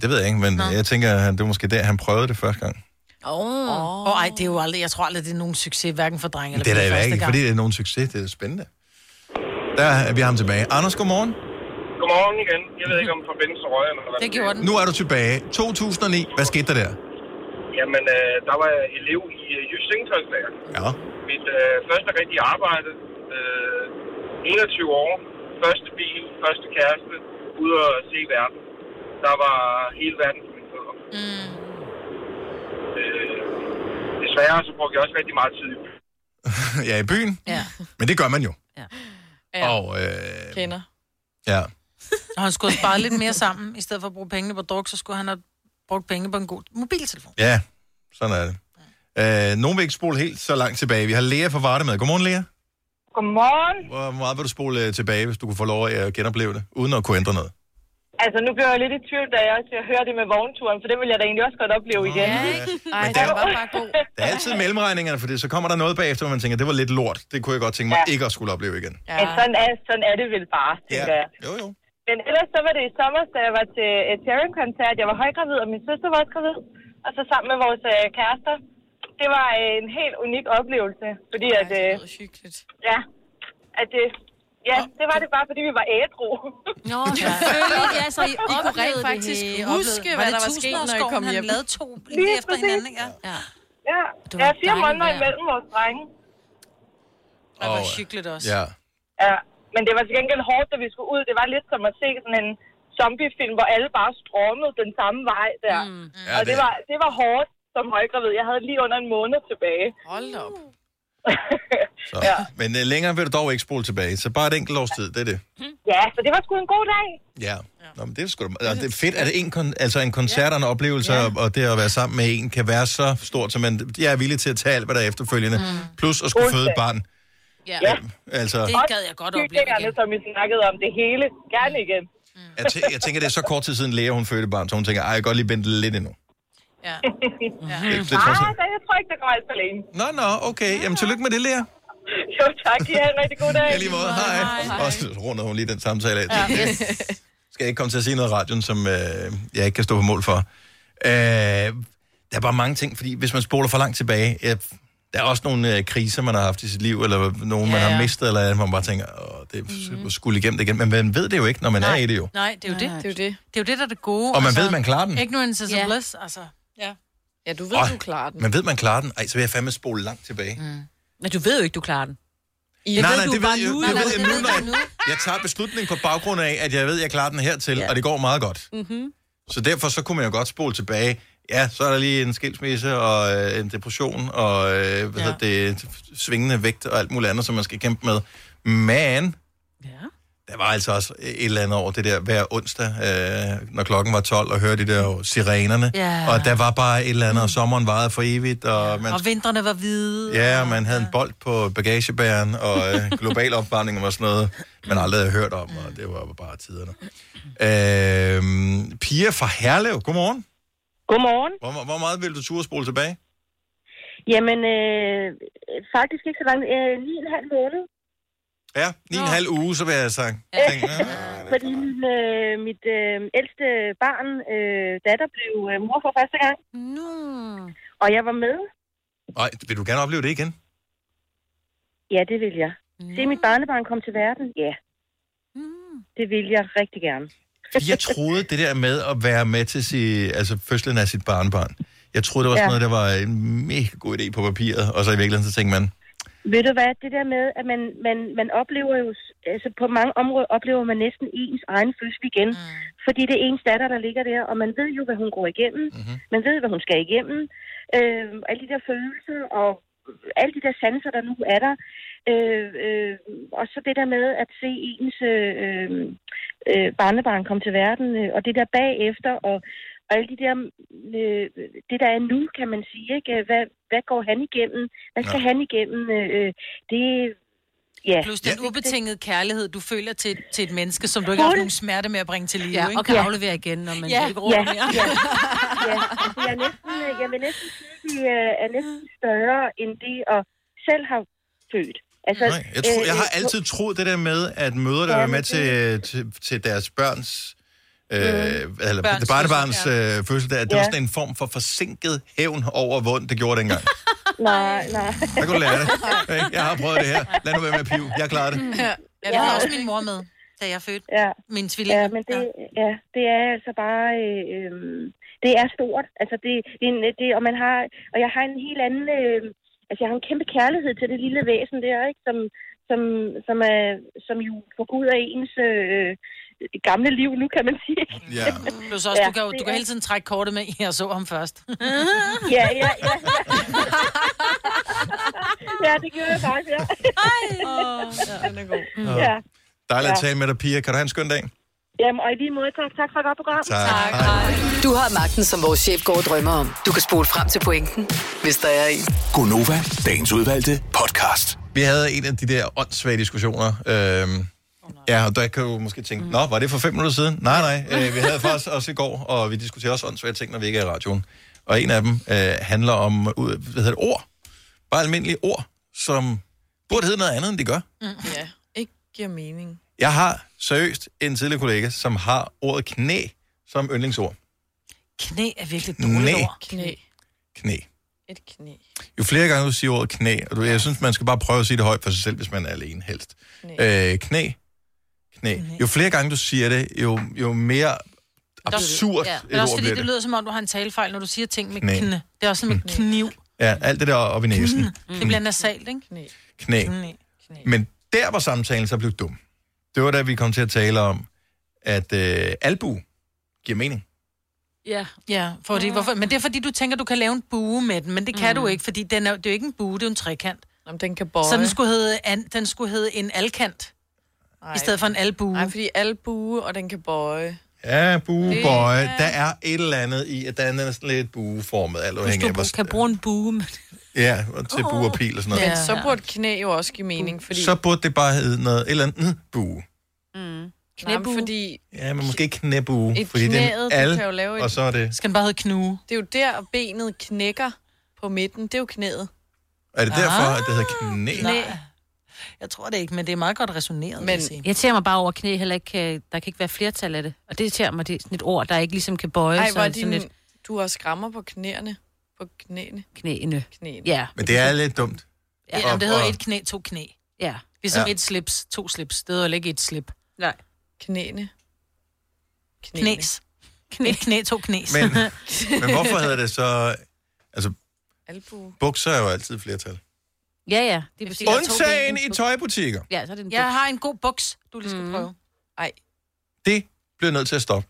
Speaker 1: Det ved jeg ikke, men
Speaker 21: Nå.
Speaker 1: jeg tænker, han- det var måske der, han prøvede det første gang.
Speaker 21: Åh, oh. oh. oh, ej, det er jo aldrig, jeg tror aldrig, det er nogen succes, hverken for drenge eller
Speaker 1: Det er
Speaker 21: piger
Speaker 1: da
Speaker 21: første
Speaker 1: ikke,
Speaker 21: gang.
Speaker 1: fordi det er nogen succes. Det er spændende. Der er vi ham tilbage. Anders, godmorgen.
Speaker 6: Godmorgen igen. Jeg ved ikke, om forbindelsen røg eller hvad.
Speaker 1: Nu er du tilbage. 2009. Hvad skete der der?
Speaker 6: Jamen, øh, der var jeg elev i øh, Jysk Sengetøjslager.
Speaker 1: Ja.
Speaker 6: Mit øh, første rigtige arbejde. Øh, 21 år. Første bil. Første kæreste. Ude at se verden. Der var hele verden på mine fødder. Mm. Øh, desværre så brugte jeg også rigtig meget tid i byen.
Speaker 1: [laughs] ja, i byen.
Speaker 21: Ja.
Speaker 1: Men det gør man jo.
Speaker 21: Ja.
Speaker 1: Og, øh,
Speaker 4: Kender.
Speaker 1: ja.
Speaker 21: Og han skulle have sparet lidt mere sammen. I stedet for at bruge pengene på druk, så skulle han have brugt penge på en god mobiltelefon.
Speaker 1: ja, sådan er det. Øh, nogen vil ikke spole helt så langt tilbage. Vi har Lea fra Varde med. Godmorgen, Lea.
Speaker 8: Godmorgen.
Speaker 1: Hvor meget vil du spole øh, tilbage, hvis du kunne få lov at øh, genopleve det, uden at kunne ændre noget?
Speaker 8: Altså, nu blev jeg lidt i tvivl, da jeg også hørte det med vognturen, for det ville jeg da egentlig også godt opleve igen. Ja, ikke?
Speaker 4: Ej, det var bare god.
Speaker 1: Der er altid mellemregningerne, for så kommer der noget bagefter, hvor man tænker, det var lidt lort. Det kunne jeg godt tænke mig ja. ikke at skulle opleve igen.
Speaker 8: Ja. Sådan, er, sådan er det vel bare, tænker jeg.
Speaker 1: Jo, jo.
Speaker 8: Men ellers så var det i sommer, da jeg var til et Sharon-koncert. Jeg var højgravid, og min søster var også gravid. Og så sammen med vores øh, kærester. Det var øh, en helt unik oplevelse, fordi Ej, at... Øh, det var hyggeligt. Ja, at det... Ja, det var det bare, fordi vi var ædru. Nå,
Speaker 4: selvfølgelig. [laughs] Ja, så I I kunne oplevede rent det faktisk hele. huske, Oplevede- hvad Var det der var sket, når I Tusindårsgården, kom han hjem? lavede
Speaker 21: to
Speaker 8: lige efter hinanden,
Speaker 21: ja. Ja,
Speaker 8: ja.
Speaker 21: Det var
Speaker 8: ja fire
Speaker 21: dejligt
Speaker 8: måneder
Speaker 21: vejr.
Speaker 8: imellem vores drenge.
Speaker 21: Det var hyggeligt også.
Speaker 1: Ja.
Speaker 8: Ja, men det var til gengæld hårdt, da vi skulle ud. Det var lidt som at se sådan en zombiefilm, hvor alle bare strømmede den samme vej der. Mm.
Speaker 1: Ja,
Speaker 8: og det
Speaker 1: det-
Speaker 8: var, det var hårdt som højgravid. Jeg havde lige under en måned tilbage. Hold op.
Speaker 1: Så. Ja. Men øh, længere vil du dog ikke spole tilbage, så bare et enkelt års tid, det er det.
Speaker 8: Ja, så det var sgu en god dag.
Speaker 1: Ja. Nå, men det er sgu da, altså, det er fedt, at en, kon, altså en koncert og en oplevelse, ja. og det at være sammen med en, kan være så stort, som man jeg er villig til at tage alt, hvad der er efterfølgende. Mm. Plus at skulle føde et barn.
Speaker 8: Ja.
Speaker 1: Altså,
Speaker 8: gad jeg godt opleve igen. som I snakkede om det hele. Gerne igen.
Speaker 1: jeg, tæ- jeg tænker, det er så kort tid siden Lea, hun fødte et barn, så hun tænker, ej, jeg kan godt lige vente lidt endnu.
Speaker 8: [laughs] Ja. ja.
Speaker 1: Det- det tror jeg
Speaker 8: Nej,
Speaker 1: så-
Speaker 8: Ah, jeg tror ikke, det går alt for længe.
Speaker 1: Nå, nå, okay. Jamen, tillykke med det, Lea.
Speaker 8: Jo, tak. I har en rigtig god dag.
Speaker 1: Ja, lige måde. Hej. Og så runder hun lige den samtale af. Ja.
Speaker 8: Yes.
Speaker 1: Skal jeg ikke komme til at sige noget i radioen, som øh, jeg ikke kan stå på mål for. Øh, der er bare mange ting, fordi hvis man spoler for langt tilbage, øh, der er også nogle øh, kriser, man har haft i sit liv, eller nogen, ja, man
Speaker 21: Ja,
Speaker 1: har
Speaker 21: ja.
Speaker 1: mistet, eller andet, hvor man bare tænker, Åh, det er mm. skulle igennem det igen. Men man ved det jo ikke, når man Nej. er i det jo.
Speaker 21: Nej, det er jo det.
Speaker 4: Det er jo det.
Speaker 21: Det er jo det, der er det gode.
Speaker 1: Og man
Speaker 2: Altså,
Speaker 1: ved, man klarer den.
Speaker 21: Ignorance is a bliss, altså.
Speaker 4: Ja. Ja, du ved,
Speaker 1: Åh,
Speaker 4: du klarer den.
Speaker 1: Man ved, man klarer den. Ej, så vil jeg fandme spole langt tilbage. Mm.
Speaker 3: Men du ved jo ikke, du klarer den.
Speaker 1: I- Nej, nej, det ved jeg- det ved jeg nu, når Jeg tager beslutningen på baggrund af, at jeg ved, at jeg klarer den hertil, ja. og det går meget godt.
Speaker 3: Mm-hmm.
Speaker 1: Så derfor så kunne man jo godt spole tilbage. Ja, så er der lige en skilsmisse og øh, en depression og øh, hvad ja. hedder det, svingende vægt og alt muligt andet, som man skal kæmpe med. Men ja. der var altså også et eller andet over det der hver onsdag, øh, når klokken var 12, og hørte de der jo sirenerne.
Speaker 21: Ja.
Speaker 1: Og der var bare et eller andet, og sommeren varede for evigt. Og, man,
Speaker 21: Og vintrene var hvide.
Speaker 1: ja, og man havde en bold på bagagebæren, og øh, global opvarmning var sådan noget, man aldrig havde hørt om, og det var bare tiderne. Øh, Pia fra Herlev, godmorgen.
Speaker 12: Godmorgen.
Speaker 1: Hvor, hvor meget vil du turde spole tilbage?
Speaker 12: Jamen, øh, faktisk ikke så langt. Øh, lige en halv måned.
Speaker 1: Ja, 9,5 uge, så vil jeg sige.
Speaker 12: Fordi min, øh, mit øh, ældste barn, øh, datter, blev øh, mor for første gang. No. Og jeg var med.
Speaker 1: Nej, vil du gerne opleve det igen?
Speaker 12: Ja, det vil jeg. Mm. Se, mit barnebarn kom til verden. Ja. Mm. Det vil jeg rigtig gerne.
Speaker 1: Fordi Jeg troede det der med at være med til si, altså fødslen af sit barnbarn. Jeg troede, det var sådan
Speaker 12: Ja.
Speaker 1: noget, der var en mega god idé på papiret, og så i virkeligheden, så tænkte man,
Speaker 12: Ved du hvad, det der med, at man, man, man oplever jo, s- altså på mange områder oplever man næsten ens egen fødsel igen, mm. fordi det er ens datter, der ligger der, og man ved jo, hvad hun går igennem, mm-hmm. man ved, hvad hun skal igennem, øh, alle de der følelser og alle de der sanser, der nu er der, øh, øh, og så det der med at se ens øh, øh, øh, barnebarn komme til verden, øh, og det der bagefter, og, og alle de der, øh, det der er nu, kan man sige, ikke? Hvad, hvad går han igennem? Hvad skal ja. han igennem? Øh, øh, det, Ja.
Speaker 2: Plus den
Speaker 12: Ja.
Speaker 2: ubetingede kærlighed, du føler til, til et menneske, som du ikke har haft nogen smerte med at bringe til live.
Speaker 3: Ja,
Speaker 2: ikke?
Speaker 3: og kan aflevere igen, når man
Speaker 2: Ja.
Speaker 3: ikke råber
Speaker 2: Ja.
Speaker 3: mere.
Speaker 2: Ja.
Speaker 12: ja, altså, jeg er næsten, øh, jeg vil næsten sige, at de øh, er næsten større, end de og selv har født. Altså,
Speaker 1: Nej, jeg, tror,
Speaker 12: øh,
Speaker 1: jeg har
Speaker 12: øh,
Speaker 1: altid troet det der med, at mødre, der
Speaker 12: Ja,
Speaker 1: er
Speaker 12: men
Speaker 1: med
Speaker 12: det-
Speaker 1: til, til, til deres børns, øh, eller
Speaker 12: Børns
Speaker 1: barnebarns
Speaker 12: fødsel,
Speaker 1: øh, fødselsdag, at det
Speaker 12: Mm. Ja.
Speaker 1: var sådan en form for forsinket hævn over vund, det gjorde dengang.
Speaker 12: Nej, nej.
Speaker 1: Jeg kunne du lære
Speaker 12: [laughs]
Speaker 1: det. Ikke? Jeg har prøvet det her. Lad nu være med at pive. Jeg klarer det.
Speaker 2: Ja. Jeg ja. havde også min mor med, da jeg fødte
Speaker 12: ja.
Speaker 2: min tvilling.
Speaker 12: Ja, men det, ja. det er altså bare... Øh, øh, det er stort. Altså, det, det, er en- det, og, man har, og jeg har en helt anden... Øh, altså, jeg har en kæmpe kærlighed til det lille væsen der, ikke? Som, som, som, er, som jo forguder ens øh, gamle liv, nu kan man
Speaker 2: [laughs]
Speaker 12: sige.
Speaker 1: Ja.
Speaker 2: Plus også, ja, du kan, jo,
Speaker 12: det
Speaker 2: du kan
Speaker 12: er-
Speaker 2: hele tiden trække kortet med, jeg så ham først.
Speaker 12: [laughs] ja, ja, ja. ja, det gjorde jeg faktisk, ja.
Speaker 2: Åh, ja, den er god.
Speaker 12: Ja.
Speaker 1: Dejligt at
Speaker 12: Ja.
Speaker 1: tale med dig, Pia. Kan du have en skøn dag?
Speaker 12: Jamen, og i lige måde, tak, tak for et godt program.
Speaker 1: Tak. Tak.
Speaker 5: Du har magten, som vores chef går og drømmer om. Du kan spole frem til pointen, hvis der er en.
Speaker 10: Gonova, dagens udvalgte podcast.
Speaker 1: Vi havde en af de der åndssvage diskussioner. Øhm, ja, og der kan du måske
Speaker 12: Mm.
Speaker 1: tænke, nå, var det for fem minutter siden? Nej, nej. Øh, vi havde faktisk også i går, og vi diskuterer også åndssvage ting, når vi ikke er i radioen. Og en af dem øh, handler om ud, hvad hedder det, ord. Bare almindelige ord, som burde hedde noget andet, end de gør.
Speaker 4: Mm. [laughs] Ja, ikke giver mening.
Speaker 1: Jeg har seriøst en tidligere kollega, som har ordet knæ som yndlingsord.
Speaker 2: Knæ er virkelig et dårligt
Speaker 1: Knæ.
Speaker 2: ord.
Speaker 4: Knæ.
Speaker 1: Knæ.
Speaker 4: Et knæ.
Speaker 1: Jo flere gange du siger ordet knæ, og du, jeg synes, man skal bare prøve at sige det højt for sig selv, hvis man er alene helst. Øh, knæ. Knæ. Jo flere gange du siger det, jo, jo mere absurd
Speaker 2: Ja.
Speaker 1: et
Speaker 2: Men også
Speaker 1: ord
Speaker 2: fordi
Speaker 1: bliver
Speaker 2: det
Speaker 1: det.
Speaker 2: lyder som om, du har en talefejl, når du siger ting med
Speaker 1: Knæ. Mm.
Speaker 2: knæ. knæ. Det er også som med kniv.
Speaker 1: Ja, alt det der op i næsen.
Speaker 2: Mm. Det bliver Mm. nasalt, ikke? Knæ.
Speaker 1: Knæ. Men der var samtalen så blev dum. Det var da vi kom til at tale om, at øh, albu giver mening.
Speaker 2: Ja. ja fordi, hvorfor? Men det er fordi, du tænker, du kan lave en bue med den, men det kan mm. du ikke, fordi den er, det er jo ikke en bue, det er jo en trekant.
Speaker 4: Jamen, den kan bøje.
Speaker 2: Så den skulle hedde, an, den skulle hedde en alkant, i stedet for en albue.
Speaker 4: Nej, fordi albue, og den kan bøje.
Speaker 1: Ja,
Speaker 4: Det
Speaker 1: buebøje.
Speaker 4: er-
Speaker 1: Der er et eller andet i, at den er sådan lidt bueformet, alt afhængig af, hvor...
Speaker 3: kan bruge en bue, men...
Speaker 1: Ja, og til bue og pil og sådan noget.
Speaker 4: Men så burde knæ jo også give mening, fordi...
Speaker 1: Så burde det bare hedde noget, et eller andet mm, bue.
Speaker 4: Mm. Knæbue. Nej, fordi
Speaker 1: Ja, men måske knæbue.
Speaker 4: Et
Speaker 1: fordi det er
Speaker 4: knæet,
Speaker 1: en
Speaker 4: det
Speaker 1: al,
Speaker 4: kan jo lave et-
Speaker 1: og så er det...
Speaker 2: Skal den bare hedde knuge?
Speaker 4: det er jo der, benet knækker på midten. Det er jo knæet.
Speaker 1: Er det derfor,
Speaker 2: Ah.
Speaker 1: at det hedder
Speaker 3: Ah.
Speaker 1: knæ?
Speaker 2: Nej. Jeg tror det ikke, men det er meget godt resoneret. Men,
Speaker 3: Men jeg tager mig bare over at knæ, heller ikke kan, der kan ikke være flertal af det. Og det irriterer mig, det er sådan et ord, der ikke ligesom kan bøje
Speaker 4: Ej,
Speaker 3: sig.
Speaker 4: hvor er
Speaker 3: sådan
Speaker 4: din...
Speaker 3: et
Speaker 4: Du har skrammer på knæerne. På knæene.
Speaker 3: knæene.
Speaker 4: Knæene.
Speaker 3: Ja.
Speaker 1: Men det er lidt dumt.
Speaker 2: ja,
Speaker 1: Og-
Speaker 2: jamen, det hedder
Speaker 1: og-
Speaker 2: et knæ, to knæ.
Speaker 3: Ja.
Speaker 2: Ligesom
Speaker 1: Ja.
Speaker 2: ja. et slips, to slips. Det hedder heller ikke et slip.
Speaker 3: Nej.
Speaker 4: Knæene. Knæene.
Speaker 2: Knæs. Knæ. Et knæ, to knæs.
Speaker 1: Men,
Speaker 2: [laughs]
Speaker 1: men hvorfor [laughs] hedder det så... Altså,
Speaker 4: Albu.
Speaker 1: bukser er jo altid flertal.
Speaker 3: Ja, ja. Det er præcis.
Speaker 1: Undtagen i tøjbutikker.
Speaker 3: Ja, så er det en
Speaker 2: Jeg har en god buks, du lige skal mm. prøve.
Speaker 4: Ej.
Speaker 1: Det bliver nødt til at stoppe.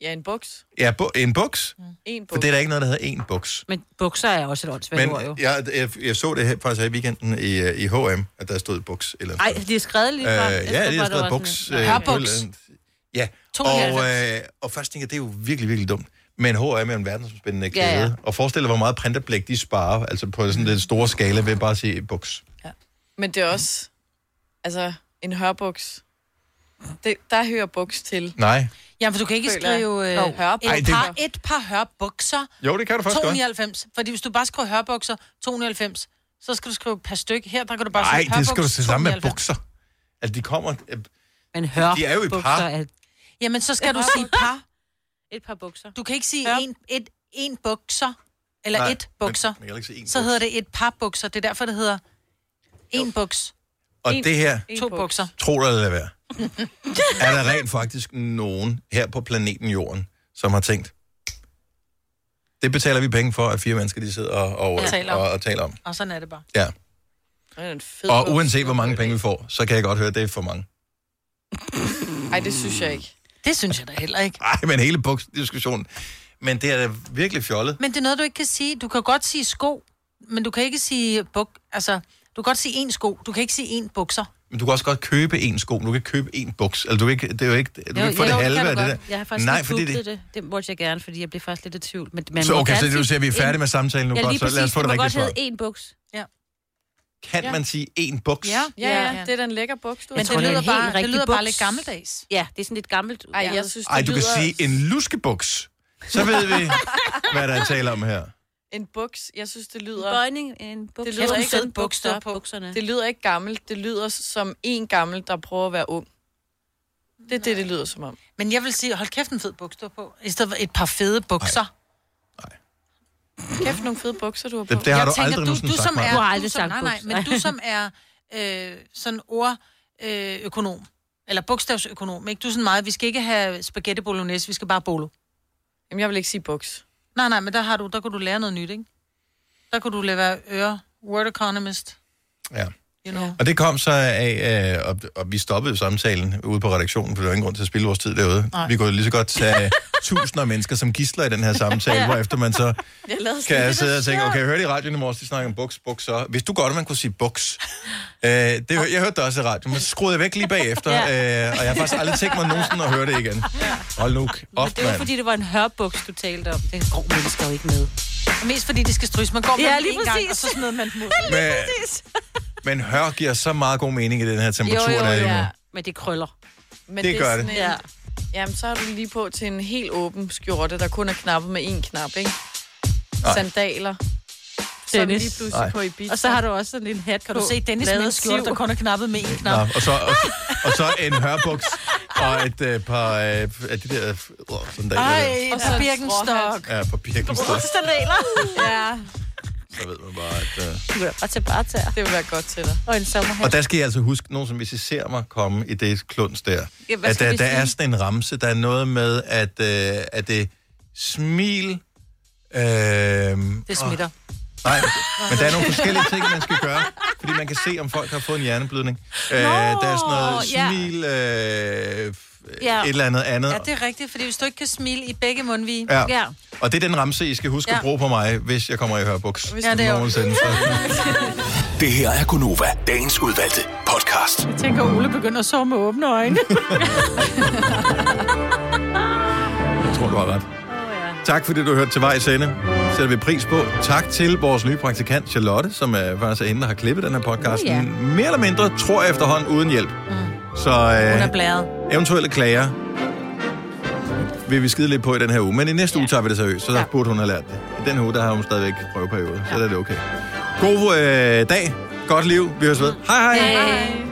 Speaker 4: Ja, en buks.
Speaker 1: Ja, bu- en buks.
Speaker 4: En buks.
Speaker 1: For det er der ikke noget, der hedder en buks.
Speaker 3: Men bukser er også et åndssvagt
Speaker 1: Men
Speaker 3: ord, jo.
Speaker 1: jeg, jeg, jeg så det her, faktisk her i weekenden i, øh, i H&M, at der stod buks. Eller
Speaker 3: Nej, de er skrevet lige frem.
Speaker 1: Øh, ja, det er skrevet buks. øh, på et eller andet. Ja, og,
Speaker 3: 92.
Speaker 1: øh, og først tænker jeg, det er jo virkelig, virkelig dumt. Men H&M er en verdensomspændende kæde.
Speaker 3: Ja,
Speaker 1: Ja,
Speaker 3: ja.
Speaker 1: ja. Og forestil dig, hvor meget printerblæk de sparer, altså på sådan den store skala, ved bare at sige buks.
Speaker 4: Men det er også... Altså, en hørbuks. Det, der hører buks til.
Speaker 1: Nej.
Speaker 2: Ja, for du kan ikke
Speaker 4: Føler jeg.
Speaker 2: skrive øh,
Speaker 4: Jo.
Speaker 2: et,
Speaker 4: Ej, det-
Speaker 2: par, et par hørbukser.
Speaker 1: Jo, det kan du faktisk
Speaker 2: 290. godt. Fordi hvis du bare skriver hørbukser 290, så skal du skrive et par stykke. Her, der kan du bare
Speaker 1: Nej,
Speaker 2: skrive
Speaker 1: det skal du
Speaker 2: hørbukser,
Speaker 1: se sammen med
Speaker 2: 290.
Speaker 1: bukser. Altså, de kommer... Øh,
Speaker 3: Men
Speaker 1: De er jo i par.
Speaker 3: Er...
Speaker 2: Jamen, så
Speaker 3: Et
Speaker 2: skal du
Speaker 3: par
Speaker 2: sige par.
Speaker 3: Et par bukser.
Speaker 2: Du kan ikke sige en, et, en bukser, eller
Speaker 1: Nej,
Speaker 2: Nej, et bukser.
Speaker 1: man kan heller ikke sige en
Speaker 2: så
Speaker 1: buks.
Speaker 2: hedder det et par bukser. Det er derfor, det hedder en buks.
Speaker 1: Og
Speaker 2: En-
Speaker 1: det her,
Speaker 2: To bukser.
Speaker 1: tro det eller lad
Speaker 2: [laughs]
Speaker 1: være, er der rent faktisk nogen her på planeten Jorden, som har tænkt, det betaler vi penge for, at fire mennesker de sidder og, og,
Speaker 2: Og taler
Speaker 1: og,
Speaker 2: om.
Speaker 1: og, og taler om.
Speaker 2: Og sådan er det bare.
Speaker 1: Ja.
Speaker 4: Det er en fed
Speaker 1: Og
Speaker 4: buks.
Speaker 1: uanset hvor mange penge vi får, så kan jeg godt høre, at det er for mange.
Speaker 4: Ej, det synes jeg ikke.
Speaker 2: Det synes jeg da heller ikke.
Speaker 1: Nej, men hele buksdiskussionen. Men det er da virkelig fjollet.
Speaker 2: Men det er noget, du ikke kan sige. Du kan godt sige sko, men du kan ikke sige buk. Altså, du kan godt sige en sko. Du kan ikke sige en bukser.
Speaker 1: Men du kan også godt købe en sko, men du kan ikke købe en buks. Altså, du kan ikke, det er jo ikke, du kan ikke få det halve af det der.
Speaker 3: Jeg har faktisk
Speaker 1: Nej,
Speaker 3: ikke
Speaker 1: fordi
Speaker 3: googlet
Speaker 1: det,
Speaker 3: det. det. Det måtte jeg gerne, fordi jeg blev faktisk lidt i tvivl. Men man
Speaker 1: Så
Speaker 3: må
Speaker 1: okay,
Speaker 3: gerne
Speaker 1: så det vil
Speaker 3: sige
Speaker 1: sige, at vi er
Speaker 3: en-
Speaker 1: færdige med samtalen nu.
Speaker 3: Ja,
Speaker 1: Godt,
Speaker 3: lige
Speaker 1: så lad os
Speaker 3: præcis.
Speaker 1: få det
Speaker 3: Det må
Speaker 1: rigtige
Speaker 3: godt
Speaker 1: svar.
Speaker 3: hedde en buks.
Speaker 2: Ja.
Speaker 1: kan
Speaker 2: Ja.
Speaker 1: man sige én buks.
Speaker 2: Ja,
Speaker 4: Ja, ja, det er da en lækker buks, du
Speaker 2: Men
Speaker 4: har.
Speaker 2: det lyder, bare, det
Speaker 3: rigtig
Speaker 2: lyder bare
Speaker 3: buks.
Speaker 2: lidt gammeldags.
Speaker 3: Ja, det er sådan lidt gammelt.
Speaker 4: Ej, jeg synes, det
Speaker 1: Ej, du kan
Speaker 4: lyder...
Speaker 1: sige en luskebuks. Så ved vi, hvad der er tale om her.
Speaker 4: [laughs] En buks, jeg synes, det lyder... En
Speaker 3: bøjning, en buks.
Speaker 4: Det
Speaker 3: Jeg
Speaker 4: lyder
Speaker 3: skulle
Speaker 4: ikke
Speaker 3: sidde
Speaker 4: en
Speaker 3: buks
Speaker 4: buks, der er
Speaker 3: op
Speaker 4: på.
Speaker 3: bukserne.
Speaker 4: Det lyder ikke gammelt. Det lyder som en gammel, der prøver at være ung. Det er det, det lyder som om.
Speaker 2: Men jeg vil sige, hold kæft en fed bukser på. I stedet for et par fede bukser.
Speaker 4: Kæft, nogle fede bukser, du har på.
Speaker 1: Det- det har
Speaker 2: jeg
Speaker 1: du
Speaker 2: tænker,
Speaker 1: aldrig
Speaker 2: du,
Speaker 1: nogensinde
Speaker 2: du
Speaker 1: sagt,
Speaker 2: som
Speaker 1: Maja.
Speaker 2: er,
Speaker 1: Du har
Speaker 3: aldrig
Speaker 2: du som,
Speaker 3: sagt
Speaker 2: nej, nej,
Speaker 3: buks.
Speaker 2: men du som er øh, sådan ord, øh, økonom, eller bogstavsøkonom, ikke? Du er sådan meget, vi skal ikke have spaghetti bolognese, vi skal bare bolo.
Speaker 4: Jamen, jeg vil ikke sige buks.
Speaker 2: Nej, nej, men der, har du, der kunne du lære noget nyt, ikke? Der kunne du lade være øre, word economist,
Speaker 1: Ja.
Speaker 2: you know.
Speaker 1: Og det kom så af, øh, og, og vi stoppede samtalen ude på redaktionen, for der var ingen grund til at spille vores tid derude.
Speaker 2: Nej.
Speaker 1: Vi kunne lige så godt tage tusinder af mennesker som gidsler i den her samtale, hvor efter man så
Speaker 4: [laughs] Jeg
Speaker 1: kan
Speaker 4: lavede sådan
Speaker 1: jeg
Speaker 4: lidt
Speaker 1: sidde og tænke,
Speaker 4: sjovt.
Speaker 1: okay, jeg hørte i radioen i morges, de snakker om buks, bukser. Hvis du godt, at man kunne sige buks. Øh, det, hør- jeg hørte det også i radioen, men så skruede jeg væk lige bagefter,
Speaker 3: [laughs] Ja.
Speaker 1: øh, og jeg har faktisk aldrig tænkt mig nogensinde at høre det igen. Hold nu op,
Speaker 3: Det var
Speaker 1: mand.
Speaker 3: fordi, det var en hørbuks, du talte om. Det grov mennesker jo ikke med.
Speaker 2: Og mest fordi de skal stryges. Man går med
Speaker 3: Ja,
Speaker 2: dem
Speaker 3: lige
Speaker 2: en gang,
Speaker 3: præcis.
Speaker 2: og så smider
Speaker 3: [laughs]
Speaker 2: man dem ud.
Speaker 1: Lige Men- præcis. Men hør giver så meget god mening i den her temperatur,
Speaker 3: Jo, jo,
Speaker 1: der er lige nu.
Speaker 3: ja. Men det krøller.
Speaker 4: Men
Speaker 1: Det gør
Speaker 4: er sådan
Speaker 1: det.
Speaker 4: En, ja. Jamen, så har du lige på til en helt åben skjorte, der kun er knappet med én knap, ikke?
Speaker 1: Nej.
Speaker 4: Sandaler. Så er vi
Speaker 3: Dennis.
Speaker 4: lige pludselig
Speaker 1: Nej.
Speaker 4: på Ibiza.
Speaker 3: Og så har du også sådan en hat
Speaker 2: Kan du se Dennis med en skjorte, der kun er knappet med en
Speaker 1: Nå,
Speaker 2: knap?
Speaker 1: og, så, og, og så en hørbuks og et øh, par øh, af de der... Øh, sådan der
Speaker 2: Ej,
Speaker 4: Og
Speaker 2: og
Speaker 4: så en
Speaker 2: så Birkenstock.
Speaker 1: Ja, på Birkenstock,
Speaker 2: Sandaler.
Speaker 4: Ja,
Speaker 1: så ved man bare, at... Øh...
Speaker 3: Du er bare til bare tager.
Speaker 4: det vil være godt til dig.
Speaker 3: Og en sommerhat.
Speaker 1: Og der skal I altså huske, nogen som hvis I ser mig komme i det kluns der,
Speaker 3: Ja, hvad
Speaker 1: at
Speaker 3: skal
Speaker 1: der,
Speaker 3: vi
Speaker 1: der er
Speaker 3: sige?
Speaker 1: sådan en ramse, der er noget med, at, øh, at det smil... Øh,
Speaker 2: Det smitter.
Speaker 1: Og, nej, men der er nogle forskellige ting, man skal gøre, fordi man kan se, om folk har fået en hjerneblødning. Øh, der er sådan noget
Speaker 2: ja.
Speaker 1: smil, øh, f-
Speaker 2: Ja.
Speaker 1: et eller andet andet.
Speaker 2: Ja, det er rigtigt, fordi hvis du ikke kan smile i begge mundvige...
Speaker 1: Ja. Og det er den ramse, I skal huske
Speaker 2: Ja.
Speaker 1: at bruge på mig, hvis jeg kommer i hørbuks.
Speaker 2: Ja, det er jo-
Speaker 1: nogensinde.
Speaker 24: Det her er Gunova, dagens udvalgte podcast.
Speaker 2: [laughs] Jeg tænker, Ole begynder at sove med åbne øjne.
Speaker 1: Jeg tror, du har ret. Tak fordi du hørte til vej i sende. Sætter vi pris på. Tak til vores nye praktikant Charlotte, som er faktisk er hende, der har klippet den her podcast.
Speaker 2: Uh, ja. Mm.
Speaker 1: Mere eller mindre, tror jeg efterhånden, uden hjælp. Så
Speaker 2: Hun er
Speaker 1: øh,
Speaker 2: blæret.
Speaker 1: eventuelle klager vil vi skide lidt på i den her uge. Men i næste uge tager vi det seriøst, så der burde hun have lært det. I den her uge, der har hun stadigvæk prøveperiode, så der er det okay. God øh, dag. Godt liv. Vi høres ved. Hej hej.
Speaker 2: Hej.